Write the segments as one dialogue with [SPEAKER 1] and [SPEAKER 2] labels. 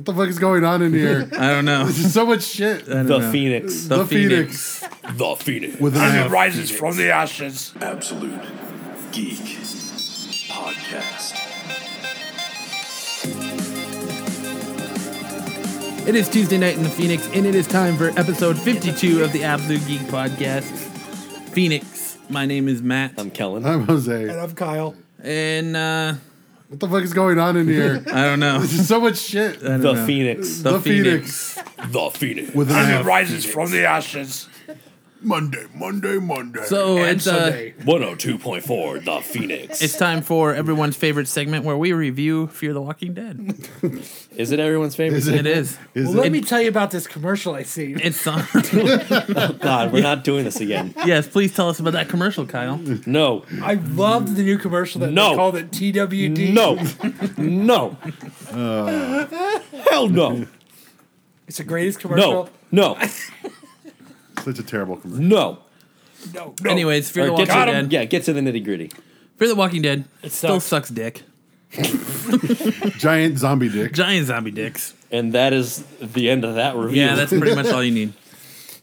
[SPEAKER 1] the fuck is going on in here?
[SPEAKER 2] I don't know.
[SPEAKER 1] There's so much shit.
[SPEAKER 2] I don't
[SPEAKER 3] The
[SPEAKER 2] know.
[SPEAKER 3] Phoenix.
[SPEAKER 1] The, Phoenix.
[SPEAKER 4] The Phoenix.
[SPEAKER 1] With an
[SPEAKER 4] As
[SPEAKER 1] F.
[SPEAKER 4] it rises from the ashes.
[SPEAKER 5] Absolute Geek Podcast.
[SPEAKER 2] It is Tuesday night in the Phoenix, and it is time for episode 52 of the Absolute Geek Podcast. Phoenix. My name is Matt,
[SPEAKER 3] I'm Kellen.
[SPEAKER 1] I'm
[SPEAKER 4] And
[SPEAKER 1] Jose.
[SPEAKER 4] I'm Kyle.
[SPEAKER 2] and uh,
[SPEAKER 1] What the fuck is going on in here?
[SPEAKER 2] I don't know.
[SPEAKER 1] There's so much shit.
[SPEAKER 2] I don't
[SPEAKER 3] The
[SPEAKER 2] know.
[SPEAKER 3] Phoenix.
[SPEAKER 2] The,
[SPEAKER 1] The
[SPEAKER 2] Phoenix.
[SPEAKER 1] Phoenix.
[SPEAKER 4] The Phoenix.
[SPEAKER 1] With an
[SPEAKER 4] As it
[SPEAKER 1] F.
[SPEAKER 4] rises from the ashes.
[SPEAKER 1] Monday, Monday, Monday.
[SPEAKER 2] So
[SPEAKER 4] and
[SPEAKER 2] it's uh,
[SPEAKER 4] Sunday. 102.4, The Phoenix.
[SPEAKER 2] it's time for everyone's favorite segment where we review Fear the Walking Dead.
[SPEAKER 3] Is it everyone's favorite?
[SPEAKER 2] It is.
[SPEAKER 1] Is
[SPEAKER 6] Well, let
[SPEAKER 1] it?
[SPEAKER 6] me tell you about this commercial I seen.
[SPEAKER 2] It's on.
[SPEAKER 3] God, we're not doing this again.
[SPEAKER 2] yes, please tell us about that commercial, Kyle.
[SPEAKER 3] No,
[SPEAKER 6] I loved the new commercial that
[SPEAKER 3] No.
[SPEAKER 6] they called it TWD.
[SPEAKER 3] no, no. Hell no,
[SPEAKER 6] it's the greatest
[SPEAKER 3] no,
[SPEAKER 6] commercial.
[SPEAKER 3] no,
[SPEAKER 1] Such a terrible commercial.
[SPEAKER 3] no.
[SPEAKER 6] No, no.
[SPEAKER 2] Anyways, Fear the
[SPEAKER 3] Or get
[SPEAKER 2] Walking
[SPEAKER 3] to,
[SPEAKER 2] Dead.
[SPEAKER 3] yeah, get to the nitty gritty.
[SPEAKER 2] Fear the Walking Dead. It still sucks
[SPEAKER 6] sucks.
[SPEAKER 2] dick.
[SPEAKER 1] Giant zombie dick.
[SPEAKER 2] Giant zombie dicks.
[SPEAKER 3] And that is the end of that review.
[SPEAKER 2] Yeah, that's pretty much all you need.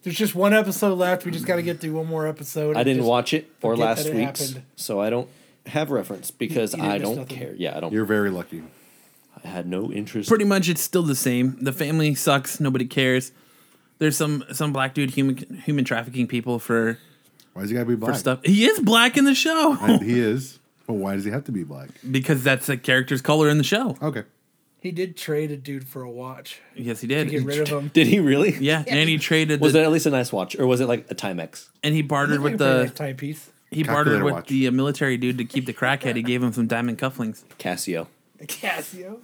[SPEAKER 6] There's just one episode left. We just got to get through one more episode.
[SPEAKER 3] I didn't
[SPEAKER 6] Just-
[SPEAKER 3] watch it or
[SPEAKER 6] forget
[SPEAKER 3] last
[SPEAKER 6] that it
[SPEAKER 3] week's,
[SPEAKER 6] happened.
[SPEAKER 3] so I don't have reference because
[SPEAKER 6] you didn't
[SPEAKER 3] I
[SPEAKER 6] miss
[SPEAKER 3] don't
[SPEAKER 6] nothing.
[SPEAKER 3] care. Yeah, I don't.
[SPEAKER 1] You're very lucky.
[SPEAKER 3] I had no interest.
[SPEAKER 2] pretty much it's still the same. The family sucks. Nobody cares. There's some some black dude human human trafficking people for
[SPEAKER 1] Why does he gotta be black?
[SPEAKER 2] stuff. He is black in the show
[SPEAKER 1] And he is. But why does he have to be black?
[SPEAKER 2] because that's the character's color in the show.
[SPEAKER 1] Okay.
[SPEAKER 6] He did trade a dude for a watch
[SPEAKER 2] Yes, he
[SPEAKER 6] to
[SPEAKER 2] did.
[SPEAKER 6] get rid of him.
[SPEAKER 3] Did he really?
[SPEAKER 2] Yeah, and he traded
[SPEAKER 3] Was
[SPEAKER 2] the,
[SPEAKER 3] it at least a nice watch, or was it like a Timex?
[SPEAKER 2] and he bartered with
[SPEAKER 6] Pretty
[SPEAKER 2] the
[SPEAKER 6] nice timepiece.
[SPEAKER 2] he bartered
[SPEAKER 1] Calculator
[SPEAKER 2] with
[SPEAKER 1] watch.
[SPEAKER 2] the uh, military dude to keep the crackhead. He gave him some diamond cufflets.
[SPEAKER 3] Casio.
[SPEAKER 6] Casio.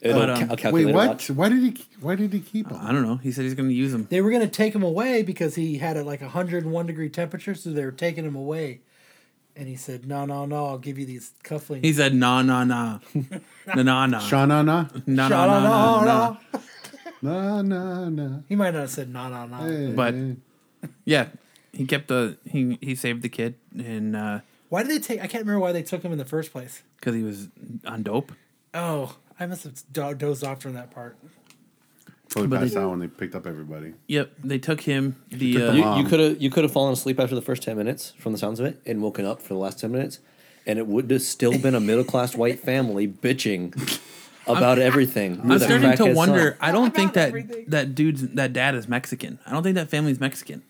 [SPEAKER 3] It'll
[SPEAKER 2] But, um,
[SPEAKER 3] ca- a
[SPEAKER 1] Wait,
[SPEAKER 3] calculator
[SPEAKER 1] what?
[SPEAKER 3] watch.
[SPEAKER 1] Why did he? Why did he keep him?
[SPEAKER 2] I don't know. He said he's going to use them.
[SPEAKER 6] They were gonna take him away because he had a, like 101 degree temperature, so they were taking him away. And he said, "No, no, no! I'll give you these cufflinks."
[SPEAKER 2] He said nah nah nah nah nah nah
[SPEAKER 1] Shauna na
[SPEAKER 2] nah nah
[SPEAKER 6] "No, no,
[SPEAKER 2] nah nah.
[SPEAKER 6] no,
[SPEAKER 2] nah.
[SPEAKER 1] na
[SPEAKER 6] no."
[SPEAKER 1] na na.
[SPEAKER 6] He might not have said, "No, no, no."
[SPEAKER 1] Hey.
[SPEAKER 2] But yeah, he kept the he he saved the kid and. uh
[SPEAKER 6] Why did they take? I can't remember why they took him in the first place.
[SPEAKER 2] because he was on dope.
[SPEAKER 6] Oh, I must have do- dozed off during that part.
[SPEAKER 1] probably passed out when they picked up everybody.
[SPEAKER 2] Yep, they took him. The
[SPEAKER 1] took
[SPEAKER 2] uh,
[SPEAKER 1] the
[SPEAKER 3] You
[SPEAKER 1] mom.
[SPEAKER 3] you could have you could have fallen asleep after the first ten minutes from the sounds of it, and woken up for the last ten minutes, and it would have still been a middle class white family bitching about everything.
[SPEAKER 2] I'm
[SPEAKER 3] with a
[SPEAKER 2] starting to
[SPEAKER 3] crackhead
[SPEAKER 2] wonder.
[SPEAKER 3] son.
[SPEAKER 2] I don't think that that dude's that dad is Mexican. I don't think that family's Mexican.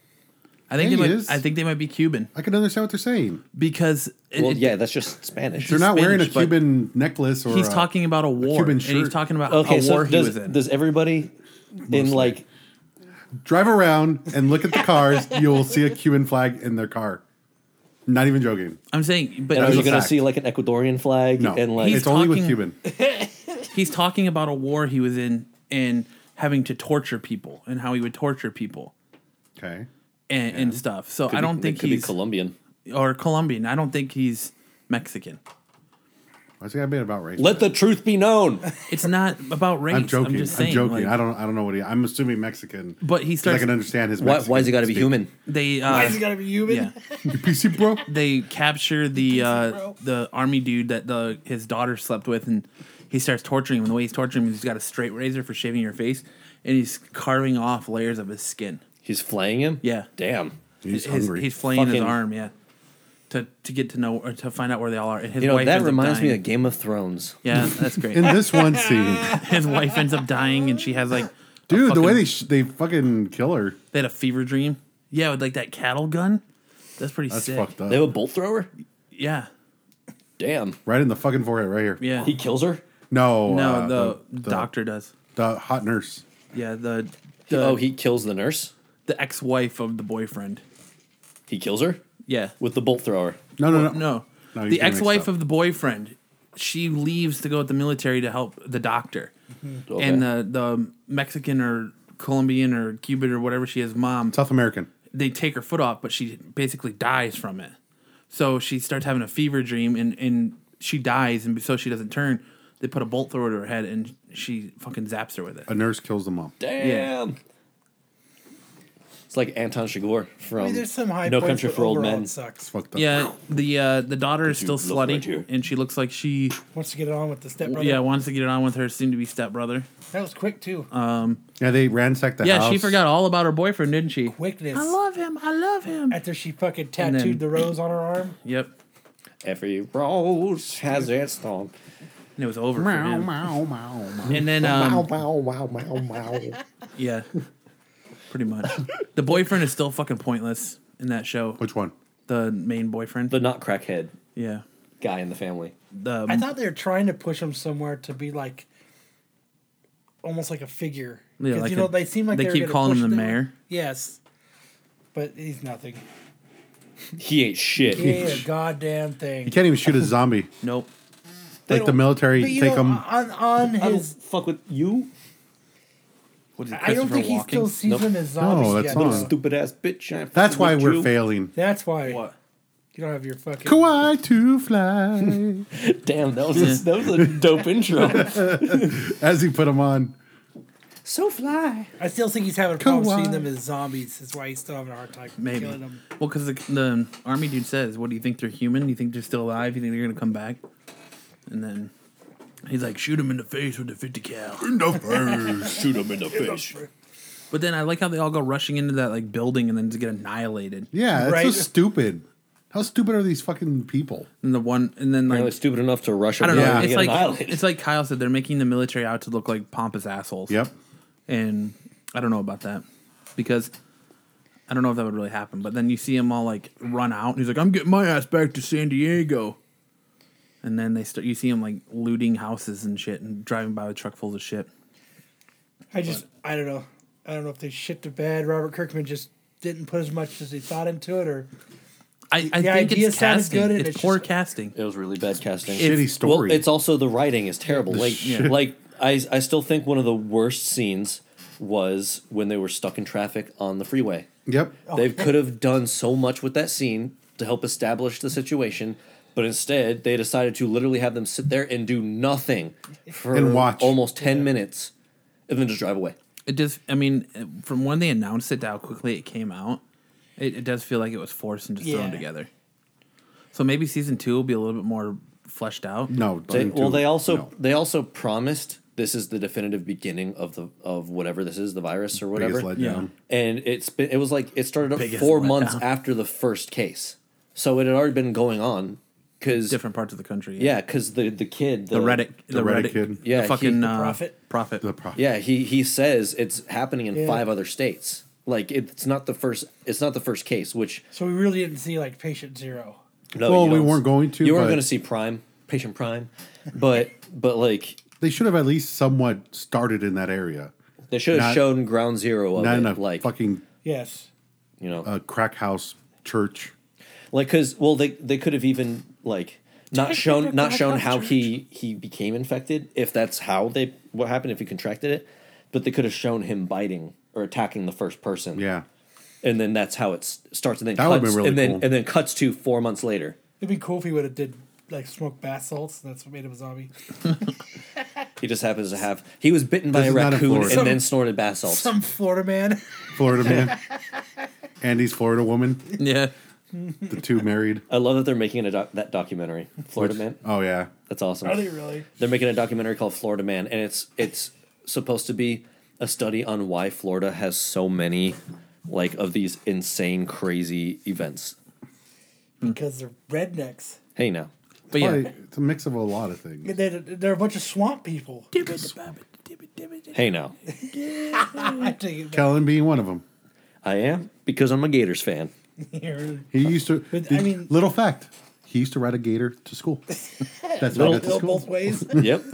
[SPEAKER 2] I think
[SPEAKER 1] Yeah,
[SPEAKER 2] they
[SPEAKER 1] he
[SPEAKER 2] might.
[SPEAKER 1] is.
[SPEAKER 2] I think they might be Cuban
[SPEAKER 1] I can understand what they're saying.
[SPEAKER 2] because it-
[SPEAKER 3] Well,
[SPEAKER 2] it-
[SPEAKER 3] yeah, that's just Spanish.
[SPEAKER 1] They're not wearing a
[SPEAKER 2] Spanish, but
[SPEAKER 1] Cuban necklace or
[SPEAKER 2] he's
[SPEAKER 1] a-
[SPEAKER 2] talking about a war,
[SPEAKER 1] Cuban
[SPEAKER 2] and he's
[SPEAKER 1] shirt.
[SPEAKER 2] talking about
[SPEAKER 3] okay,
[SPEAKER 2] a
[SPEAKER 3] so
[SPEAKER 2] war he
[SPEAKER 3] does,
[SPEAKER 2] was in.
[SPEAKER 3] does everybody in like
[SPEAKER 1] Drive around and look at the cars. You'll see a Cuban flag in their car. Not even joking.
[SPEAKER 2] I'm saying, but
[SPEAKER 3] and are
[SPEAKER 1] That's
[SPEAKER 3] you
[SPEAKER 1] a
[SPEAKER 3] gonna
[SPEAKER 1] fact.
[SPEAKER 3] see like an Ecuadorian flag
[SPEAKER 1] No,
[SPEAKER 3] and like
[SPEAKER 1] it's only with
[SPEAKER 2] talking-
[SPEAKER 1] Cuban.
[SPEAKER 2] he's talking about a war he was in and having to torture people and how he would torture people
[SPEAKER 1] Okay.
[SPEAKER 2] and, and stuff. So I
[SPEAKER 3] it
[SPEAKER 2] don't think
[SPEAKER 3] could
[SPEAKER 2] he's
[SPEAKER 3] be Colombian.
[SPEAKER 2] or Colombian. I don't think he's Mexican.
[SPEAKER 1] Why's it gotta be about race?
[SPEAKER 3] Let the truth be known.
[SPEAKER 2] It's not about race.
[SPEAKER 1] I'm joking.
[SPEAKER 2] I'm
[SPEAKER 1] I'm,
[SPEAKER 2] just saying.
[SPEAKER 1] joking.
[SPEAKER 2] like,
[SPEAKER 1] I don't. I don't know what he. I'm assuming Mexican.
[SPEAKER 2] But he
[SPEAKER 1] 'cause I
[SPEAKER 2] starts-
[SPEAKER 1] can understand his.
[SPEAKER 3] why, why's it got
[SPEAKER 1] Mexican
[SPEAKER 3] to be
[SPEAKER 1] speak.
[SPEAKER 3] human?
[SPEAKER 2] They
[SPEAKER 6] Why
[SPEAKER 2] uh,
[SPEAKER 6] is he gotta be human?
[SPEAKER 2] yeah.
[SPEAKER 1] You PC bro.
[SPEAKER 2] They capture the uh,
[SPEAKER 6] bro.
[SPEAKER 2] the army dude that the his daughter slept with, and he starts torturing him. And the way he's torturing him, he's got a straight razor for shaving your face, and he's carving off layers of his skin.
[SPEAKER 3] He's flaying him.
[SPEAKER 2] Yeah.
[SPEAKER 3] Damn.
[SPEAKER 1] He's
[SPEAKER 2] his,
[SPEAKER 1] hungry.
[SPEAKER 2] He's flaying his
[SPEAKER 3] Fucking-
[SPEAKER 2] arm. Yeah. To, to get to know or to find out where they all are, and his
[SPEAKER 3] You know
[SPEAKER 2] wife
[SPEAKER 3] that
[SPEAKER 2] ends up
[SPEAKER 3] reminds me
[SPEAKER 2] dying.
[SPEAKER 3] of Game of Thrones.
[SPEAKER 2] yeah, that's great.
[SPEAKER 1] in this one scene,
[SPEAKER 2] his wife ends up dying, and she has like a
[SPEAKER 1] dude. the way
[SPEAKER 2] fucking-
[SPEAKER 1] they sh- they fucking kill her.
[SPEAKER 2] they had a fever dream. Yeah, with like that cattle gun. That's pretty
[SPEAKER 1] That's
[SPEAKER 2] sick.
[SPEAKER 1] fucked up.
[SPEAKER 3] They have a bolt thrower.
[SPEAKER 2] Yeah,
[SPEAKER 3] Damn.
[SPEAKER 1] right in the fucking forehead, right here.
[SPEAKER 2] yeah.
[SPEAKER 3] He kills her.
[SPEAKER 1] No.
[SPEAKER 2] No,
[SPEAKER 1] uh,
[SPEAKER 2] the, doctor does.
[SPEAKER 1] the hot nurse.
[SPEAKER 2] Yeah, the the,
[SPEAKER 3] oh, he kills the nurse.
[SPEAKER 2] the ex-wife of the boyfriend.
[SPEAKER 3] He kills her
[SPEAKER 2] Yeah.
[SPEAKER 3] with the bolt thrower.
[SPEAKER 1] No, no, no.
[SPEAKER 2] No.
[SPEAKER 1] No, you
[SPEAKER 2] the
[SPEAKER 1] get mixed
[SPEAKER 2] ex-wife
[SPEAKER 1] up.
[SPEAKER 2] of the boyfriend, she leaves to go with the military to help the doctor.
[SPEAKER 3] Okay.
[SPEAKER 2] And the the Mexican or Colombian or Cuban or whatever she is mom,
[SPEAKER 1] South American.
[SPEAKER 2] they take her foot off, but she basically dies from it. So she starts having a fever dream and, and she dies and so she doesn't turn, they put a bolt through to her head and she fucking zaps her with it.
[SPEAKER 1] A nurse kills the mom.
[SPEAKER 3] Damn. It's like Anton Chigurh from
[SPEAKER 6] I mean, there's some high
[SPEAKER 3] No
[SPEAKER 6] points,
[SPEAKER 3] Country
[SPEAKER 6] but
[SPEAKER 3] for Old
[SPEAKER 6] overall
[SPEAKER 3] Men.
[SPEAKER 6] It sucks.
[SPEAKER 1] Fucked up.
[SPEAKER 2] Yeah, the uh, the daughter is still
[SPEAKER 4] you look right
[SPEAKER 2] slutty,
[SPEAKER 4] here.
[SPEAKER 2] and she looks like she
[SPEAKER 6] Wants to get it on with the stepbrother.
[SPEAKER 2] yeah wants to get it on with her soon-to-be stepbrother.
[SPEAKER 6] that was quick too.
[SPEAKER 2] Uh,
[SPEAKER 1] Yeah, they ransacked the
[SPEAKER 2] Yeah,
[SPEAKER 1] house.
[SPEAKER 2] she forgot all about her boyfriend, didn't she?
[SPEAKER 6] Quickness.
[SPEAKER 2] I love him. I love him.
[SPEAKER 6] After she fucking
[SPEAKER 2] then-
[SPEAKER 6] tattooed the rose on her arm.
[SPEAKER 2] Yep,
[SPEAKER 3] Every Rose Has Its Thorn.
[SPEAKER 2] and it was over for him.
[SPEAKER 1] Wow, wow, wow.
[SPEAKER 2] And then um,
[SPEAKER 3] wow, wow, wow, wow.
[SPEAKER 2] yeah, pretty much. The boyfriend is still fucking pointless in that show.
[SPEAKER 1] Which one?
[SPEAKER 2] The main boyfriend.
[SPEAKER 3] the not crackhead
[SPEAKER 2] yeah.
[SPEAKER 3] guy in the family.
[SPEAKER 2] The um,
[SPEAKER 6] I thought they were trying to push him somewhere to be like, almost like a figure.
[SPEAKER 2] Yeah,
[SPEAKER 6] 'Cause,
[SPEAKER 2] like
[SPEAKER 6] you know
[SPEAKER 2] a-
[SPEAKER 6] they seem like
[SPEAKER 2] they
[SPEAKER 6] were
[SPEAKER 2] keep
[SPEAKER 6] gonna
[SPEAKER 2] calling him
[SPEAKER 6] push
[SPEAKER 2] the
[SPEAKER 6] them.
[SPEAKER 2] mayor.
[SPEAKER 6] Yes, but he's nothing.
[SPEAKER 3] He ain't shit.
[SPEAKER 6] He ain't a goddamn
[SPEAKER 1] You
[SPEAKER 6] thing.
[SPEAKER 1] can't even shoot a zombie.
[SPEAKER 2] nope.
[SPEAKER 1] like the military,
[SPEAKER 6] But you
[SPEAKER 1] take
[SPEAKER 6] know,
[SPEAKER 1] them.
[SPEAKER 6] on on
[SPEAKER 3] I don't
[SPEAKER 6] his.
[SPEAKER 3] fuck with you,
[SPEAKER 2] What is it,
[SPEAKER 6] I don't
[SPEAKER 2] Christopher
[SPEAKER 6] think he
[SPEAKER 2] Walken?
[SPEAKER 6] still sees
[SPEAKER 3] Nope.
[SPEAKER 6] him as zombies
[SPEAKER 1] No,
[SPEAKER 6] yet.
[SPEAKER 1] that's not.
[SPEAKER 3] stupid ass bitch. I ain't
[SPEAKER 1] Uh. That's
[SPEAKER 3] fucking
[SPEAKER 1] why
[SPEAKER 3] with
[SPEAKER 1] we're
[SPEAKER 3] you.
[SPEAKER 1] failing.
[SPEAKER 6] That's why
[SPEAKER 2] What?
[SPEAKER 6] you don't have your fucking.
[SPEAKER 1] Kawaii to fly.
[SPEAKER 3] Damn, that was a, that was a dope intro.
[SPEAKER 1] As he put them on.
[SPEAKER 3] so fly.
[SPEAKER 6] I still think he's having problems
[SPEAKER 1] Kawaii.
[SPEAKER 6] seeing them as zombies. That's why he's still having a hard time
[SPEAKER 2] Maybe.
[SPEAKER 6] killing them.
[SPEAKER 2] Well, because the, the army dude says, "What do you think? They're human? You think they're still alive? You think they're gonna come back?" And then he's like, "Shoot him in the face with the fifty cal."
[SPEAKER 4] Shoot him in the face.
[SPEAKER 2] But then I like how they all go rushing into that like building and then just get annihilated.
[SPEAKER 1] Yeah, it's so
[SPEAKER 6] Right.
[SPEAKER 1] stupid. How stupid are these fucking people?
[SPEAKER 2] And the one, and then
[SPEAKER 3] Apparently
[SPEAKER 2] like
[SPEAKER 3] stupid enough to rush.
[SPEAKER 2] I don't know.
[SPEAKER 1] Yeah.
[SPEAKER 2] It's
[SPEAKER 3] get
[SPEAKER 2] like
[SPEAKER 3] annihilated.
[SPEAKER 2] it's like Kyle said, they're making the military out to look like pompous assholes.
[SPEAKER 1] Yep.
[SPEAKER 2] And I don't know about that because I don't know if that would really happen. But then you see him all like run out, and he's like, "I'm getting my ass back to San Diego." And then they start. You see him like looting houses and shit, and driving by with truck fulls of shit.
[SPEAKER 6] I just, I don't know. I don't know if they shit the bed. Robert Kirkman just didn't put as much as he thought into it, or
[SPEAKER 2] I, I
[SPEAKER 6] The
[SPEAKER 2] think
[SPEAKER 6] idea
[SPEAKER 2] it's
[SPEAKER 6] sounded
[SPEAKER 2] casting.
[SPEAKER 6] good, and
[SPEAKER 2] it's,
[SPEAKER 6] it's
[SPEAKER 2] poor
[SPEAKER 6] just-
[SPEAKER 2] casting.
[SPEAKER 3] It was really bad casting.
[SPEAKER 2] It's-
[SPEAKER 1] Shitty story.
[SPEAKER 3] Well, it's also the writing is terrible. Like,
[SPEAKER 2] shit.
[SPEAKER 3] like I, I still think one of the worst scenes was when they were stuck in traffic on the freeway.
[SPEAKER 1] yep.
[SPEAKER 3] They could have done so much with that scene to help establish the situation, but instead they decided to literally have them sit there and do nothing for
[SPEAKER 1] And watch.
[SPEAKER 3] almost ten minutes, and then just drive away.
[SPEAKER 2] It does. I mean, from when they announced it to how quickly it came out, it, it does feel like it was forced and just thrown
[SPEAKER 6] Yeah.
[SPEAKER 2] together. So maybe season two will be a little bit more fleshed out.
[SPEAKER 1] No.
[SPEAKER 3] They,
[SPEAKER 1] don't do-
[SPEAKER 3] well, they also
[SPEAKER 1] no.
[SPEAKER 3] they also promised this is the definitive beginning of the of whatever this is, the virus or whatever.
[SPEAKER 1] Biggest letdown.
[SPEAKER 2] Yeah.
[SPEAKER 3] and it's been it was like it started up
[SPEAKER 2] Biggest
[SPEAKER 3] four
[SPEAKER 2] letdown.
[SPEAKER 3] months after the first case, so it had already been going on because
[SPEAKER 2] Different parts of the country.
[SPEAKER 3] yeah, because the the kid
[SPEAKER 2] The Reddit, the,
[SPEAKER 1] Reddit
[SPEAKER 2] Reddit,
[SPEAKER 1] kid.
[SPEAKER 2] the
[SPEAKER 3] Yeah, he-
[SPEAKER 2] fucking
[SPEAKER 3] the
[SPEAKER 2] uh,
[SPEAKER 6] prophet.
[SPEAKER 2] prophet.
[SPEAKER 1] The pro-
[SPEAKER 3] yeah he he says it's happening in
[SPEAKER 6] Yeah.
[SPEAKER 3] five other states. Like it's not the first it's not the first case, which
[SPEAKER 6] so we really didn't see like patient zero.
[SPEAKER 3] no,
[SPEAKER 1] Well,
[SPEAKER 3] you
[SPEAKER 1] we
[SPEAKER 3] don't-
[SPEAKER 1] weren't going to,
[SPEAKER 3] You weren't
[SPEAKER 1] but-
[SPEAKER 3] going to see Prime Patient Prime, but but like
[SPEAKER 1] They should have at least somewhat started in that area.
[SPEAKER 3] they should have
[SPEAKER 1] Not-
[SPEAKER 3] shown Ground Zero of
[SPEAKER 1] Not
[SPEAKER 3] it,
[SPEAKER 1] in a
[SPEAKER 3] like
[SPEAKER 1] fucking
[SPEAKER 6] Yes,
[SPEAKER 3] you know
[SPEAKER 1] uh, crack house church.
[SPEAKER 3] like because well they they could have even like not shown not shown how he he became infected if that's how they what happened if he contracted it but they could have shown him biting or attacking the first person
[SPEAKER 1] Yeah.
[SPEAKER 3] and then that's how it s- starts and then
[SPEAKER 1] That would've
[SPEAKER 3] cuts
[SPEAKER 1] been really
[SPEAKER 3] and then
[SPEAKER 1] cool.
[SPEAKER 3] and then cuts to four months later
[SPEAKER 6] it'd be cool if he would have did like smoked bath salts. And that's what made him a zombie.
[SPEAKER 3] he just happens to have he was bitten by
[SPEAKER 1] This
[SPEAKER 3] a
[SPEAKER 1] is not in
[SPEAKER 3] raccoon and
[SPEAKER 1] Florida.
[SPEAKER 3] then snorted bath salts
[SPEAKER 6] Some Florida man.
[SPEAKER 1] Florida man. Andy's Florida woman.
[SPEAKER 2] yeah,
[SPEAKER 1] The two married.
[SPEAKER 3] i love that they're making a doc- that documentary florida man
[SPEAKER 1] Oh, yeah.
[SPEAKER 3] that's awesome
[SPEAKER 6] Are they really?
[SPEAKER 3] they're making a documentary called Florida Man, and it's it's supposed to be a study on why Florida has so many like of these insane, crazy events.
[SPEAKER 6] Because they're rednecks.
[SPEAKER 3] Hey now,
[SPEAKER 2] but yeah,
[SPEAKER 1] Probably- it's a mix of a lot of things.
[SPEAKER 6] They're, they're a bunch of swamp people.
[SPEAKER 3] hey now,
[SPEAKER 6] I take it back.
[SPEAKER 1] Kellen being one of them.
[SPEAKER 3] I am because I'm a Gators fan.
[SPEAKER 6] Here.
[SPEAKER 1] He used to.
[SPEAKER 6] But,
[SPEAKER 1] did-
[SPEAKER 6] I mean-
[SPEAKER 1] little fact. He used to ride a gator to school. That's how I
[SPEAKER 3] Little-
[SPEAKER 1] got to
[SPEAKER 6] Go both
[SPEAKER 1] school.
[SPEAKER 6] ways.
[SPEAKER 3] Yep,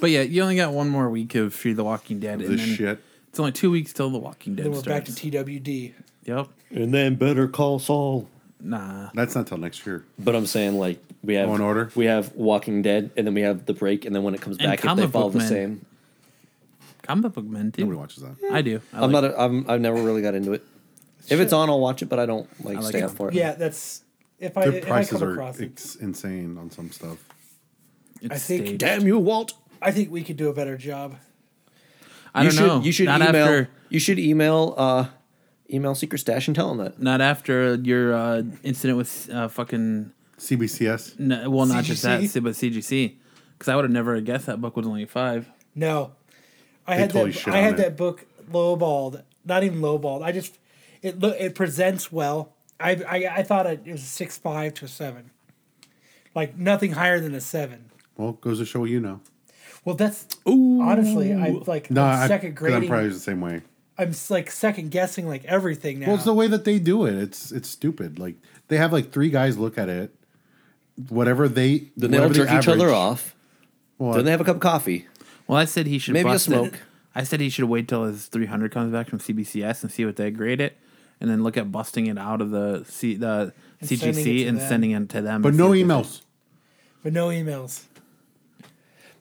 [SPEAKER 2] but yeah, you only got one more week of Fear the Walking Dead.
[SPEAKER 1] This shit.
[SPEAKER 2] It's only two weeks till the Walking Dead
[SPEAKER 6] then we're back
[SPEAKER 2] starts.
[SPEAKER 6] to TWD.
[SPEAKER 2] yep.
[SPEAKER 3] and then Better Call Saul.
[SPEAKER 2] Nah.
[SPEAKER 1] That's not till next year.
[SPEAKER 3] But I'm saying like we have
[SPEAKER 1] Law and Order?
[SPEAKER 3] we have Walking Dead, and then we have the break, and then when it comes back, if they
[SPEAKER 2] comic
[SPEAKER 3] follow
[SPEAKER 2] book
[SPEAKER 3] the
[SPEAKER 2] men.
[SPEAKER 3] same.
[SPEAKER 2] Comic book men too.
[SPEAKER 1] Nobody watches that.
[SPEAKER 2] I do. I
[SPEAKER 3] I'm
[SPEAKER 2] like-
[SPEAKER 3] not. A, I'm. I've never really got into it. If it's on, I'll watch it, but I don't like,
[SPEAKER 2] like
[SPEAKER 3] stay
[SPEAKER 2] it.
[SPEAKER 3] up for it.
[SPEAKER 6] Yeah, that's if I,
[SPEAKER 1] Their
[SPEAKER 6] if I
[SPEAKER 1] prices
[SPEAKER 6] come
[SPEAKER 1] are
[SPEAKER 6] across it.
[SPEAKER 1] ex- insane on some stuff.
[SPEAKER 2] it's
[SPEAKER 6] I think-
[SPEAKER 2] staged.
[SPEAKER 3] Damn you, Walt.
[SPEAKER 6] I think we could do a better job.
[SPEAKER 2] I
[SPEAKER 3] you
[SPEAKER 2] don't
[SPEAKER 3] should,
[SPEAKER 2] know.
[SPEAKER 3] You should
[SPEAKER 2] not
[SPEAKER 3] email.
[SPEAKER 2] after
[SPEAKER 3] You should email. Uh, email Secret Stash and tell them that.
[SPEAKER 2] not after your uh, incident with uh, fucking
[SPEAKER 1] CBCS.
[SPEAKER 2] n- well, not just that,
[SPEAKER 6] CGC?
[SPEAKER 2] but CGC. Because I would have never guessed that book was only five.
[SPEAKER 6] No, I had
[SPEAKER 1] totally
[SPEAKER 6] that.
[SPEAKER 1] shit
[SPEAKER 6] I
[SPEAKER 1] on
[SPEAKER 6] had
[SPEAKER 1] it.
[SPEAKER 6] that book lowballed. Not even lowballed. I just it look it presents well. I I, I thought it, it was a six five to a seven, like nothing higher than a seven.
[SPEAKER 1] Well, goes to show what you know.
[SPEAKER 6] Well, that's honestly I like
[SPEAKER 1] No,
[SPEAKER 6] I'm
[SPEAKER 1] I,
[SPEAKER 6] second
[SPEAKER 1] 'cause I'm
[SPEAKER 6] grading.
[SPEAKER 1] probably the same way.
[SPEAKER 6] I'm s- like second guessing like everything now.
[SPEAKER 1] Well, it's the way that they do it. It's it's stupid. Like they have like three guys look at it. Whatever they
[SPEAKER 3] Then they'll
[SPEAKER 1] whatever the
[SPEAKER 3] jerk each other
[SPEAKER 1] average-
[SPEAKER 3] off.
[SPEAKER 1] Well,
[SPEAKER 3] Then they have a cup of coffee.
[SPEAKER 2] Well, I said he should
[SPEAKER 3] Maybe a
[SPEAKER 2] bust it.
[SPEAKER 3] smoke.
[SPEAKER 2] I said he should wait till his 300 comes back from CBCS and see what they grade it, and then look at busting it out of the C, the
[SPEAKER 6] sending it
[SPEAKER 2] CGC
[SPEAKER 6] to
[SPEAKER 2] and
[SPEAKER 6] them.
[SPEAKER 2] sending it to them.
[SPEAKER 1] but
[SPEAKER 2] and
[SPEAKER 1] no
[SPEAKER 2] see what
[SPEAKER 1] emails.
[SPEAKER 6] but no emails.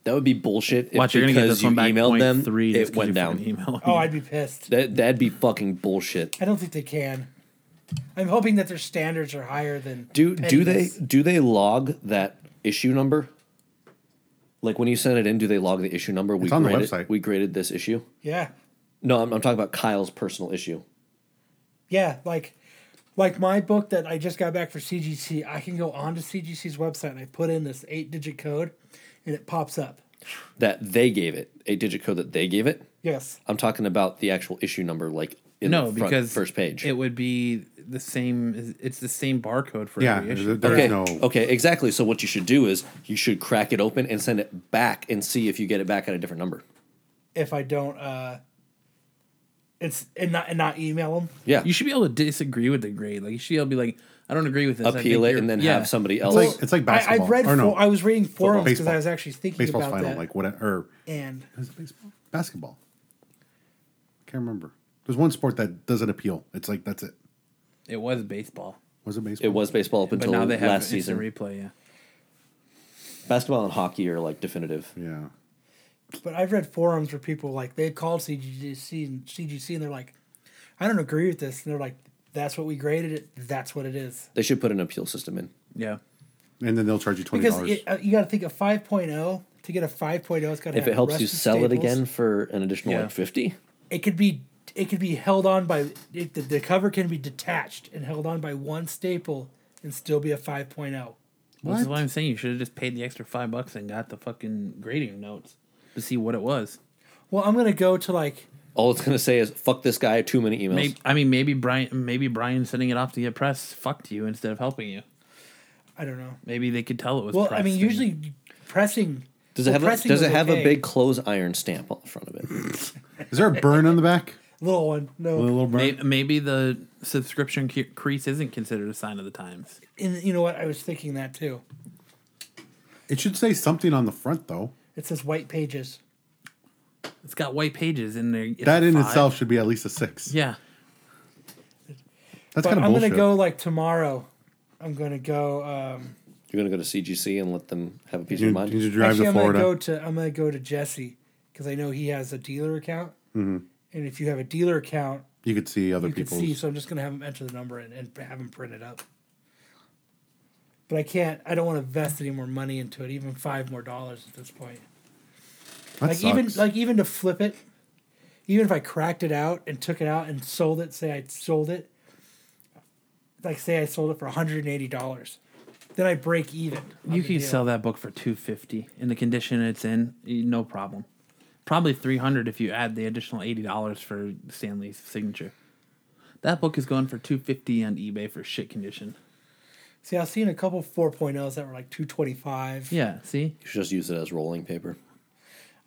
[SPEAKER 3] That would be bullshit. If
[SPEAKER 2] they- Watch, you're gonna get
[SPEAKER 3] because
[SPEAKER 2] this one back.
[SPEAKER 3] you emailed
[SPEAKER 2] point
[SPEAKER 3] them,
[SPEAKER 2] three just
[SPEAKER 3] it
[SPEAKER 2] 'cause
[SPEAKER 3] went
[SPEAKER 2] you
[SPEAKER 3] down.
[SPEAKER 2] fucking Emailed
[SPEAKER 6] Oh,
[SPEAKER 2] me.
[SPEAKER 6] I'd be pissed.
[SPEAKER 3] That that'd be fucking bullshit.
[SPEAKER 6] I don't think they can. I'm hoping that their standards are higher than
[SPEAKER 3] Do do they
[SPEAKER 6] pennies.
[SPEAKER 3] do they log that issue number? Like when you send it in, do they log the issue number? We
[SPEAKER 1] on the
[SPEAKER 3] graded,
[SPEAKER 1] website.
[SPEAKER 3] We graded this issue.
[SPEAKER 6] Yeah,
[SPEAKER 3] No, I'm, I'm talking about Kyle's personal issue.
[SPEAKER 6] yeah. Like, like my book that I just got back for CGC. I can go onto CGC's website and I put in this eight-digit code, and it pops up.
[SPEAKER 3] that they gave it, a digit code that they gave it.
[SPEAKER 6] Yes.
[SPEAKER 3] I'm talking about the actual issue number, like in
[SPEAKER 2] no,
[SPEAKER 3] the front,
[SPEAKER 2] because
[SPEAKER 3] first page.
[SPEAKER 2] it would be the same. It's the same barcode for
[SPEAKER 1] Yeah,
[SPEAKER 2] every
[SPEAKER 1] there's,
[SPEAKER 2] issue.
[SPEAKER 1] there's
[SPEAKER 3] okay,
[SPEAKER 1] no.
[SPEAKER 3] okay, exactly. So what you should do is you should crack it open and send it back and see if you get it back at a different number.
[SPEAKER 6] If I don't, uh it's and not and not email them.
[SPEAKER 3] Yeah,
[SPEAKER 2] You should be able to disagree with the grade. Like you should be able to be like, I don't agree with this. I
[SPEAKER 3] appeal
[SPEAKER 2] think
[SPEAKER 3] it and
[SPEAKER 2] you're-
[SPEAKER 3] then
[SPEAKER 2] yeah.
[SPEAKER 3] have somebody else.
[SPEAKER 1] It's like it's like
[SPEAKER 6] I, I
[SPEAKER 1] basketball.
[SPEAKER 6] read.
[SPEAKER 1] or no,
[SPEAKER 6] for- I was reading forums because
[SPEAKER 1] Baseball.
[SPEAKER 6] I was actually thinking
[SPEAKER 1] baseball's
[SPEAKER 6] about
[SPEAKER 1] final.
[SPEAKER 6] that.
[SPEAKER 1] Like what? Or
[SPEAKER 6] and
[SPEAKER 1] is it baseball? Basketball. Can't remember. There's one sport that doesn't appeal. It's like that's it.
[SPEAKER 2] It was baseball,
[SPEAKER 1] Was it baseball?
[SPEAKER 3] it was baseball up
[SPEAKER 2] but
[SPEAKER 3] until
[SPEAKER 2] now they have
[SPEAKER 3] last
[SPEAKER 2] instant
[SPEAKER 3] season.
[SPEAKER 2] replay. Yeah.
[SPEAKER 3] basketball and hockey are like definitive.
[SPEAKER 1] Yeah.
[SPEAKER 6] But I've read forums where people like they called CGC and CGC and they're like, I don't agree with this, and they're like, that's what we graded it. That's what it is.
[SPEAKER 3] They should put an appeal system in.
[SPEAKER 2] Yeah.
[SPEAKER 1] And then they'll charge you twenty
[SPEAKER 6] Because
[SPEAKER 1] dollars.
[SPEAKER 6] it, uh, you got to think of 5.0 to get a 5.0, it's got to
[SPEAKER 3] If it helps you sell it again for an additional
[SPEAKER 2] Yeah.
[SPEAKER 3] like fifty,
[SPEAKER 6] It could be it could be held on by it, the, the cover can be detached and held on by one staple and still be a oh. 5.0.
[SPEAKER 2] Which is
[SPEAKER 1] What?
[SPEAKER 2] why I'm saying you should have just paid the extra five bucks and got the fucking grading notes to see what it was.
[SPEAKER 6] Well, I'm gonna go to like
[SPEAKER 3] all it's gonna say is "fuck this guy." Too many emails.
[SPEAKER 2] Maybe, I mean, maybe Brian, maybe Brian sending it off to get press fucked you instead of helping you.
[SPEAKER 6] I don't know.
[SPEAKER 2] Maybe they could tell it was.
[SPEAKER 6] Well, I
[SPEAKER 2] pressed
[SPEAKER 6] mean,
[SPEAKER 2] and-
[SPEAKER 6] usually pressing.
[SPEAKER 3] Does it
[SPEAKER 6] well,
[SPEAKER 3] have a,
[SPEAKER 6] pressing
[SPEAKER 3] does it
[SPEAKER 6] was
[SPEAKER 3] have
[SPEAKER 6] okay.
[SPEAKER 3] a big clothes iron stamp on the front of it?
[SPEAKER 1] Is there a burn on the back?
[SPEAKER 6] little one? No,
[SPEAKER 1] A little burn.
[SPEAKER 2] May- maybe the subscription cre- crease isn't considered a sign of the times.
[SPEAKER 6] and you know what? I was thinking that too.
[SPEAKER 1] It should say something on the front though.
[SPEAKER 6] It says white pages.
[SPEAKER 2] It's got white pages in there. It's
[SPEAKER 1] That
[SPEAKER 2] a
[SPEAKER 1] in
[SPEAKER 2] five.
[SPEAKER 1] itself should be at least a six.
[SPEAKER 2] Yeah.
[SPEAKER 1] That's
[SPEAKER 6] But
[SPEAKER 1] kind of
[SPEAKER 6] I'm
[SPEAKER 1] bullshit.
[SPEAKER 6] gonna go like tomorrow. I'm gonna go. Um,
[SPEAKER 3] You're gonna go to CGC and let them have a piece
[SPEAKER 1] you,
[SPEAKER 3] of mind.
[SPEAKER 1] you should drive
[SPEAKER 6] actually,
[SPEAKER 1] to
[SPEAKER 6] I'm gonna
[SPEAKER 1] Florida.
[SPEAKER 6] go to. I'm gonna go to Jesse because I know he has a dealer account. And if you have a dealer account,
[SPEAKER 1] you could see Mm-hmm. other
[SPEAKER 6] you can
[SPEAKER 1] people's.
[SPEAKER 6] see. So I'm just gonna have him enter the number and, and have him print it up. But I can't. I don't want to invest any more money into it. Even five more dollars at this point.
[SPEAKER 1] that
[SPEAKER 6] like
[SPEAKER 1] sucks.
[SPEAKER 6] even like even to flip it, even if I cracked it out and took it out and sold it, say I sold it, like say I sold it for one hundred and eighty dollars, then I break even. on
[SPEAKER 2] You
[SPEAKER 6] the
[SPEAKER 2] can
[SPEAKER 6] deal.
[SPEAKER 2] sell that book for two fifty in the condition it's in, y- no problem. Probably three hundred if you add the additional eighty dollars for Stanley's signature. That book is going for two fifty on eBay for shit condition.
[SPEAKER 6] See, I've seen a couple 4.0s that were like two twenty five.
[SPEAKER 2] Yeah, see,
[SPEAKER 3] You should just use it as rolling paper.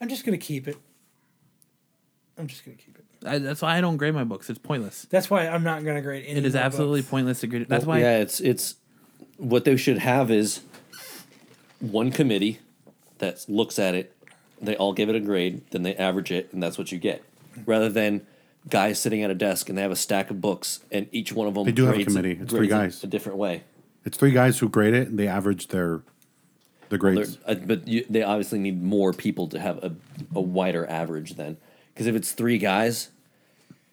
[SPEAKER 6] I'm just gonna keep it. I'm just gonna keep it.
[SPEAKER 2] I, that's why I don't grade my books. It's pointless.
[SPEAKER 6] That's why I'm not gonna grade any.
[SPEAKER 2] It is
[SPEAKER 6] more
[SPEAKER 2] absolutely
[SPEAKER 6] books.
[SPEAKER 2] pointless to grade. it. That's
[SPEAKER 3] Well,
[SPEAKER 2] why.
[SPEAKER 3] Yeah, it's it's what they should have is one committee that looks at it. They all give it a grade, then they average it, and that's what you get. Rather than guys sitting at a desk and they have a stack of books, and each one of them
[SPEAKER 1] They do have a
[SPEAKER 3] grades it-
[SPEAKER 1] committee. It's three
[SPEAKER 3] grades it
[SPEAKER 1] guys.
[SPEAKER 3] a different way.
[SPEAKER 1] it's three guys who grade it and they average their the
[SPEAKER 3] They're-
[SPEAKER 1] grades.
[SPEAKER 3] uh, but you, they obviously need more people to have a, a wider average then, because if it's three guys,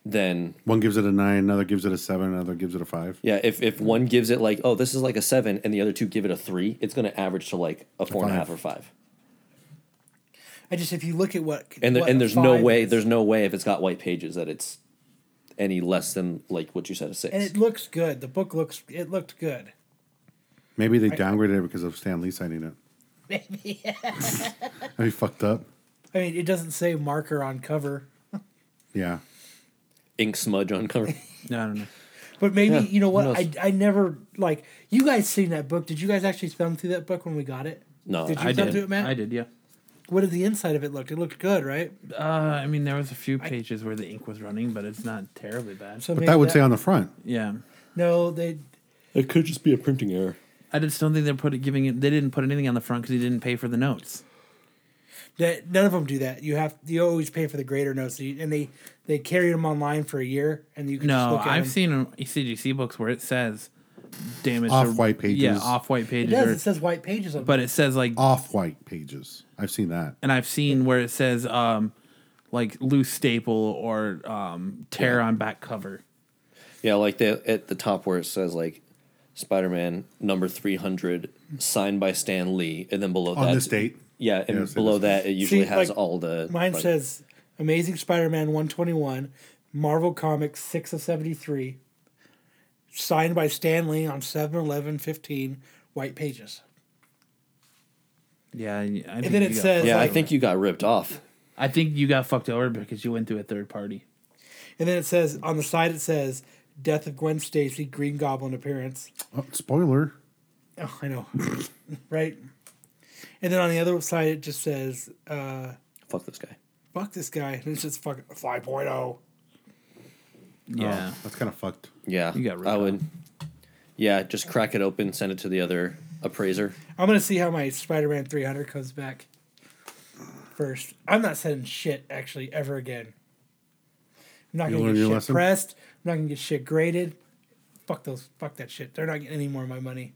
[SPEAKER 3] then
[SPEAKER 1] One gives it a nine, another gives it a seven, another gives it a five.
[SPEAKER 3] Yeah, if, if one gives it like, oh, this is like a seven, and the other two give it a three, it's going to average to like a four and a
[SPEAKER 1] Five.
[SPEAKER 3] half or five.
[SPEAKER 6] I just if you look at what
[SPEAKER 3] and there,
[SPEAKER 6] what
[SPEAKER 3] and
[SPEAKER 6] a
[SPEAKER 3] there's no
[SPEAKER 6] five
[SPEAKER 3] way
[SPEAKER 6] is,
[SPEAKER 3] there's no way if it's got white pages that it's any less than like what you said a six.
[SPEAKER 6] and it looks good. The book looks it looked good.
[SPEAKER 1] Maybe they downgraded it because of Stan Lee signing it. Maybe. That'd be fucked up.
[SPEAKER 6] I mean, it doesn't say marker on cover,
[SPEAKER 1] Yeah.
[SPEAKER 3] Ink smudge on cover.
[SPEAKER 2] No, I don't know.
[SPEAKER 6] but maybe
[SPEAKER 3] Yeah,
[SPEAKER 6] you know
[SPEAKER 3] who
[SPEAKER 6] what?
[SPEAKER 3] knows?
[SPEAKER 6] I I never like you guys seen that book. Did you guys actually thumb through that book when we got it?
[SPEAKER 3] No,
[SPEAKER 6] did you
[SPEAKER 2] I
[SPEAKER 6] thumb
[SPEAKER 2] did.
[SPEAKER 6] through it, Matt?
[SPEAKER 2] I did. Yeah.
[SPEAKER 6] What did the inside of it look? It looked good, right?
[SPEAKER 2] Uh, I mean, there was a few pages where the ink was running, but it's not terribly bad.
[SPEAKER 6] So
[SPEAKER 1] But that would say on the front.
[SPEAKER 2] Yeah.
[SPEAKER 6] no. They
[SPEAKER 3] It could just be a printing error.
[SPEAKER 2] I just don't think they're put giving it. They didn't put anything on the front because he didn't pay for the notes.
[SPEAKER 6] that none of them do that. You have you always pay for the grader notes, and they they carry them online for a year, and you can just
[SPEAKER 2] No,
[SPEAKER 6] look at
[SPEAKER 2] I've
[SPEAKER 6] them.
[SPEAKER 2] seen um, CGC books where it says damage
[SPEAKER 1] Off-white pages.
[SPEAKER 2] Yeah, off white
[SPEAKER 6] It
[SPEAKER 2] pages.
[SPEAKER 6] does.
[SPEAKER 2] or-
[SPEAKER 6] It says white pages on.
[SPEAKER 2] but it says like,
[SPEAKER 1] Off white pages. I've seen that.
[SPEAKER 2] and I've seen where it says um, like loose staple or um, tear on back cover.
[SPEAKER 3] Yeah, like the at the top where it says like Spider Man number three hundred signed by Stan Lee, and then below
[SPEAKER 1] On
[SPEAKER 3] that
[SPEAKER 1] this date.
[SPEAKER 3] Yeah, and
[SPEAKER 1] Yeah, so
[SPEAKER 3] below
[SPEAKER 1] this-
[SPEAKER 3] that it usually
[SPEAKER 6] See,
[SPEAKER 3] has
[SPEAKER 6] like,
[SPEAKER 3] all the
[SPEAKER 6] Mine
[SPEAKER 3] like,
[SPEAKER 6] says Amazing Spider Man 121, Marvel Comics 6 of 73, signed by Stan Lee on 7 11 15, white pages.
[SPEAKER 2] Yeah, I and
[SPEAKER 6] then it says-
[SPEAKER 3] Yeah, I
[SPEAKER 6] like-
[SPEAKER 3] think you got ripped off.
[SPEAKER 2] I think you got fucked over because you went through a third party.
[SPEAKER 6] And then it says, on the side, it says, Death of Gwen Stacy, Green Goblin appearance.
[SPEAKER 1] Oh, spoiler.
[SPEAKER 6] Oh, I know. right? And then on the other side, it just says, uh,
[SPEAKER 3] Fuck this guy.
[SPEAKER 6] fuck this guy. And it's just fucking oh. 5.0.
[SPEAKER 2] Yeah,
[SPEAKER 1] That's kind of fucked.
[SPEAKER 3] Yeah,
[SPEAKER 2] You got ripped
[SPEAKER 3] I would. Yeah, just crack it open, send it to the other appraiser.
[SPEAKER 6] I'm going to see how my Spider Man 300 comes back first. I'm not sending shit, actually, ever again. I'm not
[SPEAKER 1] You
[SPEAKER 6] going to
[SPEAKER 1] learned
[SPEAKER 6] get
[SPEAKER 1] your
[SPEAKER 6] shit
[SPEAKER 1] lesson?
[SPEAKER 6] pressed. I'm not going to get shit graded. Fuck those. Fuck that shit. They're not getting any more of my money.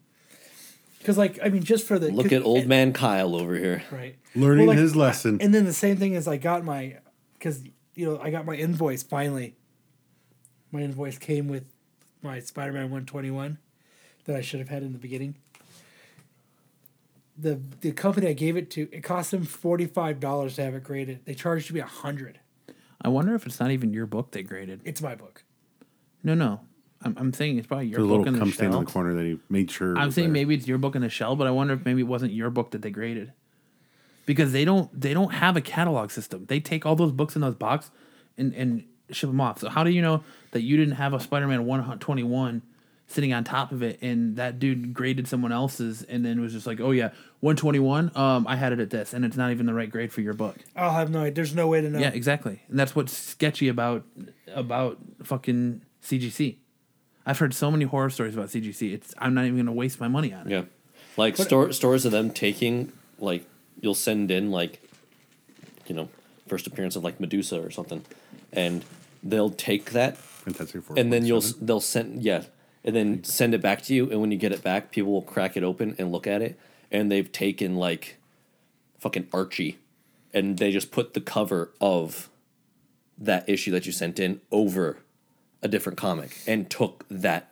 [SPEAKER 6] Because, like, I mean, just for the.
[SPEAKER 3] Look
[SPEAKER 6] 'cause-
[SPEAKER 3] at old man Kyle over here.
[SPEAKER 6] Right.
[SPEAKER 1] Learning
[SPEAKER 6] Well, like,
[SPEAKER 1] his lesson.
[SPEAKER 6] And then the same thing is I got my. Because, you know, I got my invoice finally. My invoice came with my Spider Man 121 that I should have had in the beginning. The the company I gave it to, it cost them forty five dollars to have it graded. They charged me a hundred.
[SPEAKER 2] I wonder if it's not even your book they graded.
[SPEAKER 6] It's my book.
[SPEAKER 2] No, no, I'm, I'm saying it's probably your
[SPEAKER 1] the
[SPEAKER 2] book
[SPEAKER 1] little
[SPEAKER 2] in the
[SPEAKER 1] cum stain in
[SPEAKER 2] shell.
[SPEAKER 1] the corner that he made sure.
[SPEAKER 2] I'm
[SPEAKER 1] was
[SPEAKER 2] saying
[SPEAKER 1] there.
[SPEAKER 2] maybe it's your book in the shell, but I wonder if maybe it wasn't your book that they graded, because they don't they don't have a catalog system. They take all those books in those box and and ship them off. So how do you know that you didn't have a Spider-Man 121 sitting on top of it, and that dude graded someone else's, and then was just like, oh yeah, 121. Um, I had it at this, and it's not even the right grade for your book.
[SPEAKER 6] I'll have no. There's no way to know.
[SPEAKER 2] Yeah, exactly. And that's what's sketchy about about fucking CGC. I've heard so many horror stories about CGC. It's I'm not even going to waste my money on it.
[SPEAKER 3] Yeah, like store, stores of them taking like you'll send in like you know first appearance of like Medusa or something, and they'll take that
[SPEAKER 1] Fantastic Four.
[SPEAKER 3] and then you'll s
[SPEAKER 1] 47.
[SPEAKER 3] they'll send yeah and then send it back to you and when you get it back people will crack it open and look at it and they've taken like fucking Archie and they just put the cover of that issue that you sent in over a different comic and took that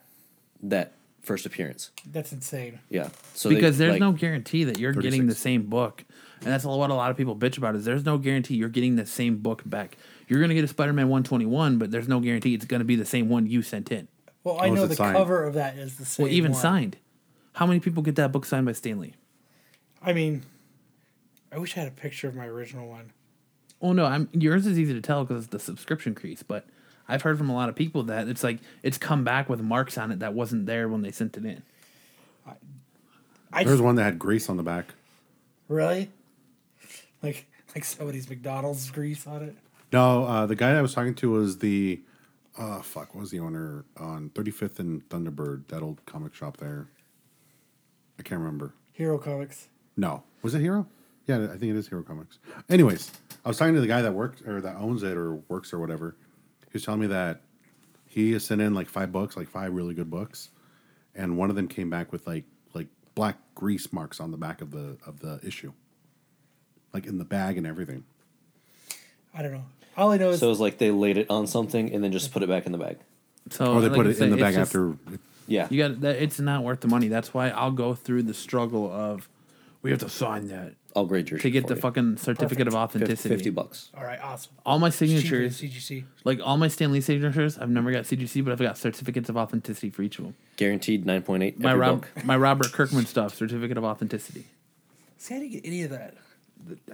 [SPEAKER 3] that first appearance
[SPEAKER 6] That's insane.
[SPEAKER 3] yeah so they,
[SPEAKER 2] Because there's
[SPEAKER 3] like-
[SPEAKER 2] no guarantee that you're getting the
[SPEAKER 1] 36.
[SPEAKER 2] same book. And that's what a lot of people bitch about is there's no guarantee you're getting the same book back. You're going to get a Spider-Man 121, but there's no guarantee it's going to be the same one you sent in.
[SPEAKER 6] Well, I
[SPEAKER 1] Oh, is
[SPEAKER 6] know
[SPEAKER 1] it
[SPEAKER 6] the
[SPEAKER 1] signed?
[SPEAKER 6] cover of that is the same.
[SPEAKER 2] Well, even
[SPEAKER 6] one.
[SPEAKER 2] signed. How many people get that book signed by Stanley?
[SPEAKER 6] I mean, I wish I had a picture of my original one.
[SPEAKER 2] Well, no, I'm yours is easy to tell because it's the subscription crease, but I've heard from a lot of people that it's like it's come back with marks on it that wasn't there when they sent it in.
[SPEAKER 6] I
[SPEAKER 1] There was
[SPEAKER 6] just,
[SPEAKER 1] one that had grease on the back.
[SPEAKER 6] really like like somebody's McDonald's grease on it.
[SPEAKER 1] No, uh, the guy I was talking to was the, oh fuck, what was the owner on 35th and Thunderbird, that old comic shop there. I can't remember.
[SPEAKER 6] Hero Comics.
[SPEAKER 1] No, was it Hero? Yeah, I think it is Hero Comics. Anyways, I was talking to the guy that works or that owns it or works or whatever. He was telling me that he has sent in like five books, like five really good books, and one of them came back with like like black grease marks on the back of the of the issue, like in the bag and everything.
[SPEAKER 6] I don't know. All I know is
[SPEAKER 3] so it's like they laid it on something and then just put it back in the bag
[SPEAKER 2] So
[SPEAKER 1] Or they
[SPEAKER 2] Oh, like
[SPEAKER 1] put
[SPEAKER 2] I
[SPEAKER 1] it in
[SPEAKER 2] said,
[SPEAKER 1] the
[SPEAKER 2] it's
[SPEAKER 1] bag
[SPEAKER 2] just-
[SPEAKER 1] after.
[SPEAKER 3] yeah
[SPEAKER 2] You got that. It's not worth the money. That's why I'll go through the struggle of we have to sign that.
[SPEAKER 3] I'll grade your
[SPEAKER 2] to
[SPEAKER 3] shit
[SPEAKER 2] get
[SPEAKER 3] for
[SPEAKER 2] the
[SPEAKER 3] you.
[SPEAKER 2] fucking certificate of authenticity.
[SPEAKER 3] fifty bucks.
[SPEAKER 6] All right, awesome.
[SPEAKER 2] All my
[SPEAKER 6] It's cheaper than
[SPEAKER 2] signatures,
[SPEAKER 6] CGC.
[SPEAKER 2] like all my Stanley signatures, I've never got CGC, but I've got certificates of authenticity for each of them.
[SPEAKER 3] Guaranteed nine point eight.
[SPEAKER 2] My
[SPEAKER 3] every
[SPEAKER 2] Rob,
[SPEAKER 3] book.
[SPEAKER 2] my Robert Kirkman stuff, certificate of authenticity.
[SPEAKER 6] See, I didn't get any of that.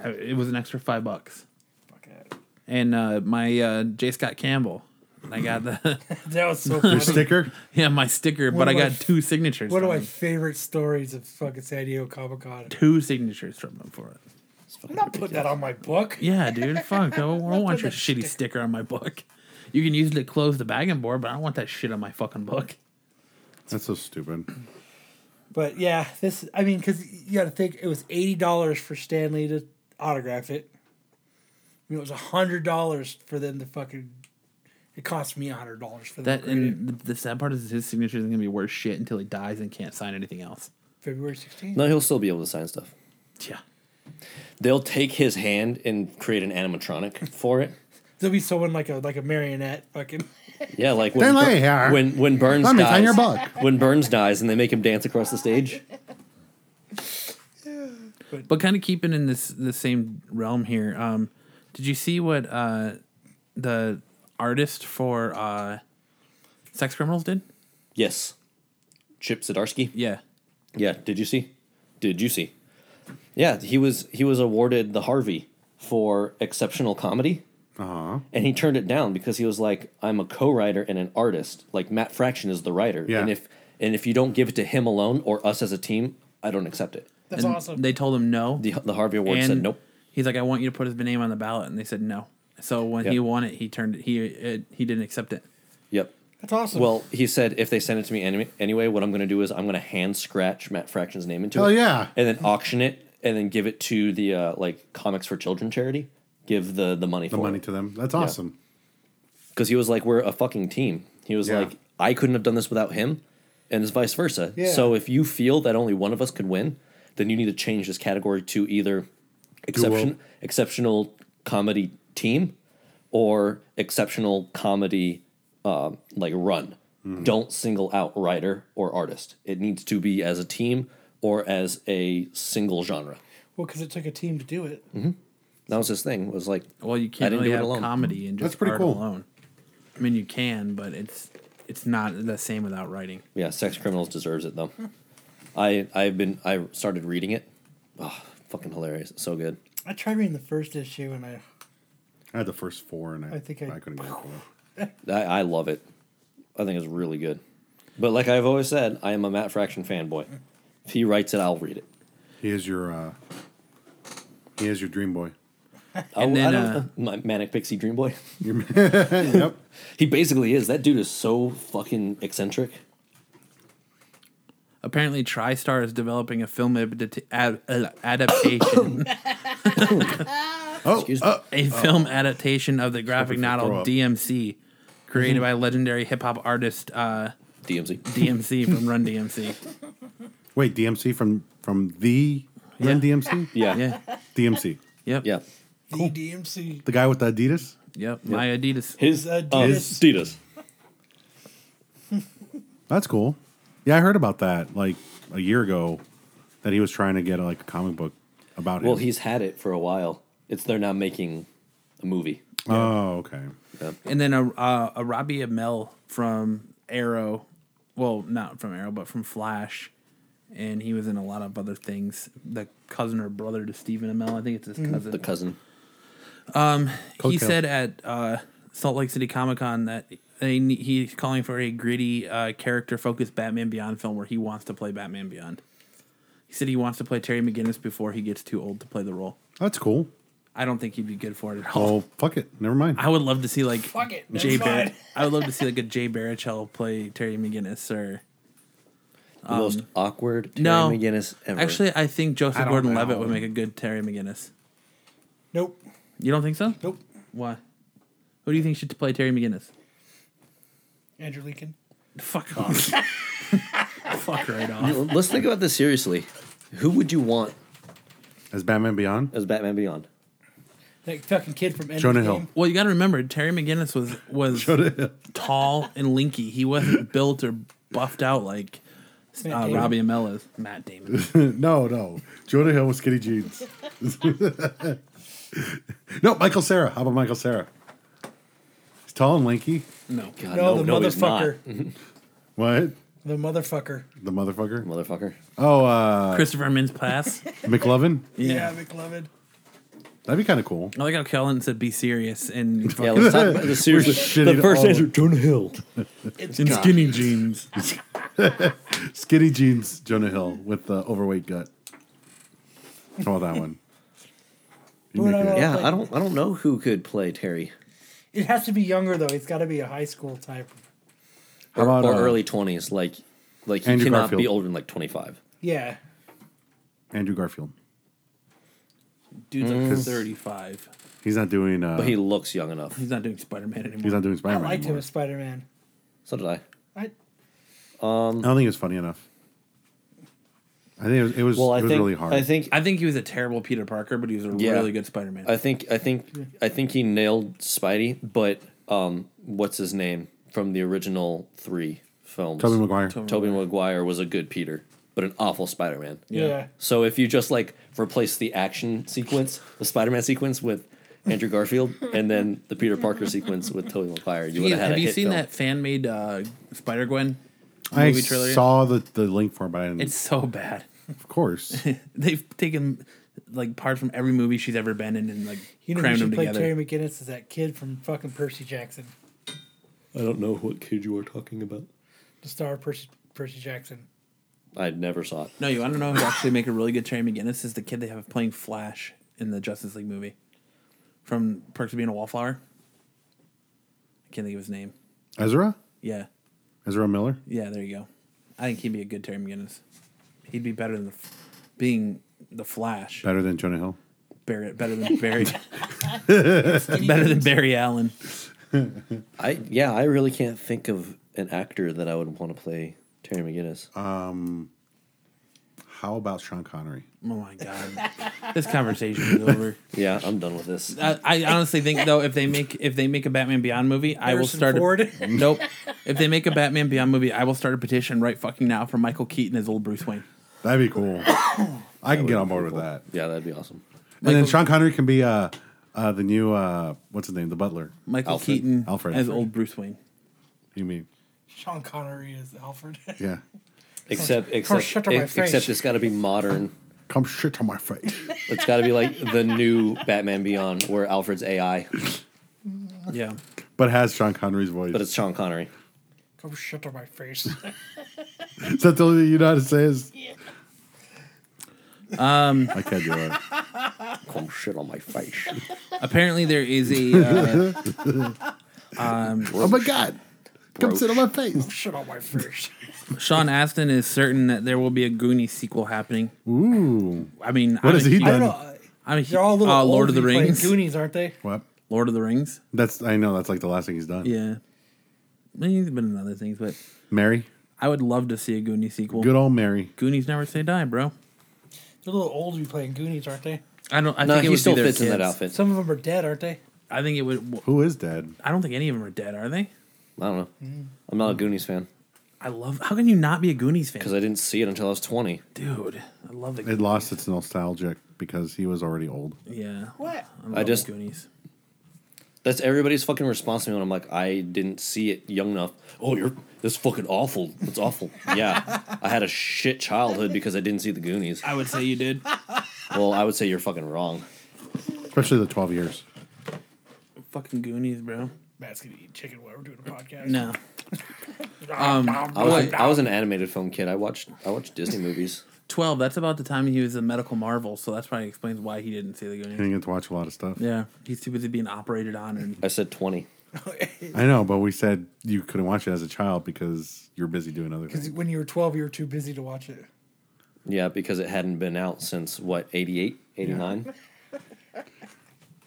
[SPEAKER 2] I- It was an extra five bucks,
[SPEAKER 6] Fuck it.
[SPEAKER 2] and uh, my uh, J Scott Campbell. I got the
[SPEAKER 6] That was so
[SPEAKER 1] Your
[SPEAKER 6] funny.
[SPEAKER 1] sticker?
[SPEAKER 2] yeah my sticker,
[SPEAKER 6] One
[SPEAKER 2] but I
[SPEAKER 6] of my
[SPEAKER 2] got
[SPEAKER 6] f-
[SPEAKER 2] two signatures.
[SPEAKER 6] One of
[SPEAKER 2] from
[SPEAKER 6] my
[SPEAKER 2] him.
[SPEAKER 6] favorite stories of fucking San Diego Comic Con.
[SPEAKER 2] two signatures from them for it.
[SPEAKER 3] It's fucking
[SPEAKER 6] I'm not putting that on my book.
[SPEAKER 2] Yeah, dude. Fuck. I don't, I don't want your shitty sticker on my book. You can use it to close the bagging board, but I don't want that shit on my fucking book.
[SPEAKER 1] That's so stupid.
[SPEAKER 6] But yeah, this, I mean, because you got to think it was $80 for Stanley to autograph it. I mean, it was $100 for them to fucking. It cost me $100 for them
[SPEAKER 2] That
[SPEAKER 6] to grade it.
[SPEAKER 2] and the, the sad part is his signature isn't gonna be worth shit until he dies and can't sign anything else.
[SPEAKER 6] February 16th?
[SPEAKER 3] No, he'll still be able to sign stuff.
[SPEAKER 2] Yeah.
[SPEAKER 3] They'll take his hand and create an animatronic for it.
[SPEAKER 6] There'll be someone like a like a marionette fucking.
[SPEAKER 3] Yeah, like when
[SPEAKER 1] Then lay here.
[SPEAKER 3] when when Burns
[SPEAKER 1] Let me
[SPEAKER 3] dies,
[SPEAKER 1] sign your book.
[SPEAKER 3] when Burns dies, and they make him dance across the stage.
[SPEAKER 2] But kind of keeping in this the same realm here. Um, did you see what uh, the artist for uh, Sex Criminals did?
[SPEAKER 3] Yes, Chip Zdarsky.
[SPEAKER 2] Yeah.
[SPEAKER 3] Yeah, did you see? Did you see? Yeah, he was he was awarded the Harvey for exceptional comedy.
[SPEAKER 1] Uh-huh.
[SPEAKER 3] and he turned it down because he was like, "I'm a co-writer and an artist. Like Matt Fraction is the writer,
[SPEAKER 1] Yeah.
[SPEAKER 3] and if and if you don't give it to him alone or us as a team, I don't accept it."
[SPEAKER 6] That's
[SPEAKER 2] And
[SPEAKER 6] awesome.
[SPEAKER 2] They told him no.
[SPEAKER 3] The the Harvey Award said,
[SPEAKER 2] And
[SPEAKER 3] "Nope."
[SPEAKER 2] He's like, I want you to put his name on the ballot, and they said no. So when
[SPEAKER 3] Yeah.
[SPEAKER 2] he won it, he turned it. He it, he didn't accept it.
[SPEAKER 3] Yep.
[SPEAKER 6] That's awesome.
[SPEAKER 3] Well, he said if they send it to me any- anyway, what I'm going to do is I'm going to hand scratch Matt Fraction's name into
[SPEAKER 1] Hell
[SPEAKER 3] it,
[SPEAKER 1] yeah.
[SPEAKER 3] and then auction it, and then give it to the uh, like Comics for Children charity. Give the the money
[SPEAKER 1] The
[SPEAKER 3] for
[SPEAKER 1] money to them. That's awesome.
[SPEAKER 3] because he was like, "We're a fucking team." He was
[SPEAKER 1] Yeah.
[SPEAKER 3] like, "I couldn't have done this without him," and it's vice versa.
[SPEAKER 6] Yeah.
[SPEAKER 3] So if you feel that only one of us could win, then you need to change this category to either exception, exceptional comedy team or exceptional comedy um, like run. Don't single out writer or artist. It needs to be as a team or as a single genre.
[SPEAKER 6] well, because it took a team to do it.
[SPEAKER 3] That was his thing. Was like,
[SPEAKER 2] Well, you
[SPEAKER 3] I
[SPEAKER 2] can't
[SPEAKER 3] didn't
[SPEAKER 2] really
[SPEAKER 3] do it
[SPEAKER 2] have
[SPEAKER 3] alone.
[SPEAKER 2] comedy and just
[SPEAKER 1] That's pretty
[SPEAKER 2] art
[SPEAKER 1] cool.
[SPEAKER 2] alone. I mean, you can, but it's it's not the same without writing.
[SPEAKER 3] Yeah, Sex Criminals deserves it though. I I've been I started reading it. Oh, fucking hilarious! It's so good.
[SPEAKER 6] I tried reading the first issue and I
[SPEAKER 1] I had the first four and I,
[SPEAKER 6] I think I-
[SPEAKER 1] I couldn't get it.
[SPEAKER 3] I, I love it. I think it's really good. But like I've always said, I am a Matt Fraction fanboy. If he writes it, I'll read it.
[SPEAKER 1] He is your uh he is your dream boy.
[SPEAKER 3] Oh,
[SPEAKER 2] And then,
[SPEAKER 3] I don't,
[SPEAKER 2] uh,
[SPEAKER 3] my manic pixie dream boy.
[SPEAKER 1] yep.
[SPEAKER 3] He basically is. That dude is so fucking eccentric.
[SPEAKER 2] Apparently, TriStar is developing a film adapta- ad- uh, adaptation,
[SPEAKER 1] Oh, oh,
[SPEAKER 2] a film adaptation of the graphic
[SPEAKER 1] for throw
[SPEAKER 2] novel
[SPEAKER 1] up.
[SPEAKER 2] DMC, created
[SPEAKER 3] Mm-hmm.
[SPEAKER 2] by legendary hip hop artist uh,
[SPEAKER 3] DMZ.
[SPEAKER 2] DMC from Run DMC.
[SPEAKER 1] wait, DMC from from the Run DMC?
[SPEAKER 3] Yeah.
[SPEAKER 2] Yeah.
[SPEAKER 1] DMC.
[SPEAKER 2] Yep.
[SPEAKER 3] Yeah.
[SPEAKER 6] the DMC.
[SPEAKER 1] The guy with the Adidas?
[SPEAKER 2] Yep. My Adidas.
[SPEAKER 3] His
[SPEAKER 6] Uh,
[SPEAKER 3] um,
[SPEAKER 6] Adidas.
[SPEAKER 3] Adidas.
[SPEAKER 1] That's cool. Yeah, I heard about that like a year ago that he was trying to get like a comic book about him.
[SPEAKER 3] Well, he's had it for a while. It's they're now making a movie.
[SPEAKER 1] Oh, okay.
[SPEAKER 2] and then a uh, a Robbie Amell from Arrow, well, not from Arrow, but from Flash, and he was in a lot of other things. The cousin or brother to Stephen Amell, I think it's his cousin.
[SPEAKER 3] Mm-hmm. The cousin.
[SPEAKER 2] he
[SPEAKER 1] Coattail.
[SPEAKER 2] said at uh, Salt Lake City Comic Con that they, ne- he's calling for a gritty, uh, character focused Batman Beyond film where he wants to play Batman Beyond. He said he wants to play Terry McGinnis before he gets too old to play the role.
[SPEAKER 1] That's cool.
[SPEAKER 2] I don't think he'd be good for it at all.
[SPEAKER 1] Oh, fuck it. Never mind.
[SPEAKER 2] I would love to see like
[SPEAKER 6] Fuck it, that's
[SPEAKER 2] Jay
[SPEAKER 6] fine.
[SPEAKER 2] Barrett. I would love to see like a Jay Baruchel play Terry McGinnis or
[SPEAKER 3] The most awkward Terry
[SPEAKER 2] no.
[SPEAKER 3] McGinnis ever.
[SPEAKER 2] actually I think
[SPEAKER 1] I
[SPEAKER 2] Joseph
[SPEAKER 1] don't
[SPEAKER 2] Gordon Levitt would
[SPEAKER 1] know.
[SPEAKER 2] make a good Terry McGinnis.
[SPEAKER 6] Nope.
[SPEAKER 2] You don't think so?
[SPEAKER 6] Nope.
[SPEAKER 2] Why? Who do you think should play Terry McGinnis?
[SPEAKER 6] Andrew Lincoln.
[SPEAKER 2] Fuck off. Fuck right off.
[SPEAKER 3] Let's think about this seriously. Who would you want
[SPEAKER 1] As Batman Beyond?
[SPEAKER 3] as Batman Beyond?
[SPEAKER 6] That fucking kid from End
[SPEAKER 1] Jonah
[SPEAKER 6] of
[SPEAKER 1] Hill.
[SPEAKER 6] Game.
[SPEAKER 2] Well, you got to remember Terry McGinnis was was tall and linky. He wasn't built or buffed out like
[SPEAKER 6] Matt
[SPEAKER 2] Uh,
[SPEAKER 6] Damon.
[SPEAKER 2] Robbie Amell is Matt Damon.
[SPEAKER 1] no, no. Jonah Hill with skinny jeans. no, Michael Sarah. How about Michael Sarah? He's tall and lanky.
[SPEAKER 2] No.
[SPEAKER 3] God,
[SPEAKER 6] No, the
[SPEAKER 3] he's not.
[SPEAKER 6] motherfucker.
[SPEAKER 1] What?
[SPEAKER 6] The motherfucker.
[SPEAKER 1] The motherfucker?
[SPEAKER 3] Motherfucker.
[SPEAKER 1] Oh, uh,
[SPEAKER 2] Christopher Mintz Plass.
[SPEAKER 1] McLovin?
[SPEAKER 6] Yeah,
[SPEAKER 2] yeah.
[SPEAKER 6] McLovin.
[SPEAKER 1] That'd be kind of cool.
[SPEAKER 2] I like how Kellen said, "Be serious," and
[SPEAKER 3] Yeah, let's talk about the series.
[SPEAKER 1] shitting
[SPEAKER 3] The first
[SPEAKER 1] all-
[SPEAKER 3] answer, Jonah Hill.
[SPEAKER 6] It's
[SPEAKER 2] in
[SPEAKER 6] got-
[SPEAKER 2] skinny jeans.
[SPEAKER 1] Skinny jeans, Jonah Hill with the overweight gut. How about that one? You
[SPEAKER 6] But
[SPEAKER 1] make
[SPEAKER 6] I
[SPEAKER 1] it-
[SPEAKER 6] don't-
[SPEAKER 3] Yeah, I don't I don't know who could play Terry.
[SPEAKER 6] It has to be younger though. It's got to be a high school type.
[SPEAKER 1] How
[SPEAKER 3] Or,
[SPEAKER 1] about,
[SPEAKER 3] or
[SPEAKER 1] uh,
[SPEAKER 3] early twenties, like like he
[SPEAKER 1] Andrew
[SPEAKER 3] cannot
[SPEAKER 1] Garfield.
[SPEAKER 3] be older than like twenty five.
[SPEAKER 6] Yeah.
[SPEAKER 1] Andrew Garfield.
[SPEAKER 2] Dude's
[SPEAKER 1] Mm.
[SPEAKER 2] like thirty-five.
[SPEAKER 1] He's not doing. Uh,
[SPEAKER 3] But he looks young enough.
[SPEAKER 2] He's not doing Spider-Man anymore.
[SPEAKER 1] he's not doing
[SPEAKER 6] I
[SPEAKER 1] Spider Man.
[SPEAKER 6] liked him
[SPEAKER 1] anymore.
[SPEAKER 6] as Spider Man.
[SPEAKER 3] So did I.
[SPEAKER 6] I
[SPEAKER 1] I don't think it's funny enough. I think it was. It was,
[SPEAKER 3] Well, I
[SPEAKER 1] it was
[SPEAKER 3] think
[SPEAKER 1] really hard.
[SPEAKER 3] I think
[SPEAKER 2] I think he was a terrible Peter Parker, but he was a
[SPEAKER 3] Yeah.
[SPEAKER 2] really good Spider-Man.
[SPEAKER 3] I think I think I think he nailed Spidey, but um, what's his name from the original three films?
[SPEAKER 1] Tobey Maguire.
[SPEAKER 3] Tobey Maguire was a good Peter, but an awful Spider Man.
[SPEAKER 6] yeah.
[SPEAKER 3] So if you just like replace the action sequence, the Spider Man sequence with Andrew Garfield, and then the Peter Parker sequence with Tobey Maguire, you would
[SPEAKER 2] Yeah,
[SPEAKER 3] have had
[SPEAKER 2] have
[SPEAKER 3] a
[SPEAKER 2] you
[SPEAKER 3] hit
[SPEAKER 2] seen
[SPEAKER 3] film.
[SPEAKER 2] that fan-made uh, Spider Gwen
[SPEAKER 1] I
[SPEAKER 2] movie trailer?
[SPEAKER 1] saw the, the link for it, but I didn't.
[SPEAKER 2] it's so bad.
[SPEAKER 1] of course.
[SPEAKER 2] They've taken like parts from every movie she's ever been in and like
[SPEAKER 6] You know who
[SPEAKER 2] crammed
[SPEAKER 6] should
[SPEAKER 2] them
[SPEAKER 6] play
[SPEAKER 2] together.
[SPEAKER 6] Terry McGinnis is that kid from fucking Percy Jackson,
[SPEAKER 3] I don't know what kid you are talking about.
[SPEAKER 6] the star of Percy, Percy Jackson.
[SPEAKER 3] I never saw it.
[SPEAKER 2] no, you want to know who actually make a really good Terry McGinnis is the kid they have playing Flash in the Justice League movie from Perks of Being a Wallflower. I can't think of his name.
[SPEAKER 1] Ezra?
[SPEAKER 2] Yeah,
[SPEAKER 1] Ezra Miller?
[SPEAKER 2] yeah, there you go. I think he'd be a good Terry McGinnis. He'd be better than the, f- being the Flash.
[SPEAKER 1] Better than Jonah Hill?
[SPEAKER 2] Better, better than Barry. better than Barry Allen.
[SPEAKER 3] I yeah, I really can't think of an actor that I would want to play Terry McGinnis.
[SPEAKER 1] How about Sean Connery?
[SPEAKER 2] Oh my god, this conversation is over.
[SPEAKER 3] yeah, I'm done with this.
[SPEAKER 2] I, I honestly think though, if they make if they make a Batman Beyond movie, I will
[SPEAKER 6] Harrison
[SPEAKER 2] start.
[SPEAKER 6] Ford.
[SPEAKER 2] A, nope. If they make a Batman Beyond movie, I will start a petition right fucking now for Michael Keaton as old Bruce Wayne.
[SPEAKER 1] That'd be cool. I can get on board with that.
[SPEAKER 3] Yeah, that'd be awesome.
[SPEAKER 1] And then Sean Connery can be uh, uh, the new, uh, what's his name? The butler.
[SPEAKER 2] Michael
[SPEAKER 3] Alfred.
[SPEAKER 2] Keaton
[SPEAKER 1] Alfred.
[SPEAKER 2] as old Bruce Wayne.
[SPEAKER 1] You mean?
[SPEAKER 6] Sean Connery is Alfred.
[SPEAKER 1] Yeah.
[SPEAKER 3] Except
[SPEAKER 6] or
[SPEAKER 3] except
[SPEAKER 6] shut up my
[SPEAKER 3] ex-
[SPEAKER 6] face.
[SPEAKER 3] except it's got to be modern.
[SPEAKER 1] Come shit on my face.
[SPEAKER 3] It's got to be like the new Batman Beyond, where Alfred's AI,
[SPEAKER 2] Yeah,
[SPEAKER 1] but has Sean Connery's voice.
[SPEAKER 3] but it's Sean Connery.
[SPEAKER 6] Come shut on my face.
[SPEAKER 1] Is that the only thing you know how to say? Is um, I can't do it.
[SPEAKER 3] Come shit on my face.
[SPEAKER 2] apparently there is a uh,
[SPEAKER 1] Oh my god! Come sit on my face.
[SPEAKER 6] shut on my face.
[SPEAKER 2] Sean Astin is certain that there will be a Goonies sequel happening.
[SPEAKER 1] Ooh,
[SPEAKER 2] I mean,
[SPEAKER 1] What
[SPEAKER 2] I'm
[SPEAKER 1] has
[SPEAKER 2] a
[SPEAKER 1] he
[SPEAKER 2] hu-
[SPEAKER 6] I don't
[SPEAKER 1] done?
[SPEAKER 6] know. uh,
[SPEAKER 2] I'm a, hu-
[SPEAKER 6] They're all little
[SPEAKER 2] uh,
[SPEAKER 6] old
[SPEAKER 2] Lord of the
[SPEAKER 6] playing
[SPEAKER 2] Rings.
[SPEAKER 6] Goonies, aren't they?
[SPEAKER 1] What?
[SPEAKER 2] Lord of the Rings.
[SPEAKER 1] That's I know. That's like the last thing he's done.
[SPEAKER 2] Yeah. I mean, he's been in other things, but
[SPEAKER 1] Mary,
[SPEAKER 2] I would love to see a Goonies sequel.
[SPEAKER 1] good old Mary.
[SPEAKER 2] Goonies never say die, bro.
[SPEAKER 6] They're a little old to be playing Goonies, aren't they?
[SPEAKER 2] I don't. I
[SPEAKER 3] No,
[SPEAKER 2] think it
[SPEAKER 3] he
[SPEAKER 2] would
[SPEAKER 3] still
[SPEAKER 2] be their
[SPEAKER 3] fits in that
[SPEAKER 2] kids.
[SPEAKER 3] outfit.
[SPEAKER 6] Some of them are dead, aren't they?
[SPEAKER 2] I think it would.
[SPEAKER 1] Who is dead?
[SPEAKER 2] I don't think any of them are dead, are they?
[SPEAKER 3] I don't know. I'm not a Goonies fan
[SPEAKER 2] I love. How can you not be a Goonies fan,
[SPEAKER 3] because I didn't see it until I was 20.
[SPEAKER 2] dude? I love the.
[SPEAKER 1] It lost its nostalgic because he was already old.
[SPEAKER 2] yeah.
[SPEAKER 6] What?
[SPEAKER 2] I, love
[SPEAKER 3] I just-
[SPEAKER 2] the Goonies.
[SPEAKER 3] That's everybody's fucking response to me when I'm like, I didn't see it young enough. Oh, you're that's fucking awful. It's awful. yeah, I had a shit childhood because I didn't see the Goonies.
[SPEAKER 2] I would say you did.
[SPEAKER 3] Well, I would say you're fucking wrong.
[SPEAKER 1] Especially the twelve years.
[SPEAKER 2] Fucking Goonies, bro.
[SPEAKER 6] Matt's gonna eat chicken while we're doing a podcast.
[SPEAKER 2] No.
[SPEAKER 3] I was, I was an animated film kid. I watched I watched Disney movies.
[SPEAKER 2] Twelve. That's about the time he was a medical marvel, so that's probably explains why he didn't see the
[SPEAKER 1] I
[SPEAKER 2] Goonies.
[SPEAKER 1] didn't get to watch a lot of stuff.
[SPEAKER 2] Yeah, he's too busy being operated on, and
[SPEAKER 3] I said 20.
[SPEAKER 1] I know, but we said you couldn't watch it as a child because you're busy doing other
[SPEAKER 6] Because
[SPEAKER 1] things.
[SPEAKER 6] when you were 12, you were too busy to watch it.
[SPEAKER 3] Yeah, because it hadn't been out since what 88, 89.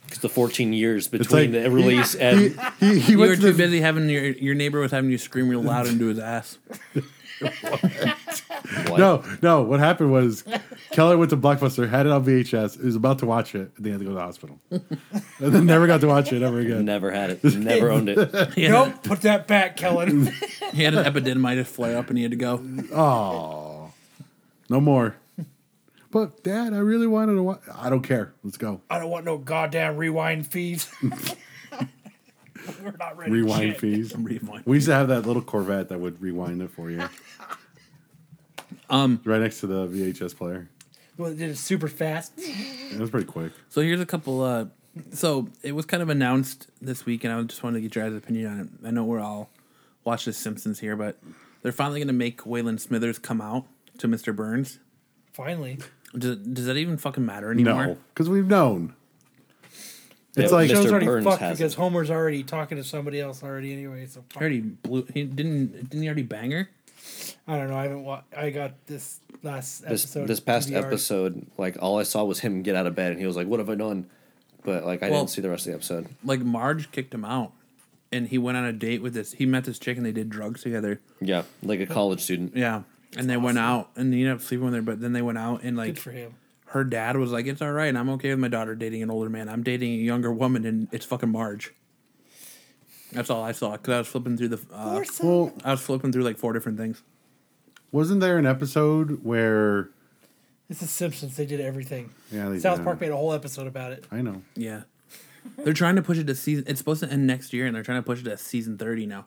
[SPEAKER 3] Because the 14 years between
[SPEAKER 1] like-
[SPEAKER 3] the release
[SPEAKER 1] He,
[SPEAKER 3] and
[SPEAKER 1] he, he
[SPEAKER 2] you were
[SPEAKER 1] went to
[SPEAKER 2] too
[SPEAKER 1] the,
[SPEAKER 2] busy having your your neighbor was having you scream real loud into his ass.
[SPEAKER 3] what?
[SPEAKER 1] no, no. What happened was Keller went to Blockbuster, had it on VHS, he was about to watch it, and then had to go to the hospital. and then never got to watch it ever again.
[SPEAKER 3] Never had it. Never owned it.
[SPEAKER 2] He had,
[SPEAKER 6] Nope, put that back, Kellen.
[SPEAKER 2] a- he had an epididymitis flare up and he had to go.
[SPEAKER 1] No more. But Dad, I really wanted to watch. I don't care. Let's go.
[SPEAKER 6] I don't want no goddamn rewind fees. We're not ready.
[SPEAKER 1] Rewind
[SPEAKER 6] Shit.
[SPEAKER 1] fees.
[SPEAKER 2] Rewind.
[SPEAKER 1] We used to have that little Corvette that would rewind it for you. Um, right next to the VHS player.
[SPEAKER 6] Well, it did it super fast.
[SPEAKER 1] It was pretty quick.
[SPEAKER 2] So here's a couple. Uh, so it was kind of announced this week, and I just wanted to get your guys' opinion on it. I know we're all watch the Simpsons here, but they're finally going to make Waylon Smithers come out to Mr. Burns.
[SPEAKER 6] Finally,
[SPEAKER 2] Does, does that even fucking matter anymore?
[SPEAKER 1] No, because we've known. It's
[SPEAKER 3] Yeah,
[SPEAKER 1] like
[SPEAKER 6] show's
[SPEAKER 3] Mr.
[SPEAKER 6] already
[SPEAKER 3] Burns
[SPEAKER 6] fucked
[SPEAKER 3] has
[SPEAKER 6] because
[SPEAKER 3] it.
[SPEAKER 6] Homer's already talking to somebody else already anyway. So
[SPEAKER 2] He
[SPEAKER 6] fuck.
[SPEAKER 2] already blew. He didn't. Didn't he already bang her?
[SPEAKER 6] I don't know. I haven't. Wa- I got this last
[SPEAKER 3] This
[SPEAKER 6] episode.
[SPEAKER 3] this past
[SPEAKER 6] DVR.
[SPEAKER 3] episode, like all I saw was him get out of bed, and he was like, "What have I done?" But like I
[SPEAKER 2] Well-
[SPEAKER 3] didn't see the rest of the episode.
[SPEAKER 2] Like Marge kicked him out, and he went on a date with this. He met this chick, and they did drugs together.
[SPEAKER 3] Yeah, like a college student.
[SPEAKER 2] Yeah, and they went out, and he ended up sleeping with her. But then they went out, and like
[SPEAKER 6] Good for him.
[SPEAKER 2] her dad was like, "It's all right. I'm okay with my daughter dating an older man. I'm dating a younger woman, and it's fucking Marge." That's all I saw because I was flipping through the. Uh,
[SPEAKER 1] well,
[SPEAKER 2] I was flipping through like four different things.
[SPEAKER 1] wasn't there an episode where?
[SPEAKER 6] This is Simpsons. They did everything.
[SPEAKER 1] Yeah, they
[SPEAKER 6] South
[SPEAKER 1] did.
[SPEAKER 6] Park made a whole episode about it.
[SPEAKER 1] I know.
[SPEAKER 2] Yeah, they're trying to push it to season. It's supposed to end next year, and they're trying to push it to season thirty now.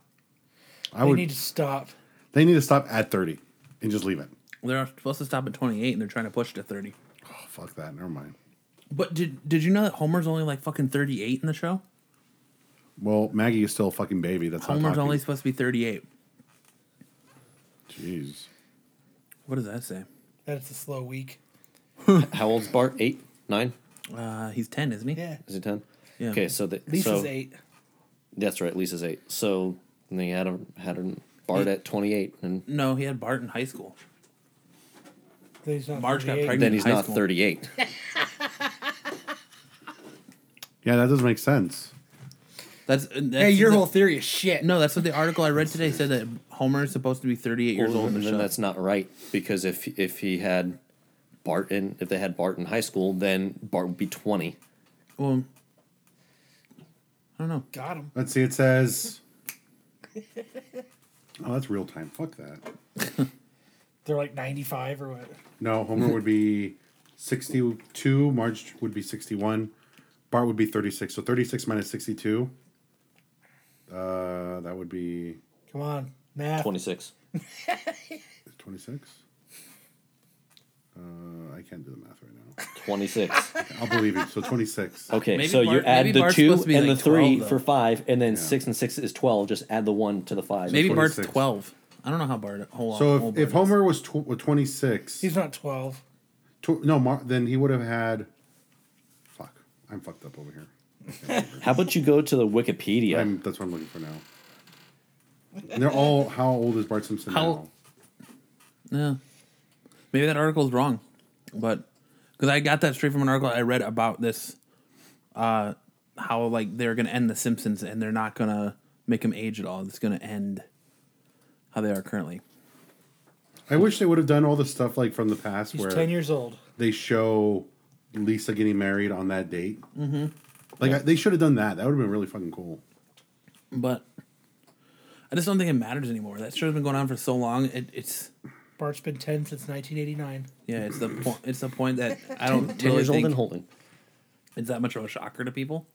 [SPEAKER 1] I
[SPEAKER 6] They
[SPEAKER 1] would.
[SPEAKER 6] need to stop.
[SPEAKER 1] they need to stop at thirty and just leave it.
[SPEAKER 2] They're supposed to stop at twenty eight, and they're trying to push it to thirty.
[SPEAKER 1] Oh, fuck that. Never mind.
[SPEAKER 2] But did did you know that Homer's only like fucking thirty eight in the show?
[SPEAKER 1] Well, Maggie is still a fucking baby. That's not
[SPEAKER 2] Homer's
[SPEAKER 1] talking.
[SPEAKER 2] only supposed to be thirty eight.
[SPEAKER 1] Jeez.
[SPEAKER 2] What does that say?
[SPEAKER 6] That it's a slow week.
[SPEAKER 3] How old's Bart? Eight, nine?
[SPEAKER 2] Uh, he's ten, isn't he?
[SPEAKER 6] Yeah.
[SPEAKER 3] Is he ten?
[SPEAKER 2] Yeah.
[SPEAKER 3] Okay, so the,
[SPEAKER 6] Lisa's
[SPEAKER 3] so,
[SPEAKER 6] eight.
[SPEAKER 3] That's right. Lisa's eight. So and they had a had her Bart at twenty eight, and
[SPEAKER 2] No, he had Bart in high school.
[SPEAKER 6] Then he's not
[SPEAKER 2] Marge got
[SPEAKER 6] 38.
[SPEAKER 2] pregnant.
[SPEAKER 3] then
[SPEAKER 2] in
[SPEAKER 3] he's
[SPEAKER 2] high
[SPEAKER 3] not
[SPEAKER 2] school.
[SPEAKER 3] thirty eight.
[SPEAKER 1] Yeah, that doesn't make sense.
[SPEAKER 2] That's, uh, that's
[SPEAKER 6] Hey, your
[SPEAKER 2] the-
[SPEAKER 6] whole theory is shit.
[SPEAKER 2] No, that's what the article I read today said that Homer is supposed to be 38 years old in
[SPEAKER 3] and
[SPEAKER 2] the
[SPEAKER 3] then
[SPEAKER 2] show.
[SPEAKER 3] that's not right because if if he had Bart in if they had Bart in high school, then Bart would be twenty.
[SPEAKER 2] well, I don't know.
[SPEAKER 6] Got him.
[SPEAKER 1] Let's see. It says. Oh, that's real time. Fuck that.
[SPEAKER 6] They're like 95 or what?
[SPEAKER 1] No, Homer would be sixty-two. Marge would be sixty-one. Bart would be thirty-six. So thirty-six minus sixty-two. Uh, that would be
[SPEAKER 6] Come on. Math.
[SPEAKER 3] Twenty six.
[SPEAKER 1] twenty-six. Uh, I can't do the math right
[SPEAKER 3] Twenty six.
[SPEAKER 1] now. I'll believe you. So twenty-six.
[SPEAKER 3] Okay,
[SPEAKER 2] Maybe
[SPEAKER 3] so you
[SPEAKER 2] Bart- maybe
[SPEAKER 3] add the
[SPEAKER 2] Bart's
[SPEAKER 3] two
[SPEAKER 2] supposed to
[SPEAKER 3] and
[SPEAKER 2] be
[SPEAKER 3] the
[SPEAKER 2] like
[SPEAKER 3] three
[SPEAKER 2] 12, though.
[SPEAKER 3] for five, and then six and six is twelve. Just add the one to the five.
[SPEAKER 2] Maybe Bart's
[SPEAKER 1] 46.
[SPEAKER 2] 12. I don't know how Bart. Hold on.
[SPEAKER 1] So
[SPEAKER 2] hold
[SPEAKER 1] if, if
[SPEAKER 2] Bart is.
[SPEAKER 1] Homer was tw- was twenty-six,
[SPEAKER 6] He's not 12.
[SPEAKER 1] tw- no, Mar- then he would have had. Fuck, I'm fucked up over here.
[SPEAKER 3] How about you go to the Wikipedia?
[SPEAKER 1] I'm, that's what I'm looking for now. And they're all how old is Bart Simpson
[SPEAKER 2] How-
[SPEAKER 1] now?
[SPEAKER 2] Yeah. Maybe that article's wrong. But because I got that straight from an article I read about this, uh, how like they're going to end The Simpsons and they're not going to make him age at all. It's going to end how they are currently.
[SPEAKER 1] I wish they would have done all the stuff like from the past
[SPEAKER 6] He's
[SPEAKER 1] where
[SPEAKER 6] 10 years old.
[SPEAKER 1] they show Lisa getting married on that date. Mm-hmm. Like I, they should have done that. That would have been really fucking cool.
[SPEAKER 2] But I just don't think it matters anymore. That show's been going on for so long. It, it's.
[SPEAKER 6] Bart's been 10 since 1989.
[SPEAKER 2] Yeah, it's the point. It's the point that I don't
[SPEAKER 3] Ten
[SPEAKER 2] really
[SPEAKER 3] years old
[SPEAKER 2] think
[SPEAKER 3] and holding.
[SPEAKER 2] it's that much of a shocker to people.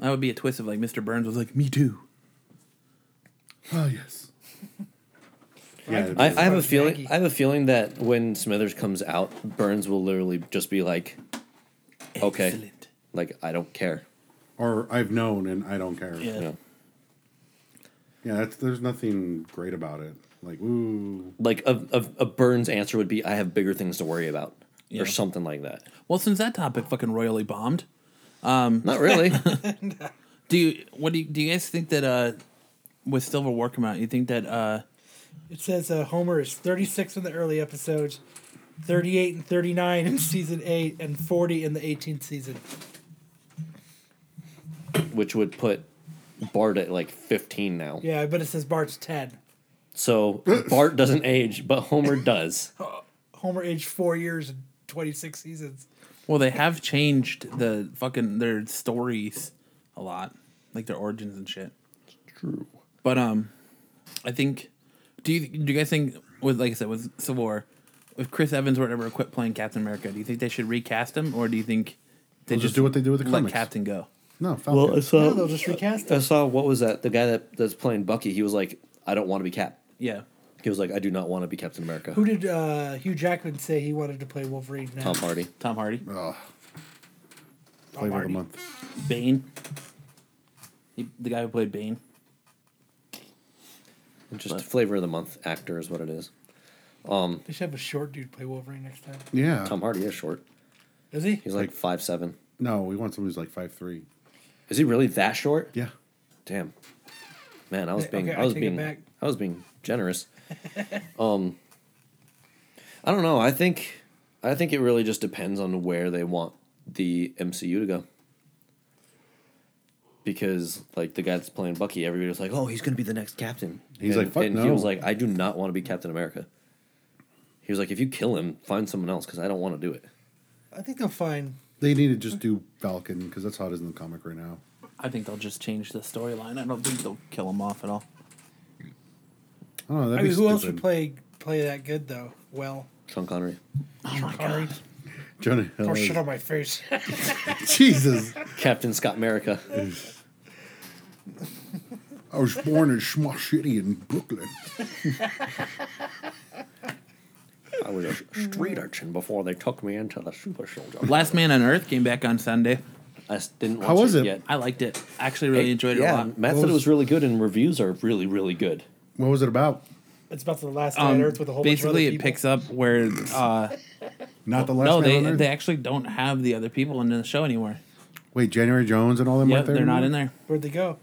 [SPEAKER 2] That would be a twist of like Mr. Burns was like, "Me too."
[SPEAKER 1] Oh yes. yeah, it'd be-
[SPEAKER 3] I, I have a
[SPEAKER 6] Bart's
[SPEAKER 3] feeling.
[SPEAKER 6] Maggie.
[SPEAKER 3] I have a feeling that when Smithers comes out, Burns will literally just be like, Okay.
[SPEAKER 2] Excellent.
[SPEAKER 3] like I don't care.
[SPEAKER 1] or I've known and I don't care.
[SPEAKER 2] Yeah.
[SPEAKER 3] You know?
[SPEAKER 1] Yeah, that's, there's nothing great about it. Like ooh,
[SPEAKER 3] Like a, a a Burns answer would be, I have bigger things to worry about,
[SPEAKER 2] Yeah.
[SPEAKER 3] or something like that.
[SPEAKER 2] Well, since that topic fucking royally bombed,
[SPEAKER 3] Not really.
[SPEAKER 2] do you? What do you? Do you guys think that uh, with Silver War coming out, you think that uh,
[SPEAKER 6] It says uh, Homer is 36 in the early episodes, 38 and 39 in season 8, and 40 in the 18th season.
[SPEAKER 3] Which would put Bart at like fifteen now.
[SPEAKER 6] Yeah, but it says Bart's 10.
[SPEAKER 3] So Bart doesn't age, but Homer does.
[SPEAKER 6] Homer aged four years and twenty six seasons.
[SPEAKER 2] Well, they have changed the fucking their stories a lot, like their origins and shit.
[SPEAKER 3] True.
[SPEAKER 2] But um, I think do you do you guys think with like I said with Civil War, if Chris Evans were to ever quit playing Captain America, do you think they should recast him, or do you think they
[SPEAKER 1] just do what they do with the
[SPEAKER 2] let
[SPEAKER 1] comics.
[SPEAKER 2] Captain go?
[SPEAKER 1] No, Falcon.
[SPEAKER 3] Well, I saw.
[SPEAKER 6] No, they'll just recast
[SPEAKER 3] I
[SPEAKER 6] it.
[SPEAKER 3] saw what was that? The guy that that's playing Bucky. He was like, I don't want to be Cap.
[SPEAKER 2] Yeah,
[SPEAKER 3] He was like, I do not want to be Captain America.
[SPEAKER 6] Who did uh, Hugh Jackman say he wanted to play Wolverine? Now?
[SPEAKER 3] Tom Hardy.
[SPEAKER 2] Tom Hardy,
[SPEAKER 1] Ugh. flavor of
[SPEAKER 6] Marty.
[SPEAKER 1] the month.
[SPEAKER 2] Bane, he, the guy who played Bane.
[SPEAKER 3] Just flavor of the month actor is what it is.
[SPEAKER 6] They should have a short dude play Wolverine next time.
[SPEAKER 1] Yeah.
[SPEAKER 3] Tom Hardy is short.
[SPEAKER 6] Is he?
[SPEAKER 3] He's like five seven.
[SPEAKER 1] No, we want someone who's like five three.
[SPEAKER 3] Is he really that short?
[SPEAKER 1] Yeah.
[SPEAKER 3] Damn. Man, I was
[SPEAKER 6] Okay,
[SPEAKER 3] being
[SPEAKER 6] I
[SPEAKER 3] I was
[SPEAKER 6] take it
[SPEAKER 3] being
[SPEAKER 6] back.
[SPEAKER 3] I was being generous. um I don't know. I think I think it really just depends on where they want the MCU to go. Because like the guy that's playing Bucky, everybody was like, "Oh, he's going to be the next Captain."
[SPEAKER 1] He's
[SPEAKER 3] And-
[SPEAKER 1] like, "Fuck
[SPEAKER 3] and he
[SPEAKER 1] no."
[SPEAKER 3] was like, "I do not want to be Captain America." He was like, "If you kill him, find someone else because I don't want to do it."
[SPEAKER 6] I think they'll find.
[SPEAKER 1] They need to just do Falcon because that's how it is in the comic right now.
[SPEAKER 2] I think they'll just change the storyline. I don't think they'll kill him off at all.
[SPEAKER 1] I don't know. That'd
[SPEAKER 6] I
[SPEAKER 1] be
[SPEAKER 6] mean, who else would
[SPEAKER 1] stupid.
[SPEAKER 6] play play that good though? Well,
[SPEAKER 3] Sean Connery.
[SPEAKER 2] Oh
[SPEAKER 6] Sean Connery.
[SPEAKER 1] Jonah Hill.
[SPEAKER 6] Pour
[SPEAKER 1] is-
[SPEAKER 6] shit on my face.
[SPEAKER 1] Jesus.
[SPEAKER 3] Captain Scott America.
[SPEAKER 1] I was born in Schmosh City in Brooklyn.
[SPEAKER 3] I was a sh- street urchin before they took me into the super soldier.
[SPEAKER 2] Last Man on Earth came back on Sunday.
[SPEAKER 3] I s- didn't. Watch
[SPEAKER 1] How was
[SPEAKER 3] it,
[SPEAKER 1] it?
[SPEAKER 3] yet.
[SPEAKER 2] I liked it. I actually really enjoyed it
[SPEAKER 3] yeah,
[SPEAKER 2] a lot.
[SPEAKER 3] Matt
[SPEAKER 1] What
[SPEAKER 3] said it
[SPEAKER 1] was-
[SPEAKER 3] was really good, and reviews are really, really good.
[SPEAKER 1] What was it about?
[SPEAKER 6] it's about the last day
[SPEAKER 2] Um,
[SPEAKER 6] on Earth with a whole
[SPEAKER 2] basically,
[SPEAKER 6] bunch of
[SPEAKER 2] it picks up where uh,
[SPEAKER 1] Not the last no,
[SPEAKER 2] no, they
[SPEAKER 1] on Earth?
[SPEAKER 2] they actually don't have the other people in the show anymore.
[SPEAKER 1] Wait, January Jones and all them
[SPEAKER 2] Yeah,
[SPEAKER 1] weren't there?
[SPEAKER 2] they're not
[SPEAKER 1] anymore?
[SPEAKER 2] in there.
[SPEAKER 6] Where'd they go?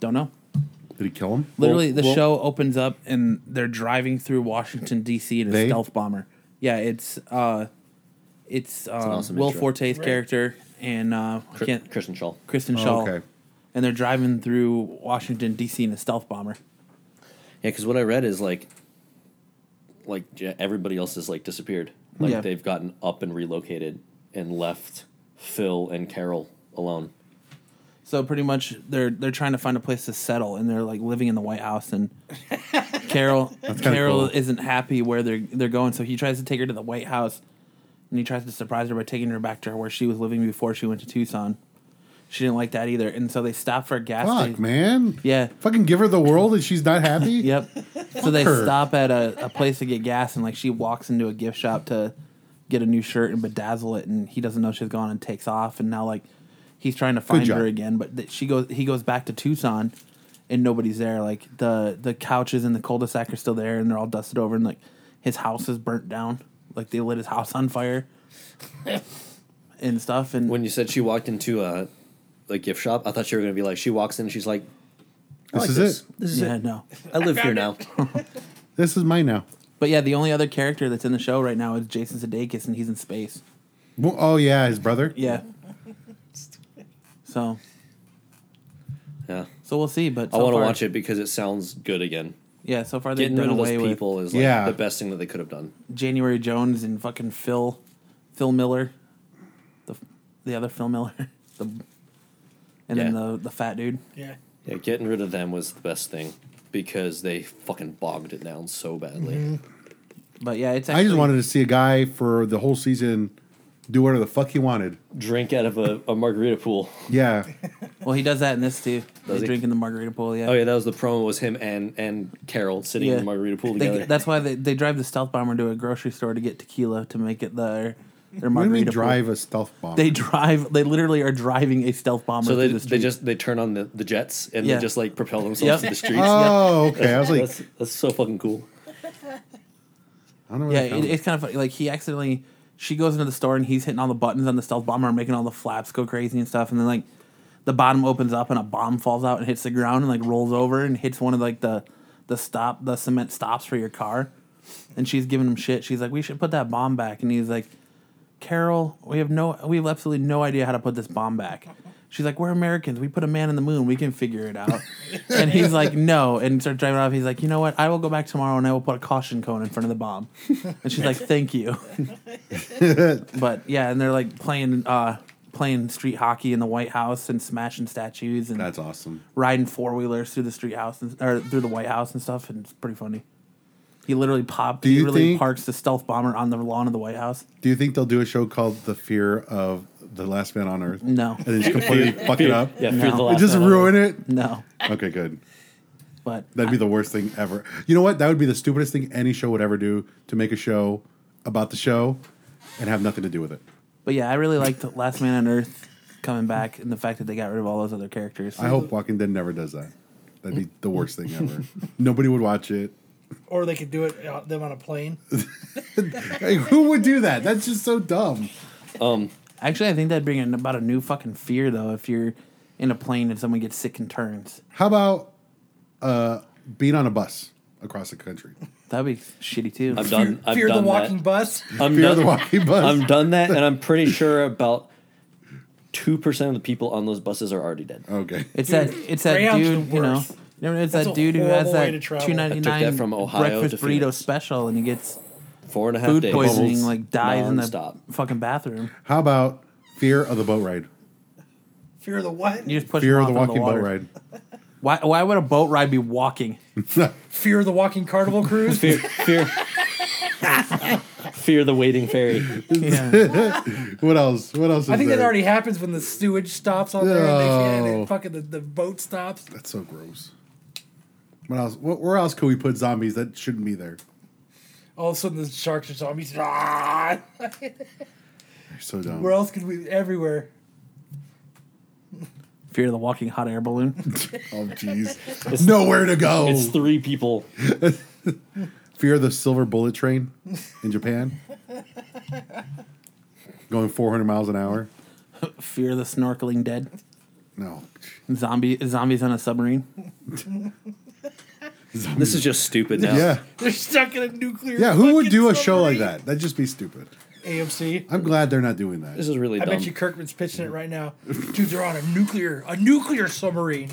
[SPEAKER 2] Don't know.
[SPEAKER 1] Did he kill him?
[SPEAKER 2] Literally, the
[SPEAKER 3] well-
[SPEAKER 2] show opens up and they're driving through Washington D.C. in a
[SPEAKER 1] They?
[SPEAKER 2] stealth bomber. Yeah, it's uh, it's, uh,
[SPEAKER 3] awesome
[SPEAKER 2] Will
[SPEAKER 3] intro.
[SPEAKER 2] Forte's character and uh, I
[SPEAKER 3] Cri-
[SPEAKER 2] can't
[SPEAKER 3] Kristen Shaw.
[SPEAKER 2] Kristen
[SPEAKER 1] Oh,
[SPEAKER 2] Shaw.
[SPEAKER 1] okay.
[SPEAKER 2] And they're driving through Washington D.C. in a stealth bomber.
[SPEAKER 3] Yeah, because what I read is like, like yeah, everybody else has like disappeared. Like
[SPEAKER 2] Yeah.
[SPEAKER 3] they've gotten up and relocated and left Phil and Carol alone.
[SPEAKER 2] So pretty much they're they're trying to find a place to settle, and they're like living in the White House. And Carol
[SPEAKER 1] kinda
[SPEAKER 2] Carol
[SPEAKER 1] cool.
[SPEAKER 2] isn't happy where they're they're going, so he tries to take her to the White House, and he tries to surprise her by taking her back to where she was living before she went to Tucson. She didn't like that either, and so they stop for a gas
[SPEAKER 1] Fuck,
[SPEAKER 2] station.
[SPEAKER 1] man.
[SPEAKER 2] Yeah.
[SPEAKER 1] Fucking give her the world and she's not happy?
[SPEAKER 2] Yep. so they
[SPEAKER 1] her.
[SPEAKER 2] stop at a, a place to get gas, and like she walks into a gift shop to get a new shirt and bedazzle it, and he doesn't know she's gone and takes off, and now like he's trying to find
[SPEAKER 1] job.
[SPEAKER 2] her again, but th- she goes he goes back to Tucson, and nobody's there. Like the the couches in the cul-de-sac are still there, and they're all dusted over, and like his house is burnt down. Like they lit his house on fire. And stuff, and
[SPEAKER 3] When you said she walked into a like gift shop, I thought you were gonna be like, she walks in, she's like, I
[SPEAKER 1] This
[SPEAKER 3] like
[SPEAKER 1] is
[SPEAKER 3] this.
[SPEAKER 1] it.
[SPEAKER 3] This is
[SPEAKER 2] yeah,
[SPEAKER 3] it.
[SPEAKER 2] no,
[SPEAKER 3] I live here now.
[SPEAKER 1] This is mine now.
[SPEAKER 2] but yeah, the only other character that's in the show right now is Jason Sudeikis, and he's in space.
[SPEAKER 1] Well, Oh, yeah, his brother?
[SPEAKER 2] Yeah. So
[SPEAKER 3] yeah,
[SPEAKER 2] so we'll see. But so
[SPEAKER 3] I want to
[SPEAKER 2] far-
[SPEAKER 3] watch it because it sounds good again.
[SPEAKER 2] Yeah, so far they've
[SPEAKER 3] Getting rid
[SPEAKER 2] done
[SPEAKER 3] of
[SPEAKER 2] away
[SPEAKER 3] those
[SPEAKER 2] with
[SPEAKER 3] people is like
[SPEAKER 1] Yeah.
[SPEAKER 3] the best thing that they could have done.
[SPEAKER 2] January Jones and fucking Phil, Phil Miller, the the other Phil Miller, the and then
[SPEAKER 3] Yeah.
[SPEAKER 2] the the fat dude.
[SPEAKER 6] Yeah.
[SPEAKER 3] Yeah, getting rid of them was the best thing because they fucking bogged it down so badly.
[SPEAKER 2] But yeah, it's actually,
[SPEAKER 1] I just wanted to see a guy for the whole season do whatever the fuck he wanted.
[SPEAKER 3] Drink out of a, a margarita pool.
[SPEAKER 1] Yeah.
[SPEAKER 2] Well, he does that in this too.
[SPEAKER 3] Does
[SPEAKER 2] They
[SPEAKER 3] he?
[SPEAKER 2] drink in the margarita pool. Yeah.
[SPEAKER 3] Oh yeah, that was the promo. Was him and and Carol sitting in
[SPEAKER 2] Yeah.
[SPEAKER 3] the margarita pool
[SPEAKER 2] They-
[SPEAKER 3] together.
[SPEAKER 2] that's why they, they drive the stealth bomber to a grocery store to get tequila to make it their their
[SPEAKER 1] Why do we
[SPEAKER 2] margarita. pool.
[SPEAKER 1] drive a stealth bomb?
[SPEAKER 2] They drive. They literally are driving a stealth bomber.
[SPEAKER 3] so
[SPEAKER 2] through
[SPEAKER 3] they,
[SPEAKER 2] the
[SPEAKER 3] they
[SPEAKER 2] streets.
[SPEAKER 3] just they turn on the, the jets and
[SPEAKER 2] Yeah.
[SPEAKER 3] they just like propel
[SPEAKER 2] Yep.
[SPEAKER 3] themselves to the streets.
[SPEAKER 1] Oh, okay. I was like,
[SPEAKER 3] That's that's so fucking cool.
[SPEAKER 1] I don't know. Where
[SPEAKER 2] Yeah,
[SPEAKER 1] that
[SPEAKER 2] it,
[SPEAKER 1] comes-
[SPEAKER 2] it's kind of funny. Like he accidentally, she goes into the store and he's hitting all the buttons on the stealth bomber, and making all the flaps go crazy and stuff. And then like the bottom opens up and a bomb falls out and hits the ground and like rolls over and hits one of like the the stop the cement stops for your car. And she's giving him shit. She's like, "We should put that bomb back." And he's like, "Carol, we have no, we have absolutely no idea how to put this bomb back." She's like, we're Americans. We put a man in the moon. We can figure it out. and he's like, no. And starts driving off. He's like, you know what? I will go back tomorrow and I will put a caution cone in front of the bomb. And she's like, thank you. but yeah, and they're like playing uh, playing street hockey in the White House and smashing statues and
[SPEAKER 1] That's awesome.
[SPEAKER 2] riding four wheelers through the street house and, or through the White House and stuff, and it's pretty funny. He literally popped.
[SPEAKER 1] Do
[SPEAKER 2] He
[SPEAKER 1] you
[SPEAKER 2] really
[SPEAKER 1] think-
[SPEAKER 2] parks the stealth bomber on the lawn of the White House.
[SPEAKER 1] Do you think they'll do a show called The Fear of the Last Man on Earth?
[SPEAKER 2] No.
[SPEAKER 1] And then just completely fuck it up?
[SPEAKER 3] Yeah, fear
[SPEAKER 2] No.
[SPEAKER 3] the
[SPEAKER 1] And
[SPEAKER 3] last
[SPEAKER 1] just
[SPEAKER 3] man on
[SPEAKER 1] ruin it?
[SPEAKER 2] No,
[SPEAKER 1] Okay, good.
[SPEAKER 2] but
[SPEAKER 1] That'd be the worst thing ever. You know what? That would be the stupidest thing any show would ever do to make a show about the show and have nothing to do with it.
[SPEAKER 2] but yeah, I really liked Last Man on Earth coming back and the fact that they got rid of all those other characters.
[SPEAKER 1] I hope Walking Dead never does that. That'd be the worst thing ever. Nobody would watch it.
[SPEAKER 6] Or they could do it uh, them on a plane.
[SPEAKER 1] Hey, who would do that? That's just so dumb.
[SPEAKER 2] Actually, I think that'd bring in about a new fucking fear though. If you're in a plane and someone gets sick and turns,
[SPEAKER 1] How about uh, being on a bus across the country?
[SPEAKER 2] that'd be shitty too.
[SPEAKER 3] I've done. I've
[SPEAKER 6] Fear
[SPEAKER 3] done
[SPEAKER 6] the walking
[SPEAKER 3] that.
[SPEAKER 6] bus.
[SPEAKER 3] I'm
[SPEAKER 1] Fear
[SPEAKER 3] done.
[SPEAKER 1] the walking bus.
[SPEAKER 3] I'm done that, and I'm pretty sure about two percent of the people on those buses are already dead.
[SPEAKER 1] Okay.
[SPEAKER 2] It's that it's that
[SPEAKER 6] Greyhound's
[SPEAKER 2] dude,
[SPEAKER 6] the
[SPEAKER 2] you know.
[SPEAKER 6] worst.
[SPEAKER 2] you know, It's
[SPEAKER 6] That's
[SPEAKER 2] that
[SPEAKER 6] a
[SPEAKER 2] dude who has
[SPEAKER 6] horrible way
[SPEAKER 2] that
[SPEAKER 6] to travel.
[SPEAKER 2] two
[SPEAKER 6] I
[SPEAKER 2] ninety
[SPEAKER 3] took
[SPEAKER 2] nine
[SPEAKER 3] that from Ohio
[SPEAKER 2] breakfast
[SPEAKER 3] to
[SPEAKER 2] burrito
[SPEAKER 3] Phoenix.
[SPEAKER 2] special, and he gets
[SPEAKER 3] Four and a half
[SPEAKER 2] food
[SPEAKER 3] days.
[SPEAKER 2] poisoning,
[SPEAKER 1] Bubbles.
[SPEAKER 2] like dies in
[SPEAKER 3] Nonstop.
[SPEAKER 2] the fucking bathroom.
[SPEAKER 1] How about fear of the boat ride?
[SPEAKER 6] Fear the what?
[SPEAKER 2] You just push
[SPEAKER 1] Fear
[SPEAKER 2] him
[SPEAKER 1] of
[SPEAKER 2] off
[SPEAKER 1] the
[SPEAKER 2] into
[SPEAKER 1] walking boat
[SPEAKER 2] water.
[SPEAKER 1] ride.
[SPEAKER 2] Why? Why would a boat ride be walking?
[SPEAKER 6] Fear the walking carnival cruise.
[SPEAKER 3] Fear, fear, fear the waiting ferry.
[SPEAKER 2] Yeah.
[SPEAKER 1] What else? What else? Is
[SPEAKER 6] I think that
[SPEAKER 1] there?
[SPEAKER 6] already happens when the sewage stops on there and they can't.
[SPEAKER 1] No.
[SPEAKER 6] And fucking the, the boat stops.
[SPEAKER 1] That's so gross. What else? What, where else could we put zombies that shouldn't be there?
[SPEAKER 6] All of a sudden the sharks are zombies. Ah!
[SPEAKER 1] They're so dumb.
[SPEAKER 6] Where else could we? Everywhere.
[SPEAKER 2] Fear of the walking hot air balloon.
[SPEAKER 1] Oh jeez, nowhere to go.
[SPEAKER 3] It's three people.
[SPEAKER 1] Fear of the silver bullet train in Japan, going 400 miles an hour.
[SPEAKER 2] Fear of the snorkeling dead.
[SPEAKER 1] No,
[SPEAKER 2] Zombie zombies on a submarine.
[SPEAKER 3] This is just stupid now.
[SPEAKER 1] yeah,
[SPEAKER 6] They're stuck in a nuclear.
[SPEAKER 1] yeah. Who would
[SPEAKER 6] fucking
[SPEAKER 1] do a show like
[SPEAKER 6] submarine.
[SPEAKER 1] that? That'd just be stupid.
[SPEAKER 6] AMC.
[SPEAKER 1] I'm glad they're not doing
[SPEAKER 3] This
[SPEAKER 1] that.
[SPEAKER 3] is really
[SPEAKER 6] I
[SPEAKER 3] dumb.
[SPEAKER 6] bet you Kirkman's pitching it right now. Dude, they're on a nuclear, a nuclear submarine.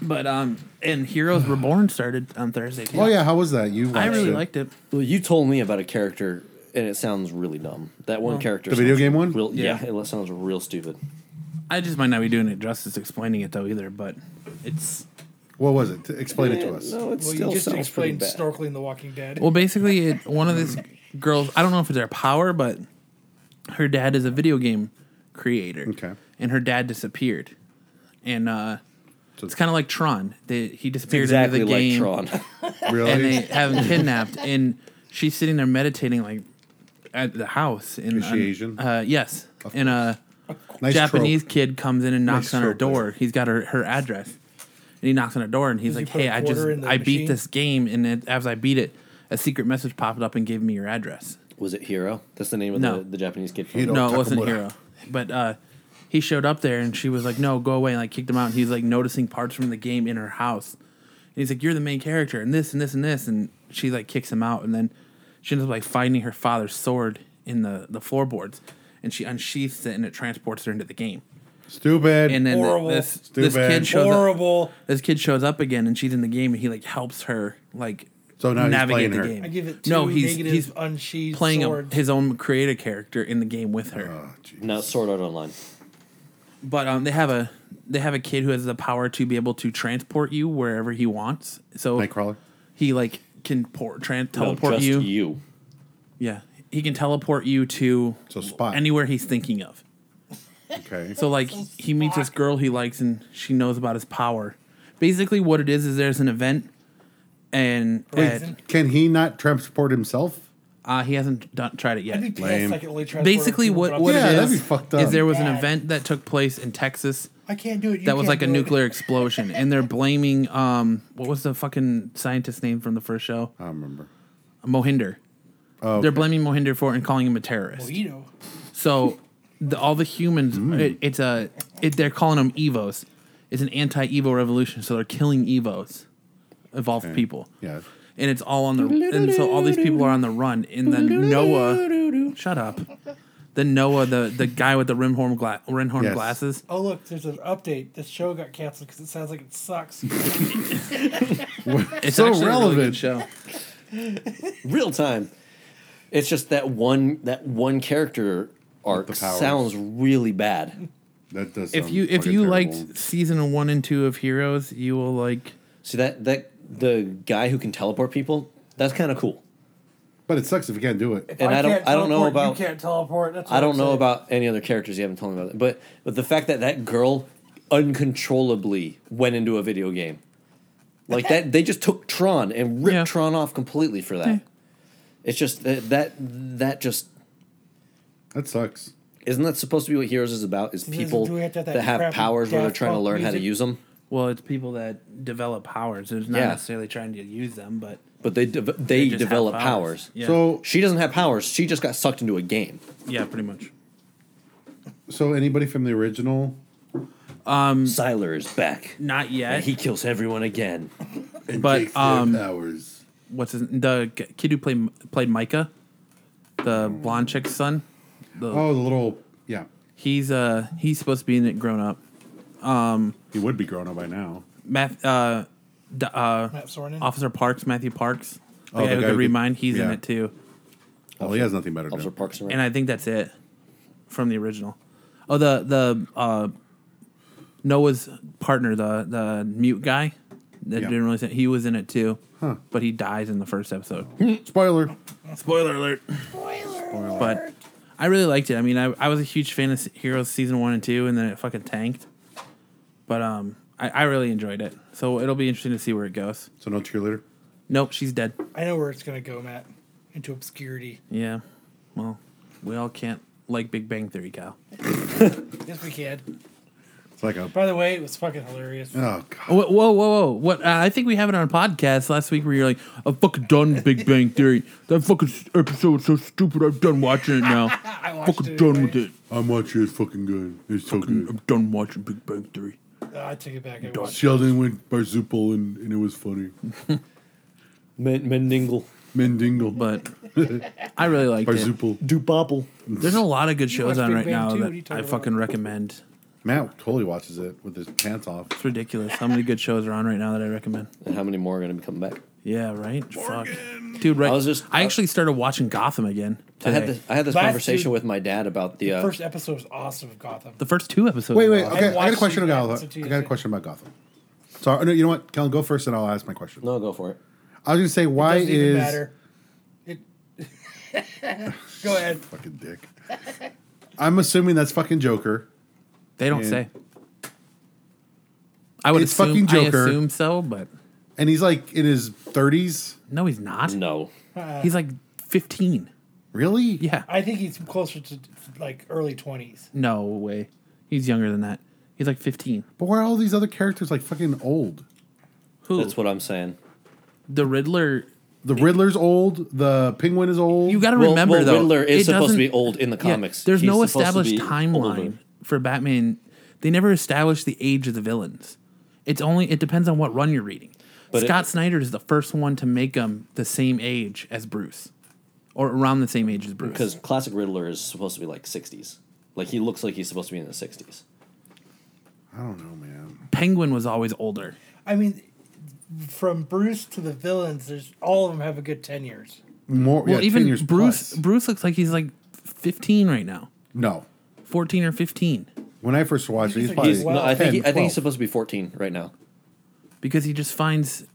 [SPEAKER 2] But um, and Heroes Reborn started on Thursday. Too.
[SPEAKER 1] Oh yeah, how was that? You?
[SPEAKER 2] I
[SPEAKER 1] watched
[SPEAKER 2] really
[SPEAKER 1] it.
[SPEAKER 2] liked it.
[SPEAKER 3] Well, you told me about a character, and it sounds really dumb. That one character.
[SPEAKER 1] the video
[SPEAKER 3] sounds
[SPEAKER 1] game one?
[SPEAKER 3] Real, yeah.
[SPEAKER 2] Yeah.
[SPEAKER 3] it sounds real stupid.
[SPEAKER 2] I just might not be doing it justice explaining it though either, but it's
[SPEAKER 1] What was it? T- Explain it to
[SPEAKER 3] Eh,
[SPEAKER 1] us.
[SPEAKER 3] No, it
[SPEAKER 6] Well,
[SPEAKER 3] still
[SPEAKER 6] you just
[SPEAKER 3] sounds pretty
[SPEAKER 6] explained
[SPEAKER 3] bad.
[SPEAKER 6] snorkeling the Walking Dead.
[SPEAKER 2] Well, basically, it, one of these girls, I don't know if it's her power, but her dad is a video game creator.
[SPEAKER 1] Okay.
[SPEAKER 2] And her dad disappeared. And uh,
[SPEAKER 1] So-
[SPEAKER 2] it's kind of like Tron. They, he disappeared
[SPEAKER 3] Exactly
[SPEAKER 2] into the
[SPEAKER 3] like
[SPEAKER 2] game.
[SPEAKER 3] Tron.
[SPEAKER 2] And they
[SPEAKER 1] Really?
[SPEAKER 2] have him kidnapped. and she's sitting there meditating, like, at the house. In,
[SPEAKER 1] Is she Asian?
[SPEAKER 2] Uh, yes.
[SPEAKER 1] Of
[SPEAKER 2] And a
[SPEAKER 1] Nice
[SPEAKER 2] Japanese
[SPEAKER 1] trope.
[SPEAKER 2] kid comes in and knocks
[SPEAKER 1] Nice
[SPEAKER 2] on her
[SPEAKER 1] trope there.
[SPEAKER 2] door. He's got her, her address. And he knocks on her door and he's
[SPEAKER 6] Does he
[SPEAKER 2] like,
[SPEAKER 6] put a
[SPEAKER 2] "Hey, I just
[SPEAKER 6] quarter in
[SPEAKER 2] I
[SPEAKER 6] the
[SPEAKER 2] beat
[SPEAKER 6] machine?
[SPEAKER 2] this game, and it, as I beat it, a secret message popped up and gave me your address."
[SPEAKER 3] Was it Hero? That's the name of
[SPEAKER 2] No.
[SPEAKER 3] the, the Japanese kid. from-
[SPEAKER 1] Hiro.
[SPEAKER 2] No, it
[SPEAKER 1] Takamura.
[SPEAKER 2] wasn't Hero. But uh, he showed up there and she was like, no, go away. And like kicked him out. And he's like noticing parts from the game in her house. And he's like, you're the main character and this and this and this. And she like kicks him out. And then she ends up like finding her father's sword in the, the floorboards. And she unsheaths it and it transports her into the game.
[SPEAKER 1] Stupid.
[SPEAKER 2] And then th-
[SPEAKER 6] Horrible.
[SPEAKER 2] this, this
[SPEAKER 1] Stupid.
[SPEAKER 2] kid shows up.
[SPEAKER 6] Horrible.
[SPEAKER 2] This kid shows up again and she's in the game and he like helps her like
[SPEAKER 1] So now he's playing her.
[SPEAKER 6] I give it two
[SPEAKER 2] no, he's
[SPEAKER 6] negative
[SPEAKER 2] he's
[SPEAKER 6] unsheathed
[SPEAKER 2] playing a,
[SPEAKER 6] swords.
[SPEAKER 2] his own creative character in the game with her.
[SPEAKER 1] Oh, jeez.
[SPEAKER 3] No, Sword Art Online.
[SPEAKER 2] but um, they have a they have a kid who has the power to be able to transport you wherever he wants. So
[SPEAKER 1] Nightcrawler.
[SPEAKER 2] he like can por- tran
[SPEAKER 3] No,
[SPEAKER 2] teleport
[SPEAKER 3] just
[SPEAKER 2] you.
[SPEAKER 3] you.
[SPEAKER 2] Yeah, he can teleport you to
[SPEAKER 1] So Spot.
[SPEAKER 2] anywhere he's thinking of.
[SPEAKER 1] Okay.
[SPEAKER 2] So like he meets this girl he likes and she knows about his power. Basically, what it is is there's an event, and at,
[SPEAKER 1] Can he not transport himself?
[SPEAKER 2] uh, he hasn't done, tried it yet.
[SPEAKER 6] I'd be pissed
[SPEAKER 1] Lame.
[SPEAKER 6] I could only transport
[SPEAKER 2] Basically,
[SPEAKER 6] people,
[SPEAKER 2] what
[SPEAKER 6] but I'm
[SPEAKER 2] what
[SPEAKER 1] Yeah,
[SPEAKER 2] it
[SPEAKER 1] that'd be
[SPEAKER 2] is
[SPEAKER 1] fucked
[SPEAKER 2] is
[SPEAKER 1] up.
[SPEAKER 2] there was an
[SPEAKER 6] Bad.
[SPEAKER 2] event that took place in Texas
[SPEAKER 6] I can't do it. You
[SPEAKER 2] that was
[SPEAKER 6] can't
[SPEAKER 2] like a
[SPEAKER 6] do it.
[SPEAKER 2] nuclear explosion, and they're blaming um what was the fucking scientist's name from the first show?
[SPEAKER 1] I don't remember. Uh,
[SPEAKER 2] Mohinder.
[SPEAKER 1] Oh,
[SPEAKER 2] They're blaming Mohinder for it and calling him a terrorist.
[SPEAKER 6] Mojito.
[SPEAKER 2] So the, all the humans,
[SPEAKER 1] Mm.
[SPEAKER 2] it, it's a it, they're calling them Evos. It's an anti-Evo revolution, so they're killing Evos, evolved people.
[SPEAKER 1] yeah.
[SPEAKER 2] And it's all on the and so all these people are on the run, and then Noah, shut up. Then Noah, the the guy with the rim horn gla- rim horn
[SPEAKER 1] Yes.
[SPEAKER 2] glasses.
[SPEAKER 6] Oh look, there's an update. This show got canceled because it sounds like it sucks.
[SPEAKER 2] It's
[SPEAKER 1] So
[SPEAKER 2] actually a
[SPEAKER 1] relevant.
[SPEAKER 2] really good show.
[SPEAKER 3] real time. It's just that one that one character arc
[SPEAKER 1] the powers.
[SPEAKER 3] sounds really bad.
[SPEAKER 1] That does.
[SPEAKER 2] If
[SPEAKER 1] sound
[SPEAKER 2] you if
[SPEAKER 1] fucking
[SPEAKER 2] you
[SPEAKER 1] terrible.
[SPEAKER 2] liked season one and two of Heroes, you will like.
[SPEAKER 3] See that that the guy who can teleport people, that's kind of cool.
[SPEAKER 1] but it sucks if you can't do it.
[SPEAKER 3] And I don't-
[SPEAKER 6] can't
[SPEAKER 3] I don't know
[SPEAKER 6] teleport,
[SPEAKER 3] about-
[SPEAKER 6] You can't teleport. That's what
[SPEAKER 3] I don't
[SPEAKER 6] I'm
[SPEAKER 3] know
[SPEAKER 6] saying.
[SPEAKER 3] about any other characters you haven't told me about, but but the fact that that girl uncontrollably went into a video game, like that, they just took Tron and ripped
[SPEAKER 2] Yeah. Hmm.
[SPEAKER 3] Tron off completely for that.
[SPEAKER 2] Yeah.
[SPEAKER 3] It's just that, that that just
[SPEAKER 1] That sucks.
[SPEAKER 3] isn't that supposed to be what Heroes is about? Is
[SPEAKER 6] this-
[SPEAKER 3] people
[SPEAKER 6] do we have to have that
[SPEAKER 3] that have
[SPEAKER 6] crappy
[SPEAKER 3] powers where they're
[SPEAKER 6] Daft
[SPEAKER 3] trying to
[SPEAKER 6] Punk
[SPEAKER 3] learn how to
[SPEAKER 6] music?
[SPEAKER 3] use them,
[SPEAKER 2] Well, it's people that develop powers. It's not
[SPEAKER 3] Yeah.
[SPEAKER 2] necessarily trying to use them, but
[SPEAKER 3] but they de- they,
[SPEAKER 2] they just have
[SPEAKER 3] develop powers.
[SPEAKER 2] Yeah.
[SPEAKER 1] So
[SPEAKER 3] She doesn't have powers. She just got sucked into a game.
[SPEAKER 2] yeah, pretty much.
[SPEAKER 1] so anybody from the original
[SPEAKER 2] Hmm.
[SPEAKER 3] Siler is back.
[SPEAKER 2] Not
[SPEAKER 3] And
[SPEAKER 2] yet,
[SPEAKER 3] he kills everyone again.
[SPEAKER 2] but um,
[SPEAKER 1] powers.
[SPEAKER 2] what's his, the g- kid who played played Micah, the blonde chick's son. The,
[SPEAKER 1] Oh, the little yeah.
[SPEAKER 2] He's uh he's supposed to be in it grown up.
[SPEAKER 1] He would be grown up by now.
[SPEAKER 2] Math uh, d- uh
[SPEAKER 6] Matt Sornin.
[SPEAKER 2] Officer Parks, Matthew Parks, the
[SPEAKER 1] Oh,
[SPEAKER 2] guy
[SPEAKER 1] the
[SPEAKER 2] who
[SPEAKER 1] guy
[SPEAKER 2] could
[SPEAKER 1] who
[SPEAKER 2] read
[SPEAKER 1] could-
[SPEAKER 2] mind. He's in
[SPEAKER 1] yeah.
[SPEAKER 2] it too,
[SPEAKER 1] Oh, he has nothing better to
[SPEAKER 3] Officer
[SPEAKER 1] do.
[SPEAKER 3] Parks and Rec.
[SPEAKER 2] and I think that's it from the original. Oh, the the uh Noah's partner, the the mute guy that
[SPEAKER 1] Yeah.
[SPEAKER 2] didn't really say, he was in it too, but he dies in the first episode.
[SPEAKER 1] Spoiler.
[SPEAKER 2] Spoiler alert. Spoiler. But I really liked it. I mean, I, I was a huge fan of Heroes season one and two, and then it fucking tanked. But um, I, I really enjoyed it. So it'll be interesting to see where it goes.
[SPEAKER 1] So no cheerleader.
[SPEAKER 2] Nope, she's dead.
[SPEAKER 6] I know where it's gonna go, Matt. Into obscurity.
[SPEAKER 2] Yeah. Well, we all can't like Big Bang Theory, Kyle.
[SPEAKER 6] Yes, we can.
[SPEAKER 1] It's like a
[SPEAKER 6] By the way, it was fucking hilarious.
[SPEAKER 1] oh god.
[SPEAKER 2] Whoa, whoa, whoa, whoa! What? Uh, I think we have it on a podcast last week where you're like, "I'm fucking done with Big Bang Theory. That fucking s- episode is so stupid. I'm done watching it now.
[SPEAKER 6] I watched
[SPEAKER 2] fucking
[SPEAKER 6] it
[SPEAKER 2] done
[SPEAKER 6] anyway.
[SPEAKER 2] with it.
[SPEAKER 1] I'm watching. It's fucking good. It's so
[SPEAKER 2] I'm done watching Big Bang Theory."
[SPEAKER 6] Oh, I take it back. I watched
[SPEAKER 1] Sheldon went barzupal and, and it was funny.
[SPEAKER 3] Men- Mendingle.
[SPEAKER 1] Mendingle.
[SPEAKER 2] But I really liked it.
[SPEAKER 1] barzupal.
[SPEAKER 3] Dubobble.
[SPEAKER 2] There's a lot of good shows
[SPEAKER 6] watch
[SPEAKER 2] on
[SPEAKER 6] Big
[SPEAKER 2] right
[SPEAKER 6] Bang
[SPEAKER 2] now
[SPEAKER 6] too, what are you
[SPEAKER 2] that I
[SPEAKER 6] talking
[SPEAKER 2] fucking recommend.
[SPEAKER 1] Matt totally watches it with his pants off.
[SPEAKER 2] It's ridiculous how many good shows are on right now that I recommend.
[SPEAKER 3] And how many more are going to be coming back?
[SPEAKER 2] Yeah, right. Fuck, dude. Right. I
[SPEAKER 3] was just-
[SPEAKER 2] I actually started watching Gotham again
[SPEAKER 3] I
[SPEAKER 2] today.
[SPEAKER 3] had this, I had this
[SPEAKER 6] Last
[SPEAKER 3] conversation
[SPEAKER 6] dude-
[SPEAKER 3] with my dad about the. Uh,
[SPEAKER 6] First episode was awesome of Gotham.
[SPEAKER 2] the first two episodes.
[SPEAKER 1] Wait,
[SPEAKER 2] were
[SPEAKER 1] wait.
[SPEAKER 2] on.
[SPEAKER 1] Okay, I got a
[SPEAKER 6] watched
[SPEAKER 1] question
[SPEAKER 6] you
[SPEAKER 1] about
[SPEAKER 6] guys,
[SPEAKER 1] Gotham.
[SPEAKER 6] so
[SPEAKER 1] I got a
[SPEAKER 6] Tuesday.
[SPEAKER 1] question about Gotham. Sorry, oh, no, you know what? Kellen, go first, and I'll ask my question.
[SPEAKER 3] no, go for it.
[SPEAKER 1] I was gonna say, why
[SPEAKER 6] Doesn't even
[SPEAKER 1] is
[SPEAKER 6] matter. It. go ahead.
[SPEAKER 1] fucking dick? I'm assuming that's fucking Joker.
[SPEAKER 2] They don't
[SPEAKER 1] Yeah.
[SPEAKER 2] say. I would
[SPEAKER 1] It's
[SPEAKER 2] assume.
[SPEAKER 1] fucking Joker.
[SPEAKER 2] I assume so, but
[SPEAKER 1] and he's like in his 30s.
[SPEAKER 2] no, he's not.
[SPEAKER 3] No.
[SPEAKER 2] He's like 15.
[SPEAKER 1] Really?
[SPEAKER 2] Yeah.
[SPEAKER 6] I think he's closer to like early twenties.
[SPEAKER 2] No way. He's younger than that. He's like 15.
[SPEAKER 1] But why are all these other characters like fucking old?
[SPEAKER 2] Who?
[SPEAKER 3] That's what I'm saying.
[SPEAKER 2] the Riddler.
[SPEAKER 1] The Riddler's old. The Penguin is old.
[SPEAKER 2] You got to
[SPEAKER 3] Well-
[SPEAKER 2] remember
[SPEAKER 3] well,
[SPEAKER 2] though.
[SPEAKER 3] Riddler is
[SPEAKER 2] it
[SPEAKER 3] supposed to be
[SPEAKER 2] doesn't-
[SPEAKER 3] old in the
[SPEAKER 2] Yeah,
[SPEAKER 3] comics.
[SPEAKER 2] there's
[SPEAKER 3] He's
[SPEAKER 2] no
[SPEAKER 3] supposed to
[SPEAKER 2] established
[SPEAKER 3] be
[SPEAKER 2] timeline
[SPEAKER 3] older.
[SPEAKER 2] for Batman. They never established the age of the villains. It's only it depends on what run you're reading.
[SPEAKER 3] But it-
[SPEAKER 2] Scott Snyder is the first one to make him the same age as Bruce, or around the same age as Bruce.
[SPEAKER 3] Because classic Riddler is supposed to be like 60s. Like he looks like he's supposed to be in the 60s.
[SPEAKER 1] I don't know, man.
[SPEAKER 2] Penguin was always older.
[SPEAKER 6] I mean, from Bruce to the villains, there's all of them have a good ten years.
[SPEAKER 1] More.
[SPEAKER 2] Well,
[SPEAKER 1] yeah,
[SPEAKER 2] even
[SPEAKER 1] 10 years
[SPEAKER 2] Bruce
[SPEAKER 1] plus.
[SPEAKER 2] Bruce looks like he's like 15 right now,
[SPEAKER 1] No.
[SPEAKER 2] 14 or 15,
[SPEAKER 1] When I first watched it, he's
[SPEAKER 6] He's
[SPEAKER 1] probably.
[SPEAKER 3] He's, no, I think
[SPEAKER 1] 10,
[SPEAKER 3] he, I think
[SPEAKER 1] 12.
[SPEAKER 3] he's supposed to be 14 right now.
[SPEAKER 2] because he just finds.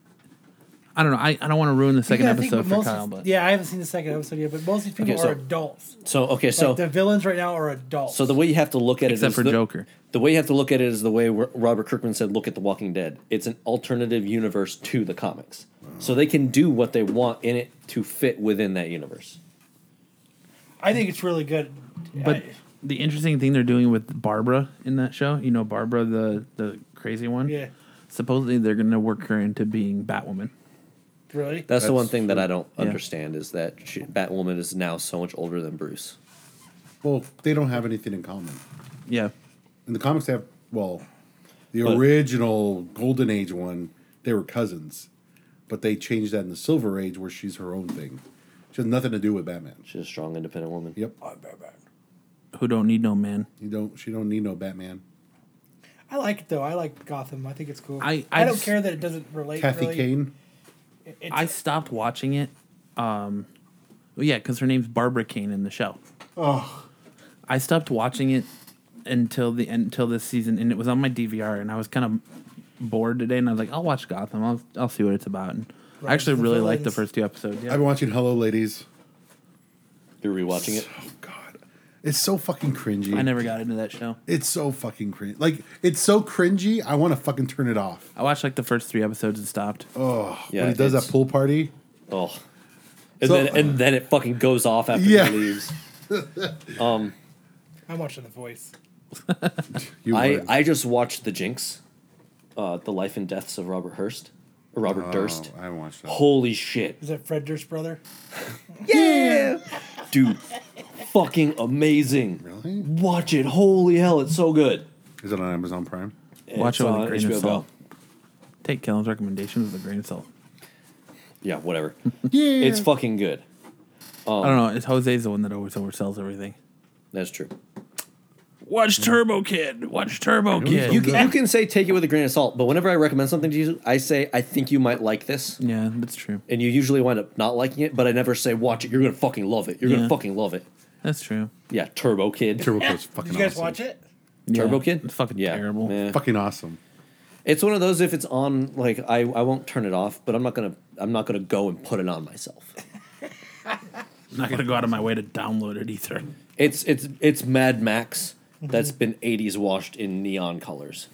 [SPEAKER 2] I don't know. I, I don't want to ruin the second
[SPEAKER 6] Yeah, I think
[SPEAKER 2] episode for
[SPEAKER 6] most
[SPEAKER 2] Kyle,
[SPEAKER 6] of-
[SPEAKER 2] but
[SPEAKER 6] yeah, I haven't seen the second episode yet, but most of these people
[SPEAKER 3] Okay, so-
[SPEAKER 6] are adults.
[SPEAKER 3] So okay, so
[SPEAKER 6] like the villains right now are adults.
[SPEAKER 3] so the way you have to look at it
[SPEAKER 2] except
[SPEAKER 3] is
[SPEAKER 2] for
[SPEAKER 3] the,
[SPEAKER 2] Joker.
[SPEAKER 3] The way you have to look at it is the way Ro- Robert Kirkman said, "Look at The Walking Dead." It's an alternative universe to the comics, so they can do what they want in it to fit within that universe.
[SPEAKER 6] I think it's really good.
[SPEAKER 2] But
[SPEAKER 6] I-
[SPEAKER 2] the interesting thing they're doing with Barbara in that show, you know, Barbara the the crazy one.
[SPEAKER 6] yeah,
[SPEAKER 2] Supposedly they're gonna work her into being Batwoman.
[SPEAKER 6] really.
[SPEAKER 3] That's,
[SPEAKER 1] That's
[SPEAKER 3] the one thing that I don't
[SPEAKER 2] Yeah.
[SPEAKER 3] understand is that she, Batwoman is now so much older than Bruce.
[SPEAKER 1] Well, they don't have anything in common.
[SPEAKER 2] Yeah.
[SPEAKER 1] In the comics, they have well, the
[SPEAKER 3] But-
[SPEAKER 1] original Golden Age one. They were cousins, but they changed that in the Silver Age where she's her own thing. She has nothing to do with Batman.
[SPEAKER 3] She's a strong, independent woman.
[SPEAKER 1] Yep.
[SPEAKER 2] who don't need no man.
[SPEAKER 1] You don't. She don't need no Batman.
[SPEAKER 6] I like it though. I like Gotham. I think it's cool.
[SPEAKER 2] I- I
[SPEAKER 6] I, don't
[SPEAKER 2] just-
[SPEAKER 6] care that it doesn't relate.
[SPEAKER 1] Kathy
[SPEAKER 6] really.
[SPEAKER 1] Kane.
[SPEAKER 6] It's,
[SPEAKER 2] I stopped watching it. Um, well, yeah, because her name's Barbara Kane in the show.
[SPEAKER 1] Oh,
[SPEAKER 2] I stopped watching it until the until this season, and it was on my DVR, and I was kind of bored today, and I was like, I'll watch Gotham. I'll I'll see what it's about. And I actually
[SPEAKER 6] the
[SPEAKER 2] really liked the
[SPEAKER 6] villains.
[SPEAKER 2] first two episodes.
[SPEAKER 1] I've
[SPEAKER 2] Yeah.
[SPEAKER 1] been watching Hello Ladies.
[SPEAKER 3] You're rewatching it.
[SPEAKER 1] Oh God, it's so fucking cringy.
[SPEAKER 2] I never got into that show.
[SPEAKER 1] It's so fucking cringy. Like it's so cringy. I want to fucking turn it off.
[SPEAKER 2] I watched like the first three episodes and stopped.
[SPEAKER 1] Oh,
[SPEAKER 3] Yeah,
[SPEAKER 1] when he does that
[SPEAKER 3] it's-
[SPEAKER 1] pool party.
[SPEAKER 3] Oh. And
[SPEAKER 1] So-
[SPEAKER 3] then and then it fucking goes off after
[SPEAKER 1] Yeah.
[SPEAKER 3] he leaves. Um
[SPEAKER 6] I'm watching The Voice.
[SPEAKER 1] You
[SPEAKER 3] I,
[SPEAKER 1] would.
[SPEAKER 3] I just watched The Jinx, uh, The Life and Deaths of Robert Hurst, or Robert Durst.
[SPEAKER 1] Oh, I haven't watched that.
[SPEAKER 3] Holy shit.
[SPEAKER 6] Is that Fred Durst's brother?
[SPEAKER 3] Dude, fucking amazing.
[SPEAKER 1] Really?
[SPEAKER 3] Watch it. Holy hell, it's so good.
[SPEAKER 1] Is it on Amazon Prime?
[SPEAKER 2] Watch
[SPEAKER 3] It's
[SPEAKER 2] it with
[SPEAKER 3] on
[SPEAKER 2] a grain
[SPEAKER 3] HBO
[SPEAKER 2] of salt.
[SPEAKER 3] Go.
[SPEAKER 2] Take Kellen's recommendations with a grain of salt.
[SPEAKER 3] Yeah, whatever.
[SPEAKER 1] Yeah,
[SPEAKER 3] it's fucking good.
[SPEAKER 2] I don't know. It's Jose's the one that always oversells everything.
[SPEAKER 3] That's true.
[SPEAKER 2] Watch Turbo Kid. Watch Turbo
[SPEAKER 1] Kid.
[SPEAKER 3] You
[SPEAKER 1] good.
[SPEAKER 3] can, you can say take it with a grain of salt, but whenever I recommend something to you, I say I think you might like this,
[SPEAKER 2] yeah, that's true.
[SPEAKER 3] and you usually wind up not liking it. But I never say watch it. You're gonna fucking love it. You're
[SPEAKER 2] Yeah.
[SPEAKER 3] gonna fucking love it.
[SPEAKER 2] That's true.
[SPEAKER 3] Yeah, Turbo Kid.
[SPEAKER 1] Turbo Kid's fucking
[SPEAKER 6] Did you guys
[SPEAKER 1] awesome.
[SPEAKER 6] watch it?
[SPEAKER 3] Turbo
[SPEAKER 2] Yeah.
[SPEAKER 3] Kid.
[SPEAKER 2] It's fucking
[SPEAKER 3] Yeah.
[SPEAKER 2] terrible.
[SPEAKER 3] Yeah.
[SPEAKER 1] Fucking awesome.
[SPEAKER 3] It's one of those if it's on, like I, I won't turn it off, but I'm not gonna I'm not gonna go and put it on myself.
[SPEAKER 2] I'm not gonna go out of my way to download it either.
[SPEAKER 3] It's it's it's Mad Max that's been 80s washed in neon colors.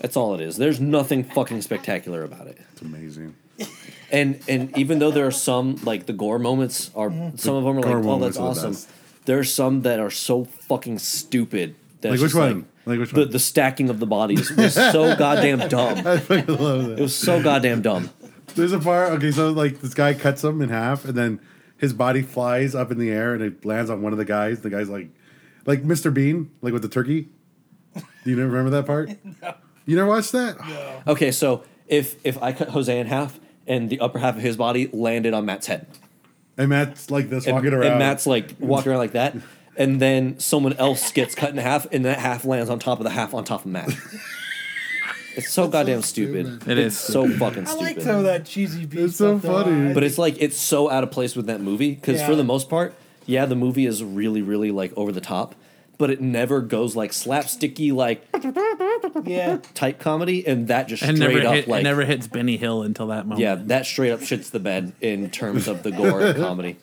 [SPEAKER 3] That's all it is. There's nothing fucking spectacular about it.
[SPEAKER 1] It's amazing.
[SPEAKER 3] And and even though there are some like the gore moments are
[SPEAKER 6] Mm-hmm.
[SPEAKER 3] some of them are
[SPEAKER 1] gore
[SPEAKER 3] like, oh,
[SPEAKER 1] moments
[SPEAKER 3] that's
[SPEAKER 1] are the
[SPEAKER 3] awesome.
[SPEAKER 1] best.
[SPEAKER 3] There are some that are so fucking stupid. That
[SPEAKER 1] Like
[SPEAKER 3] it's
[SPEAKER 1] which
[SPEAKER 3] just
[SPEAKER 1] one? Like which
[SPEAKER 3] the
[SPEAKER 1] one?
[SPEAKER 3] the stacking of the bodies was so goddamn dumb.
[SPEAKER 1] I fucking love that.
[SPEAKER 3] It was so goddamn dumb.
[SPEAKER 1] There's a part. Okay, so like this guy cuts him in half, and then his body flies up in the air, and it lands on one of the guys. The guy's like, like Mr. Bean, like with the turkey. Do you never remember that part? no. You never watched that?
[SPEAKER 3] Okay, so if if I cut Jose in half and the upper half of his body landed on Matt's head,
[SPEAKER 1] And Matt's like this,
[SPEAKER 3] and,
[SPEAKER 1] walking around.
[SPEAKER 3] and Matt's like walking around like that, and then someone else gets cut in half, and that half lands on top of the half on top of Matt. it's so goddamn stupid.
[SPEAKER 2] It
[SPEAKER 3] It's
[SPEAKER 2] is
[SPEAKER 3] so fucking
[SPEAKER 6] I
[SPEAKER 3] stupid.
[SPEAKER 6] like some of that cheesy beef.
[SPEAKER 1] It's so
[SPEAKER 6] stuff, though.
[SPEAKER 1] funny.
[SPEAKER 6] I-
[SPEAKER 3] But it's like it's so out of place with that movie because
[SPEAKER 6] Yeah.
[SPEAKER 3] for the most part, yeah, the movie is really really like over the top, but it never goes like slapsticky like
[SPEAKER 6] yeah.
[SPEAKER 3] type comedy, and that just
[SPEAKER 2] and
[SPEAKER 3] straight
[SPEAKER 2] never
[SPEAKER 3] up
[SPEAKER 2] hit,
[SPEAKER 3] like
[SPEAKER 2] it never hits Benny Hill until that moment.
[SPEAKER 3] yeah, that straight up shits the bed in terms of the gore and comedy.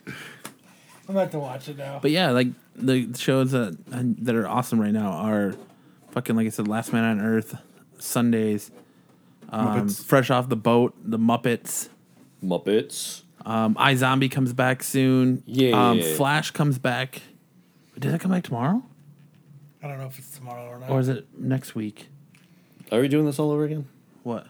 [SPEAKER 6] I'm about to watch it now.
[SPEAKER 2] But yeah, like the shows that that are awesome right now are fucking like I said, Last Man on Earth, Sundays, um,
[SPEAKER 1] Muppets.
[SPEAKER 2] Fresh Off the Boat, The Muppets,
[SPEAKER 3] Muppets.
[SPEAKER 2] um, I Zombie comes back soon.
[SPEAKER 3] Yeah.
[SPEAKER 2] um, Flash comes back. Did that come back tomorrow
[SPEAKER 6] I don't know if it's tomorrow or not.
[SPEAKER 2] or is it next week?
[SPEAKER 3] Are we doing this all over again?
[SPEAKER 2] What?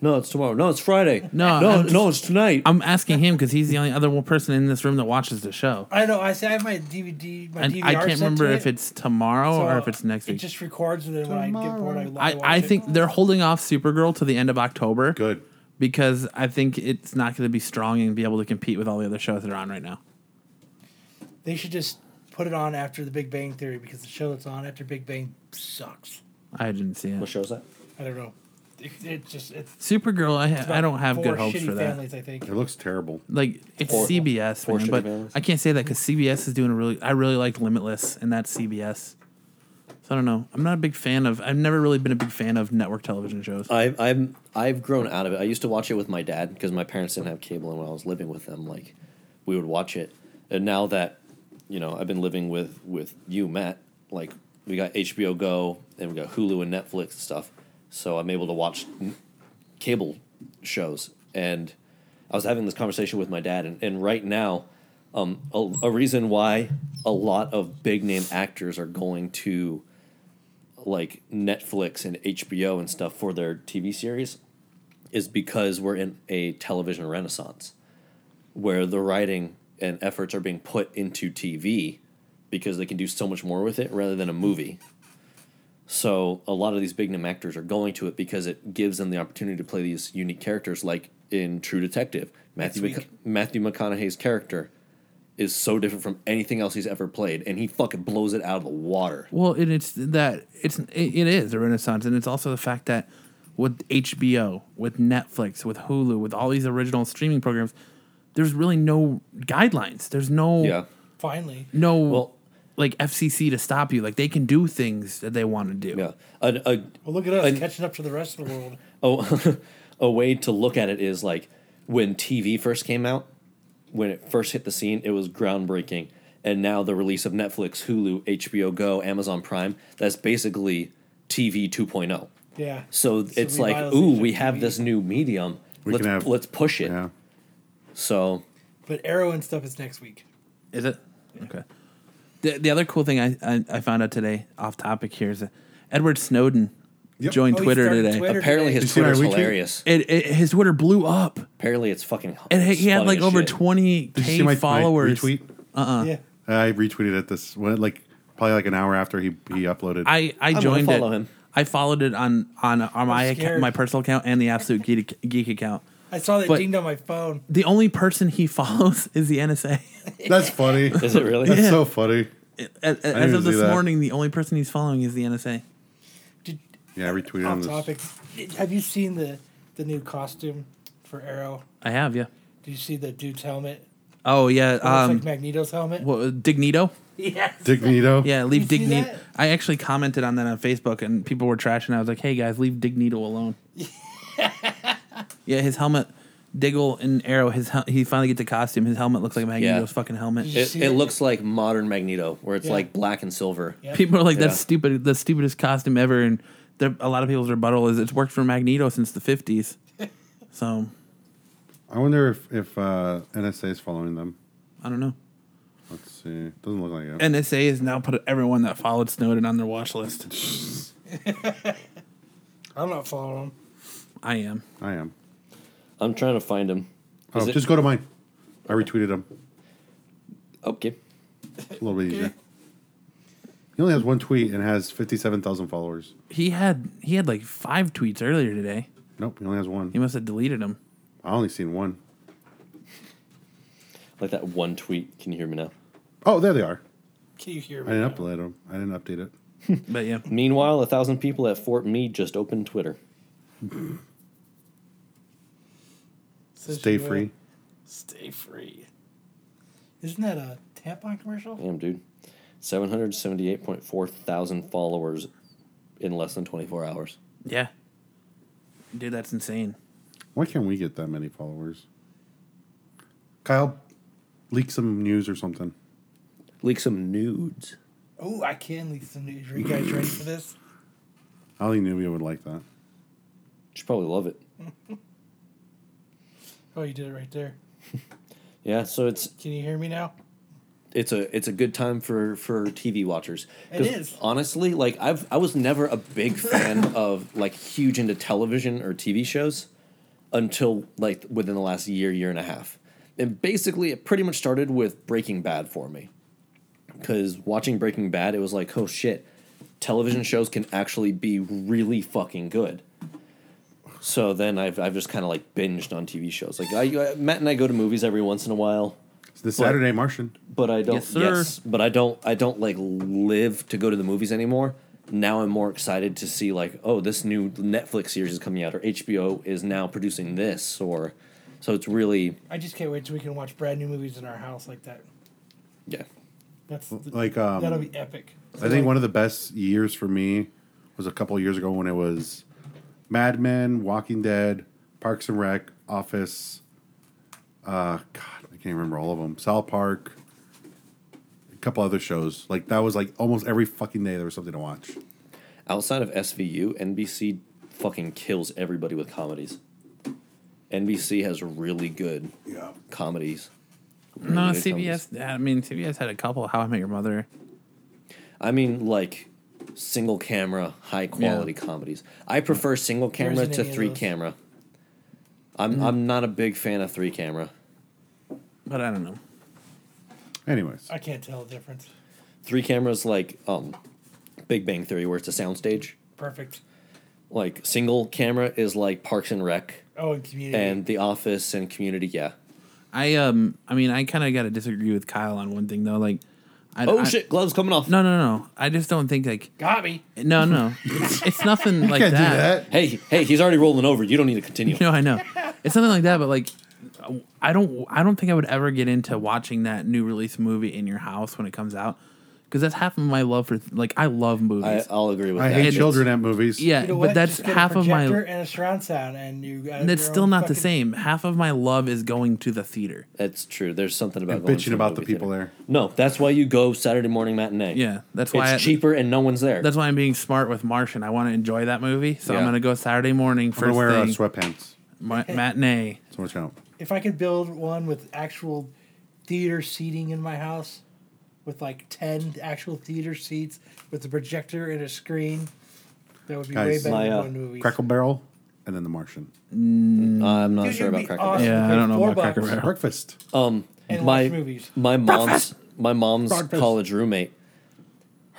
[SPEAKER 3] No, it's tomorrow. No, it's Friday.
[SPEAKER 2] No,
[SPEAKER 3] no,
[SPEAKER 2] I'm just-
[SPEAKER 3] no, it's tonight.
[SPEAKER 2] I'm asking him because he's the only other one person in this room that watches the show,
[SPEAKER 6] I know. I say I have my DVD. My
[SPEAKER 2] and
[SPEAKER 6] DVR
[SPEAKER 2] I can't
[SPEAKER 6] set
[SPEAKER 2] remember
[SPEAKER 6] to
[SPEAKER 2] if
[SPEAKER 6] it,
[SPEAKER 2] it's tomorrow
[SPEAKER 6] so
[SPEAKER 2] or if it's next
[SPEAKER 6] It
[SPEAKER 2] week.
[SPEAKER 6] just records, and then when I get bored, I let it
[SPEAKER 2] I,
[SPEAKER 6] watch
[SPEAKER 2] I
[SPEAKER 6] it.
[SPEAKER 2] think they're holding off Supergirl to the end of October.
[SPEAKER 1] Good.
[SPEAKER 2] because I think it's not going to be strong and be able to compete with all the other shows that are on right now.
[SPEAKER 6] they should just put it on after The Big Bang Theory because the show that's on after Big Bang sucks.
[SPEAKER 2] I didn't see
[SPEAKER 3] what
[SPEAKER 2] it.
[SPEAKER 3] show's that?
[SPEAKER 6] I don't know. It, it just it's.
[SPEAKER 2] Supergirl, I ha- I
[SPEAKER 6] about
[SPEAKER 2] don't have
[SPEAKER 6] four
[SPEAKER 2] good hopes
[SPEAKER 6] shitty
[SPEAKER 2] for that.
[SPEAKER 6] Families, I think.
[SPEAKER 1] It looks terrible.
[SPEAKER 2] Like it's
[SPEAKER 3] Four-
[SPEAKER 2] CBS,
[SPEAKER 3] four
[SPEAKER 2] man,
[SPEAKER 3] shitty
[SPEAKER 2] but
[SPEAKER 3] families.
[SPEAKER 2] I can't say that because CBS is doing a really. I really liked Limitless, and that's CBS. So I don't know. I'm not a big fan of. I've never really been a big fan of network television shows.
[SPEAKER 3] I, I'm I've grown out of it. I used to watch it with my dad because my parents didn't have cable, and when I was living with them, like we would watch it. And now that you know, I've been living with with you, Matt. Like we got HBO Go, and we got Hulu and Netflix and stuff. So I'm able to watch n- cable shows. And I was having this conversation with my dad, and, and right now, um, a, a reason why a lot of big name actors are going to like Netflix and HBO and stuff for their TV series is because we're in a television renaissance where the writing and efforts are being put into TV because they can do so much more with it rather than a movie. So a lot of these big name actors are going to it because it gives them the opportunity to play these unique characters like in True Detective, Matthew
[SPEAKER 6] Next
[SPEAKER 3] Mc- Matthew McConaughey's character is so different from anything else he's ever played, and he fucking blows it out of the water.
[SPEAKER 2] Well, and it's that it's it, it is a renaissance, and it's also the fact that with HBO, with Netflix, with Hulu, with all these original streaming programs, there's really no guidelines. There's no
[SPEAKER 3] Yeah.
[SPEAKER 6] Finally,
[SPEAKER 2] no
[SPEAKER 3] Well-
[SPEAKER 2] like FCC to stop you. Like they can do things that they want to do.
[SPEAKER 3] Yeah. A, a,
[SPEAKER 6] well, look at us
[SPEAKER 3] And-
[SPEAKER 6] catching up to the rest of the world.
[SPEAKER 3] a, a way to look at it is like when TV first came out, when it first hit the scene, it was groundbreaking. And now the release of Netflix, Hulu, HBO Go, Amazon Prime, that's basically TV 2.0.
[SPEAKER 6] Yeah.
[SPEAKER 3] oh. So, it's like,
[SPEAKER 6] revitalization
[SPEAKER 3] ooh,
[SPEAKER 6] of
[SPEAKER 3] we have
[SPEAKER 6] TV.
[SPEAKER 3] this new medium.
[SPEAKER 1] We
[SPEAKER 3] let's
[SPEAKER 1] can have-
[SPEAKER 3] let's push it.
[SPEAKER 1] Yeah.
[SPEAKER 3] So
[SPEAKER 6] But Arrow and stuff is next week.
[SPEAKER 2] Is it? Okay. The, the other cool thing I, I, I found out today, off topic here, is that Edward Snowden
[SPEAKER 1] Yep.
[SPEAKER 2] joined
[SPEAKER 6] Oh, he
[SPEAKER 2] Twitter
[SPEAKER 6] started
[SPEAKER 2] today.
[SPEAKER 6] Twitter.
[SPEAKER 3] apparently
[SPEAKER 6] today.
[SPEAKER 1] Did
[SPEAKER 3] his
[SPEAKER 1] you see my
[SPEAKER 3] Twitter's
[SPEAKER 1] retweet?
[SPEAKER 3] hilarious.
[SPEAKER 2] It, it, his Twitter blew up,
[SPEAKER 3] Apparently it's fucking.
[SPEAKER 2] and he, he had
[SPEAKER 3] funny
[SPEAKER 2] like
[SPEAKER 3] as
[SPEAKER 2] over
[SPEAKER 3] shit.
[SPEAKER 2] twenty
[SPEAKER 1] Did you see my my
[SPEAKER 2] k followers.
[SPEAKER 1] retweet?
[SPEAKER 6] Yeah.
[SPEAKER 1] I retweeted it this when like probably like an hour after he he uploaded.
[SPEAKER 2] I, I
[SPEAKER 3] gonna
[SPEAKER 2] joined
[SPEAKER 3] follow
[SPEAKER 2] it.
[SPEAKER 3] him.
[SPEAKER 2] I followed it on on, on my account,
[SPEAKER 6] scared.
[SPEAKER 2] my personal account and the absolute geek, geek account.
[SPEAKER 6] I saw that
[SPEAKER 2] But-
[SPEAKER 6] dinged on my phone.
[SPEAKER 2] The only person he follows is the NSA.
[SPEAKER 1] That's funny.
[SPEAKER 3] Is it really?
[SPEAKER 1] That's so funny.
[SPEAKER 2] As,
[SPEAKER 1] didn't
[SPEAKER 2] as of
[SPEAKER 1] see
[SPEAKER 2] this
[SPEAKER 1] that.
[SPEAKER 2] morning, the only person he's following is the NSA.
[SPEAKER 6] Did,
[SPEAKER 1] Yeah, I retweeted on
[SPEAKER 6] off
[SPEAKER 1] this.
[SPEAKER 6] topic. Have you seen the the new costume for Arrow?
[SPEAKER 2] I have, yeah.
[SPEAKER 6] Did you see the dude's helmet?
[SPEAKER 2] Oh yeah,
[SPEAKER 6] It looks
[SPEAKER 2] um,
[SPEAKER 6] like Magneto's helmet.
[SPEAKER 2] what, Dignito.
[SPEAKER 6] Yes.
[SPEAKER 1] Dignito.
[SPEAKER 2] Yeah, leave
[SPEAKER 6] You see
[SPEAKER 2] Dignito.
[SPEAKER 6] that?
[SPEAKER 2] I actually commented on that on Facebook, and people were trashing. I was like, "Hey guys, leave Dignito alone." yeah, his helmet, Diggle and Arrow. His hel- he finally gets a costume. His helmet looks like Magneto's
[SPEAKER 3] Yeah.
[SPEAKER 2] fucking helmet.
[SPEAKER 6] You
[SPEAKER 3] It,
[SPEAKER 6] see
[SPEAKER 3] it
[SPEAKER 6] it?
[SPEAKER 3] looks like modern Magneto, where it's
[SPEAKER 6] Yeah.
[SPEAKER 3] like black and silver.
[SPEAKER 6] Yep.
[SPEAKER 2] People are like, "That's
[SPEAKER 3] Yeah.
[SPEAKER 2] stupid. The stupidest costume ever." And there, a lot of people's rebuttal is, "It's worked for Magneto since the '50s." so
[SPEAKER 1] I wonder if if uh, NSA is following them.
[SPEAKER 2] I don't know.
[SPEAKER 1] Let's see. Doesn't look like it.
[SPEAKER 2] NSA has now put everyone that followed Snowden on their watch list.
[SPEAKER 6] I'm not following him.
[SPEAKER 2] I am.
[SPEAKER 1] I am.
[SPEAKER 3] I'm trying to find him.
[SPEAKER 1] Oh,
[SPEAKER 3] it-
[SPEAKER 1] just go to mine. I retweeted him.
[SPEAKER 3] Okay.
[SPEAKER 1] A little bit easier. He only has one tweet and has fifty-seven thousand followers.
[SPEAKER 2] He had he had like five tweets earlier today.
[SPEAKER 1] Nope, he only has one.
[SPEAKER 2] He must have deleted them.
[SPEAKER 1] I only seen one.
[SPEAKER 3] Like that one tweet. Can you hear me now?
[SPEAKER 1] Oh, there they are.
[SPEAKER 6] Can you hear
[SPEAKER 1] I
[SPEAKER 6] me?
[SPEAKER 1] didn't update them. I didn't update it.
[SPEAKER 2] But yeah.
[SPEAKER 3] Meanwhile, a thousand people at Fort Meade just opened Twitter.
[SPEAKER 6] Says
[SPEAKER 1] Stay
[SPEAKER 6] you will.
[SPEAKER 1] free.
[SPEAKER 6] Stay free. Isn't that a tampon commercial?
[SPEAKER 3] Damn, dude. 778.4 thousand followers in less than 24 hours.
[SPEAKER 2] Yeah. Dude, that's insane.
[SPEAKER 1] Why can't we get that many followers? Kyle, leak some news or something.
[SPEAKER 3] Leak some nudes.
[SPEAKER 6] Oh, I can leak some news. Are you guys ready for this?
[SPEAKER 1] Ali Nubia would like that.
[SPEAKER 3] Should probably love it.
[SPEAKER 6] Oh, you did it right there.
[SPEAKER 3] Yeah, so it's
[SPEAKER 6] Can you hear me now?
[SPEAKER 3] it's a it's a good time for for TV watchers. 'Cause
[SPEAKER 6] It is.
[SPEAKER 3] Honestly, like I've I was never a big fan of like huge into television or TV shows until like within the last year year and a half. And basically, it pretty much started with Breaking Bad for me. Because watching Breaking Bad, it was like, oh shit, television shows can actually be really fucking good. So then I've, I've just kind of like binged on TV shows. Like I, I, Matt and I go to movies every once in a while
[SPEAKER 1] It's the Saturday Martian.
[SPEAKER 3] but I don't.
[SPEAKER 2] Yes,
[SPEAKER 3] Yes,
[SPEAKER 2] sir.
[SPEAKER 3] but I don't. I don't like live to go to the movies anymore. Now I'm more excited to see like, oh, this new Netflix series is coming out, or HBO is now producing this, or so it's really
[SPEAKER 6] I just can't wait till we can watch brand new movies in our house like that.
[SPEAKER 3] yeah.
[SPEAKER 6] That's the,
[SPEAKER 1] Like um,
[SPEAKER 6] that'll be epic.
[SPEAKER 1] I think one of the best years for me was a couple of years ago when it was Mad Men, Walking Dead, Parks and Rec, Office. Uh, God, I can't remember all of them. South Park, a couple other shows. Like that was like almost every fucking day there was something to watch.
[SPEAKER 3] Outside of SVU, NBC fucking kills everybody with comedies. NBC has really good
[SPEAKER 1] Yeah.
[SPEAKER 3] comedies.
[SPEAKER 2] No,
[SPEAKER 3] Really good comedies.
[SPEAKER 2] CBS. I mean, CBS had a couple. How I Met Your Mother.
[SPEAKER 3] I mean, like single camera, high quality comedies. I prefer single camera
[SPEAKER 6] isn't
[SPEAKER 3] to
[SPEAKER 6] any of
[SPEAKER 3] three
[SPEAKER 6] those.
[SPEAKER 3] camera. I'm I'm not a big fan of three camera.
[SPEAKER 2] But I don't know.
[SPEAKER 1] Anyways,
[SPEAKER 6] I can't tell the difference.
[SPEAKER 3] Three cameras like um, Big Bang Theory, where it's a soundstage.
[SPEAKER 6] Perfect.
[SPEAKER 3] Like single camera is like Parks and Rec
[SPEAKER 6] Oh, and community.
[SPEAKER 3] and The Office and Community. Yeah,
[SPEAKER 2] I um, I mean, I kind of got to disagree with Kyle on one thing though. Like, I,
[SPEAKER 3] Oh
[SPEAKER 2] I-
[SPEAKER 3] shit, gloves coming off.
[SPEAKER 2] No, no, no. I just don't think like
[SPEAKER 6] Got me.
[SPEAKER 2] no, no. It's, it's nothing like
[SPEAKER 1] can't
[SPEAKER 2] that.
[SPEAKER 1] do that.
[SPEAKER 3] Hey, hey, he's already rolling over. You don't need to continue.
[SPEAKER 2] No, I know. It's something like that, but like I don't I don't think I would ever get into watching that new release movie in your house when it comes out because that's half of my love for like I love
[SPEAKER 3] I, uh,
[SPEAKER 2] movies.
[SPEAKER 3] I'll agree with
[SPEAKER 1] I
[SPEAKER 3] that.
[SPEAKER 1] hate
[SPEAKER 3] It's-
[SPEAKER 1] children at movies.
[SPEAKER 2] yeah,
[SPEAKER 6] You know
[SPEAKER 2] Uh, but
[SPEAKER 6] what?
[SPEAKER 2] that's
[SPEAKER 6] Just get a
[SPEAKER 2] half of
[SPEAKER 6] projector
[SPEAKER 2] my
[SPEAKER 6] and a surround sound, and you got.
[SPEAKER 2] and it's
[SPEAKER 6] your
[SPEAKER 2] still
[SPEAKER 6] own
[SPEAKER 2] not the
[SPEAKER 6] fucking-
[SPEAKER 2] same. Half of my love is going to the theater.
[SPEAKER 3] That's true. There's something about
[SPEAKER 1] And
[SPEAKER 3] going
[SPEAKER 1] bitching
[SPEAKER 3] to a
[SPEAKER 1] about the
[SPEAKER 3] movie
[SPEAKER 1] people
[SPEAKER 3] theater. No, that's why you go Saturday morning matinee.
[SPEAKER 2] Yeah, that's
[SPEAKER 3] it's
[SPEAKER 2] why I-
[SPEAKER 3] cheaper and no one's there.
[SPEAKER 2] That's why I'm being smart with Martian. I want to enjoy that movie, so I'm
[SPEAKER 3] Yeah.
[SPEAKER 2] gonna go Saturday morning
[SPEAKER 1] I'm gonna
[SPEAKER 2] first
[SPEAKER 1] wear uh,
[SPEAKER 2] thing
[SPEAKER 1] sweatpants.
[SPEAKER 2] ma- matinee.
[SPEAKER 1] So watch out.
[SPEAKER 6] If I could build one with actual theater seating in my house, with like ten actual theater seats, with a projector and a screen, that would be way
[SPEAKER 1] Guys,
[SPEAKER 6] better
[SPEAKER 3] my,
[SPEAKER 6] than
[SPEAKER 3] uh,
[SPEAKER 6] going to movies.
[SPEAKER 1] Crackle Barrel and then The Martian.
[SPEAKER 3] I'm not
[SPEAKER 6] Dude,
[SPEAKER 3] sure
[SPEAKER 6] it'd
[SPEAKER 3] about
[SPEAKER 6] be
[SPEAKER 3] Cracker
[SPEAKER 6] awesome.
[SPEAKER 3] Barrel.
[SPEAKER 2] Yeah, I
[SPEAKER 6] Pay
[SPEAKER 2] don't know
[SPEAKER 6] four
[SPEAKER 2] about Cracker
[SPEAKER 6] bucks.
[SPEAKER 2] Barrel.
[SPEAKER 1] Breakfast.
[SPEAKER 6] And
[SPEAKER 3] my
[SPEAKER 6] watch movies.
[SPEAKER 3] my mom's my mom's
[SPEAKER 1] Breakfast.
[SPEAKER 3] college roommate,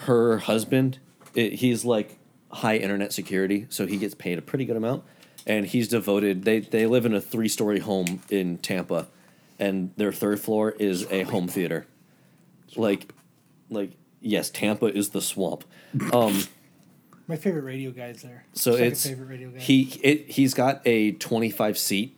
[SPEAKER 3] her husband, i he's like high internet security, so he gets paid a pretty good amount, and he's devoted. They they live in a three story home in Tampa, and their third floor is a home theater, like, like yes, Tampa is the swamp. Um.
[SPEAKER 6] My favorite radio guy's there.
[SPEAKER 3] So
[SPEAKER 6] Second
[SPEAKER 3] it's
[SPEAKER 6] favorite radio guy.
[SPEAKER 3] he it he's got a 25 seat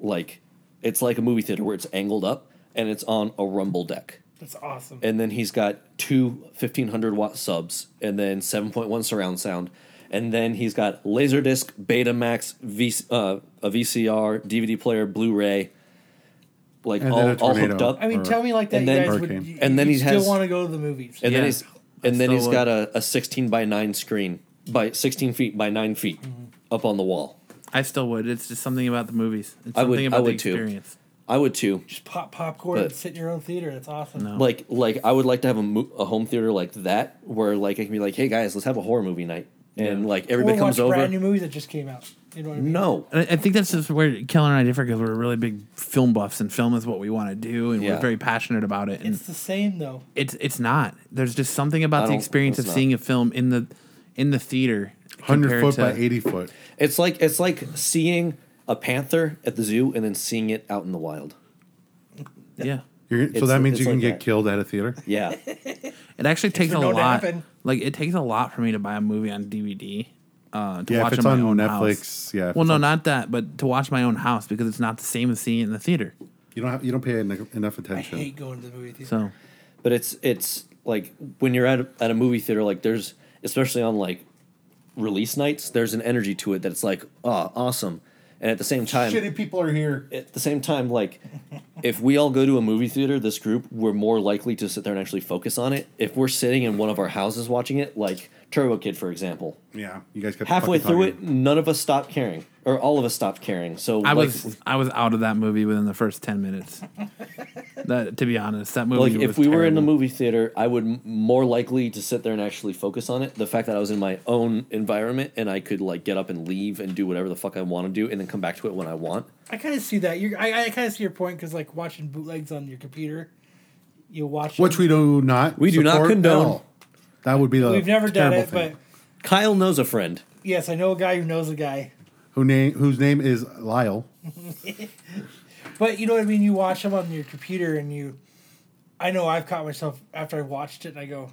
[SPEAKER 3] like it's like a movie theater where it's angled up and it's on a rumble deck.
[SPEAKER 6] That's awesome.
[SPEAKER 3] And then he's got two 1500 watt subs and then 7.1 surround sound and then he's got Laserdisc, Betamax, v, uh, a VCR, DVD player, Blu-ray like
[SPEAKER 1] And then
[SPEAKER 3] all,
[SPEAKER 1] a
[SPEAKER 3] all hooked
[SPEAKER 1] tornado.
[SPEAKER 3] up.
[SPEAKER 6] I mean,
[SPEAKER 1] or-
[SPEAKER 6] tell me like that,
[SPEAKER 3] and
[SPEAKER 6] you
[SPEAKER 3] then-
[SPEAKER 6] guys would.
[SPEAKER 1] Hurricane.
[SPEAKER 6] You,
[SPEAKER 3] And then
[SPEAKER 6] you
[SPEAKER 3] he
[SPEAKER 6] still
[SPEAKER 3] has-
[SPEAKER 6] want to go to the movies.
[SPEAKER 3] and
[SPEAKER 2] Yeah.
[SPEAKER 3] then he's
[SPEAKER 2] I
[SPEAKER 3] and then
[SPEAKER 2] still
[SPEAKER 3] he's
[SPEAKER 2] would.
[SPEAKER 3] got a, a 16 by 9 screen by 16 feet by 9 feet
[SPEAKER 6] Mm-hmm.
[SPEAKER 3] up on the wall.
[SPEAKER 2] I still would. It's just something about the movies. It's
[SPEAKER 3] I would-
[SPEAKER 2] something about
[SPEAKER 3] I
[SPEAKER 2] the
[SPEAKER 3] would too.
[SPEAKER 2] experience.
[SPEAKER 3] I would too.
[SPEAKER 6] Just pop popcorn and
[SPEAKER 3] But-
[SPEAKER 6] sit in your own theater. That's awesome.
[SPEAKER 2] No.
[SPEAKER 3] like like I would like to have a, mo- a home theater like that where like I can be like, hey guys, let's have a horror movie night, and
[SPEAKER 2] Yeah.
[SPEAKER 3] like
[SPEAKER 6] Or
[SPEAKER 3] everybody
[SPEAKER 6] watch
[SPEAKER 3] comes over.
[SPEAKER 6] brand new movies that just came out. You know what I mean?
[SPEAKER 3] no,
[SPEAKER 2] And I I think that's just where Keller and I differ because we're really big film buffs, and film is what we want to do, and we're
[SPEAKER 3] Yeah.
[SPEAKER 2] very passionate about it. And
[SPEAKER 6] It's
[SPEAKER 2] it's
[SPEAKER 6] the same though.
[SPEAKER 2] it's, not. There's just something
[SPEAKER 3] I
[SPEAKER 2] about the
[SPEAKER 3] don't-
[SPEAKER 2] experience of
[SPEAKER 3] it's not.
[SPEAKER 2] seeing a film in the in the theater.
[SPEAKER 1] Hundred
[SPEAKER 2] compared
[SPEAKER 1] foot
[SPEAKER 2] to-
[SPEAKER 1] by eighty foot.
[SPEAKER 3] it's like it's like seeing a panther at the zoo and then seeing it out in the wild.
[SPEAKER 2] Yeah,
[SPEAKER 1] You're, so
[SPEAKER 3] It's-
[SPEAKER 1] that means
[SPEAKER 3] it's
[SPEAKER 1] you can
[SPEAKER 3] like
[SPEAKER 1] get
[SPEAKER 3] that.
[SPEAKER 1] killed at a theater.
[SPEAKER 3] Yeah,
[SPEAKER 2] it actually takes a
[SPEAKER 6] known to
[SPEAKER 2] lot.
[SPEAKER 6] happen.
[SPEAKER 2] Like it takes a lot for me to buy a movie on DVD. Uh, to
[SPEAKER 1] Yeah, if
[SPEAKER 2] watch
[SPEAKER 1] it's
[SPEAKER 2] in my
[SPEAKER 1] on
[SPEAKER 2] own
[SPEAKER 1] Netflix,
[SPEAKER 2] house.
[SPEAKER 1] yeah, if
[SPEAKER 2] Well,
[SPEAKER 1] it's
[SPEAKER 2] no,
[SPEAKER 1] on-
[SPEAKER 2] not that, but to watch my own house because it's not the same as seeing it in the theater.
[SPEAKER 1] You don't have, you don't pay en- enough
[SPEAKER 6] I
[SPEAKER 1] attention.
[SPEAKER 6] hate going to the movie theater.
[SPEAKER 2] So
[SPEAKER 3] but it's it's like when you're at a, at a movie theater, like there's especially on like release nights, there's an energy to it that's like, ah, awesome, and at the same time,
[SPEAKER 1] Shitty people are here.
[SPEAKER 3] at the same time, like if we all go to a movie theater, this group, we're more likely to sit there and actually focus on it. If we're sitting in one of our houses watching it, like Turbo Kid, for example,
[SPEAKER 1] Yeah, you guys got
[SPEAKER 3] halfway through it, none of us stopped caring, or all of us stopped caring. So
[SPEAKER 2] I
[SPEAKER 3] like,
[SPEAKER 2] was I was out of that movie within the first ten minutes. that to be honest, that movie.
[SPEAKER 3] like
[SPEAKER 2] was
[SPEAKER 3] if we were in the
[SPEAKER 2] terrible.
[SPEAKER 3] movie theater, I would m- more likely to sit there and actually focus on it. The fact that I was in my own environment and I could like get up and leave and do whatever the fuck I want to do, and then come back to it when I want.
[SPEAKER 6] I kind of see that. You're, I, I kind of see your point because like watching bootlegs on your computer, you watch.
[SPEAKER 1] Which
[SPEAKER 6] them.
[SPEAKER 1] we do not.
[SPEAKER 3] We do not
[SPEAKER 1] support at
[SPEAKER 3] condone.
[SPEAKER 1] all. That would be the
[SPEAKER 6] we've never done
[SPEAKER 1] terrible
[SPEAKER 6] it,
[SPEAKER 1] thing.
[SPEAKER 6] but
[SPEAKER 3] Kyle knows a friend.
[SPEAKER 6] yes, I know a guy who knows a guy.
[SPEAKER 1] who name whose name is Lyle.
[SPEAKER 6] But you know what I mean. You watch them on your computer, and you. I know I've caught myself after I watched it, and I go,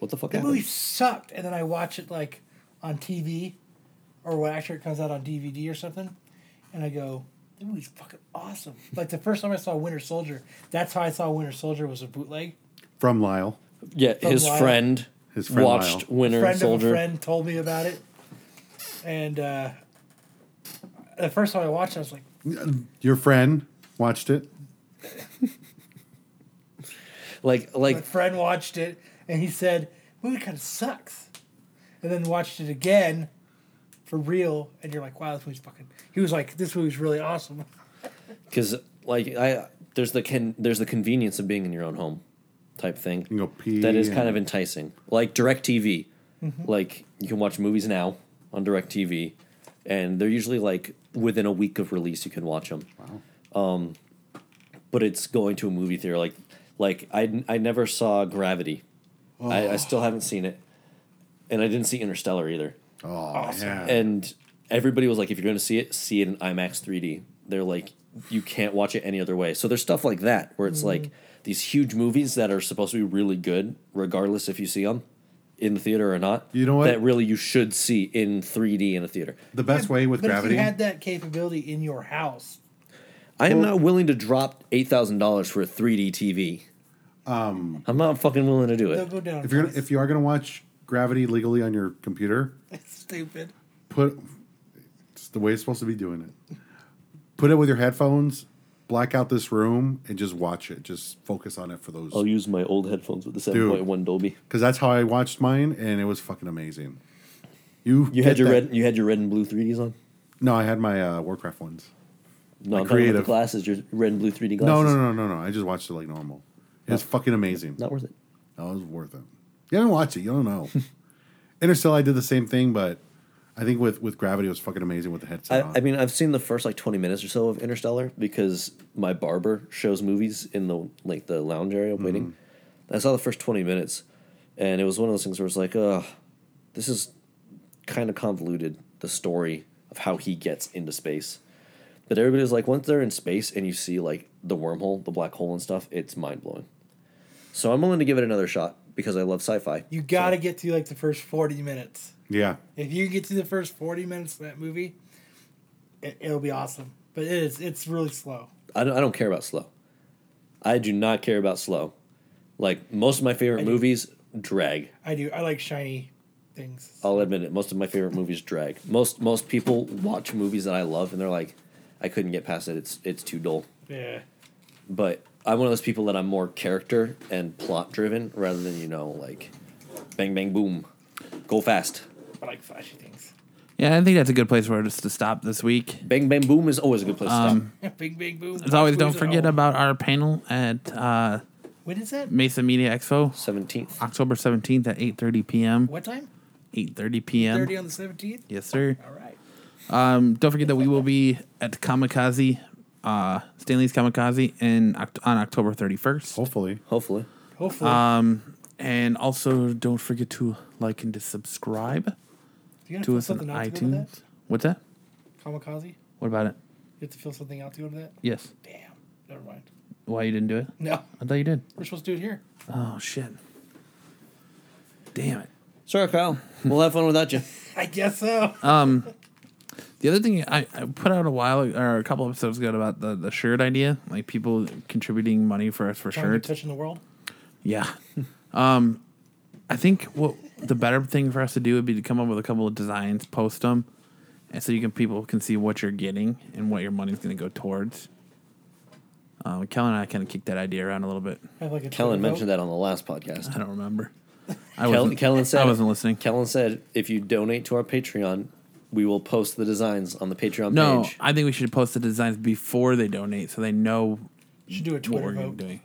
[SPEAKER 3] What the fuck
[SPEAKER 6] "The
[SPEAKER 3] happened?
[SPEAKER 6] movie sucked," and then I watch it like on TV, or when actually it comes out on DVD or something, and I go, "The movie's fucking awesome." Like the first time I saw Winter Soldier, that's how I saw Winter Soldier was a bootleg.
[SPEAKER 1] From Lyle,
[SPEAKER 3] Yeah,
[SPEAKER 6] From
[SPEAKER 3] his
[SPEAKER 6] Lyle.
[SPEAKER 3] friend.
[SPEAKER 1] His friend
[SPEAKER 3] watched
[SPEAKER 1] Lyle.
[SPEAKER 3] Winter
[SPEAKER 6] friend
[SPEAKER 3] Soldier.
[SPEAKER 6] of a friend told me about it, and uh, the first time I watched it, I was like,
[SPEAKER 1] your friend watched it.
[SPEAKER 3] Like
[SPEAKER 6] my
[SPEAKER 3] like
[SPEAKER 6] friend watched it, and he said, "Movie kind of sucks," and then watched it again for real, and you're like, "Wow, this movie's fucking." He was like, "This movie's really awesome."
[SPEAKER 3] because like I there's the can there's the convenience of being in your own home, type thing.
[SPEAKER 1] You can go pee.
[SPEAKER 3] That is kind
[SPEAKER 1] and-
[SPEAKER 3] of enticing. Like DirecTV, like you can watch movies now on DirecTV, and they're usually like within a week of release you can watch them. Wow. Um, but it's going to a movie theater. Like like I I never saw Gravity. I,
[SPEAKER 1] Oh.
[SPEAKER 3] I still haven't seen it, and I didn't see Interstellar either.
[SPEAKER 1] Oh, yeah.
[SPEAKER 3] and everybody was like, if you're going to see it, see it in IMAX 3D. They're like, you can't watch it any other way. So there's stuff like that where it's like these huge movies that are supposed to be really good, regardless if you see them in the theater or not.
[SPEAKER 1] You know what?
[SPEAKER 3] That really you should see in 3D in a theater.
[SPEAKER 1] The best way with
[SPEAKER 6] but
[SPEAKER 1] gravity.
[SPEAKER 6] If you had that capability in your house.
[SPEAKER 3] I am not willing to drop eight thousand dollars for a 3D TV. Um, I'm not fucking willing to do
[SPEAKER 6] They'll
[SPEAKER 3] it.
[SPEAKER 6] go down.
[SPEAKER 1] if you're gonna,
[SPEAKER 6] price.
[SPEAKER 1] if you are gonna watch Gravity legally on your computer,
[SPEAKER 6] it's stupid.
[SPEAKER 1] put it's the way it's supposed to be doing it. Put it with your headphones, black out this room, and just watch it. Just focus on it for those.
[SPEAKER 3] I'll use my old headphones with the 7.1 Dolby.
[SPEAKER 1] because that's how I watched mine, and it was fucking amazing. You
[SPEAKER 3] You had
[SPEAKER 1] get
[SPEAKER 3] your
[SPEAKER 1] that-
[SPEAKER 3] red, you had your red and blue 3Ds on.
[SPEAKER 1] No, I had my uh, Warcraft ones.
[SPEAKER 3] No, I'm talking about
[SPEAKER 1] creative.
[SPEAKER 3] the glasses. Your red and blue 3D
[SPEAKER 1] No,
[SPEAKER 3] glasses.
[SPEAKER 1] no, no, no, no. I just watched it like normal. It was fucking amazing.
[SPEAKER 3] Not worth it.
[SPEAKER 1] That was worth it. You haven't watched it, you don't know. Interstellar, I did the same thing, but I think with with Gravity, it was fucking amazing with the headset. on.
[SPEAKER 3] I, I mean, I've seen the first like 20 minutes or so of Interstellar because my barber shows movies in the like the lounge area waiting. I saw the first 20 minutes, and it was one of those things where it's like, ugh, this is kind of convoluted the story of how he gets into space. But everybody's like, once they're in space and you see like the wormhole, the black hole, and stuff, it's mind blowing. So I'm willing to give it another shot because I love sci-fi.
[SPEAKER 6] You got to get to like the first 40 minutes.
[SPEAKER 1] yeah,
[SPEAKER 6] If you get to the first 40 minutes of that movie, it, it'll be awesome. But it is, it's really slow.
[SPEAKER 3] I don't, I don't care about slow. I do not care about slow. Like most of my favorite
[SPEAKER 6] do.
[SPEAKER 3] movies drag.
[SPEAKER 6] I do. I like shiny things.
[SPEAKER 2] Oh.
[SPEAKER 3] I'll admit it. Most of my favorite movies drag. Most most people watch movies that I love and they're like, I couldn't get past it. It's it's too dull.
[SPEAKER 6] Yeah.
[SPEAKER 3] But I'm one of those people that I'm more character and plot driven rather than you know like, bang bang boom, go fast.
[SPEAKER 6] I like flashy things.
[SPEAKER 2] Yeah, I think that's a good place for us to stop this week.
[SPEAKER 3] Bang bang boom is always a good place
[SPEAKER 6] Um,
[SPEAKER 3] to stop.
[SPEAKER 6] bing, bing, boom.
[SPEAKER 2] As always, don't
[SPEAKER 6] Blues at
[SPEAKER 2] forget
[SPEAKER 6] home.
[SPEAKER 2] about our panel at uh,
[SPEAKER 6] When is that?
[SPEAKER 2] Mesa Media Expo,
[SPEAKER 3] Seventeenth.
[SPEAKER 2] October 17th at 8.30 p.m.
[SPEAKER 6] What time?
[SPEAKER 2] 8.30 p.m.
[SPEAKER 6] 30 on the 17th?
[SPEAKER 2] Yes, sir.
[SPEAKER 6] All right.
[SPEAKER 2] Um, don't forget that we will be at Kamikaze, uh, Stanley's Kamikaze in Oct- on October 31st.
[SPEAKER 1] hopefully.
[SPEAKER 3] Hopefully,
[SPEAKER 6] Hopefully.
[SPEAKER 2] Uh, And also, don't forget to like and to subscribe
[SPEAKER 6] Do you gotta
[SPEAKER 2] to
[SPEAKER 6] fill
[SPEAKER 2] us on
[SPEAKER 6] something out to go to
[SPEAKER 2] iTunes. What's that?
[SPEAKER 6] that? Kamikaze? You
[SPEAKER 2] What about it?
[SPEAKER 6] have to fill something out to go to that?
[SPEAKER 2] Yes.
[SPEAKER 6] Damn. Never mind.
[SPEAKER 2] Why you didn't do it?
[SPEAKER 6] No.
[SPEAKER 2] I thought you did.
[SPEAKER 6] We're supposed to do it here.
[SPEAKER 2] Oh, shit. Damn it.
[SPEAKER 3] sorry Kyle. We'll have fun without you.
[SPEAKER 6] I guess so.
[SPEAKER 2] The other thing I, I put out a while or a couple episodes ago about the, the shirt idea, like people contributing money for us for
[SPEAKER 6] Trying to
[SPEAKER 2] shirts.
[SPEAKER 6] touching the world.
[SPEAKER 2] Yeah. um, I think what the better thing for us to do would be to come up with a couple of designs, post them, and so you can people can see what you're getting and what your money's going to go towards. Um, Kellen and I kind of kicked that idea around a little bit.
[SPEAKER 6] Have like a
[SPEAKER 3] Kellen mentioned that on the last podcast.
[SPEAKER 2] I don't remember. I
[SPEAKER 3] Kellen,
[SPEAKER 2] wasn't-
[SPEAKER 3] Kellen said
[SPEAKER 2] I wasn't listening.
[SPEAKER 3] Kellen said if you donate to our Patreon, we will post the designs on the Patreon
[SPEAKER 2] no,
[SPEAKER 3] page.
[SPEAKER 2] I think we should post the designs before they donate, so they know
[SPEAKER 6] Should do a
[SPEAKER 2] what
[SPEAKER 6] Twitter
[SPEAKER 2] we're gonna
[SPEAKER 6] vote.
[SPEAKER 2] be doing.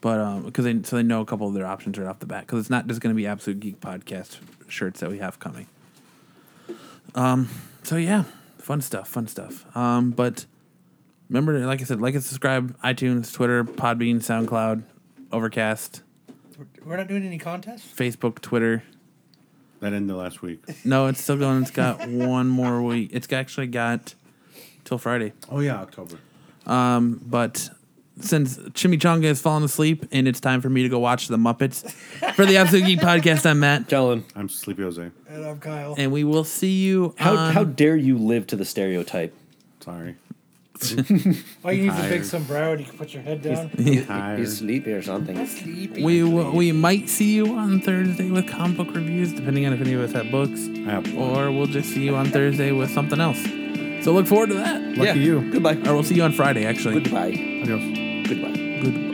[SPEAKER 2] But um, because they so they know a couple of their options right off the bat, because it's not just going to be absolute geek podcast shirts that we have coming. Um, so yeah, fun stuff, fun stuff. Um, but remember, to, like I said, like and subscribe, iTunes, Twitter, Podbean, SoundCloud, Overcast,
[SPEAKER 6] We're- We're not doing any contests?
[SPEAKER 2] Facebook, Twitter.
[SPEAKER 1] That ended last week.
[SPEAKER 2] No, it's still going. It's got one more week. It's actually got till Friday.
[SPEAKER 1] Oh yeah, October.
[SPEAKER 2] but since Chimichanga has fallen asleep and it's time for me to go watch the Muppets for the Absolute Geek Podcast, I'm Matt,
[SPEAKER 3] Kellen,
[SPEAKER 1] I'm sleepy Jose.
[SPEAKER 6] And I'm Kyle.
[SPEAKER 2] and we will see you.
[SPEAKER 3] how,
[SPEAKER 2] on-
[SPEAKER 3] how dare you live to the stereotype?
[SPEAKER 1] Sorry.
[SPEAKER 6] All you need is a big
[SPEAKER 1] Tired.
[SPEAKER 6] sombrero and you can put your head down.
[SPEAKER 1] Tired.
[SPEAKER 3] He's sleepy or something.
[SPEAKER 6] Sleepy.
[SPEAKER 2] we will, we might see you on Thursday with comic book reviews, depending on if any of us have books,
[SPEAKER 1] I have one.
[SPEAKER 2] or we'll just see you on Thursday with something else. So look forward to that,
[SPEAKER 1] Lucky you.
[SPEAKER 3] Goodbye.
[SPEAKER 2] or we'll see you on Friday actually.
[SPEAKER 3] Goodbye.
[SPEAKER 1] Adios.
[SPEAKER 3] Goodbye.
[SPEAKER 2] Goodbye.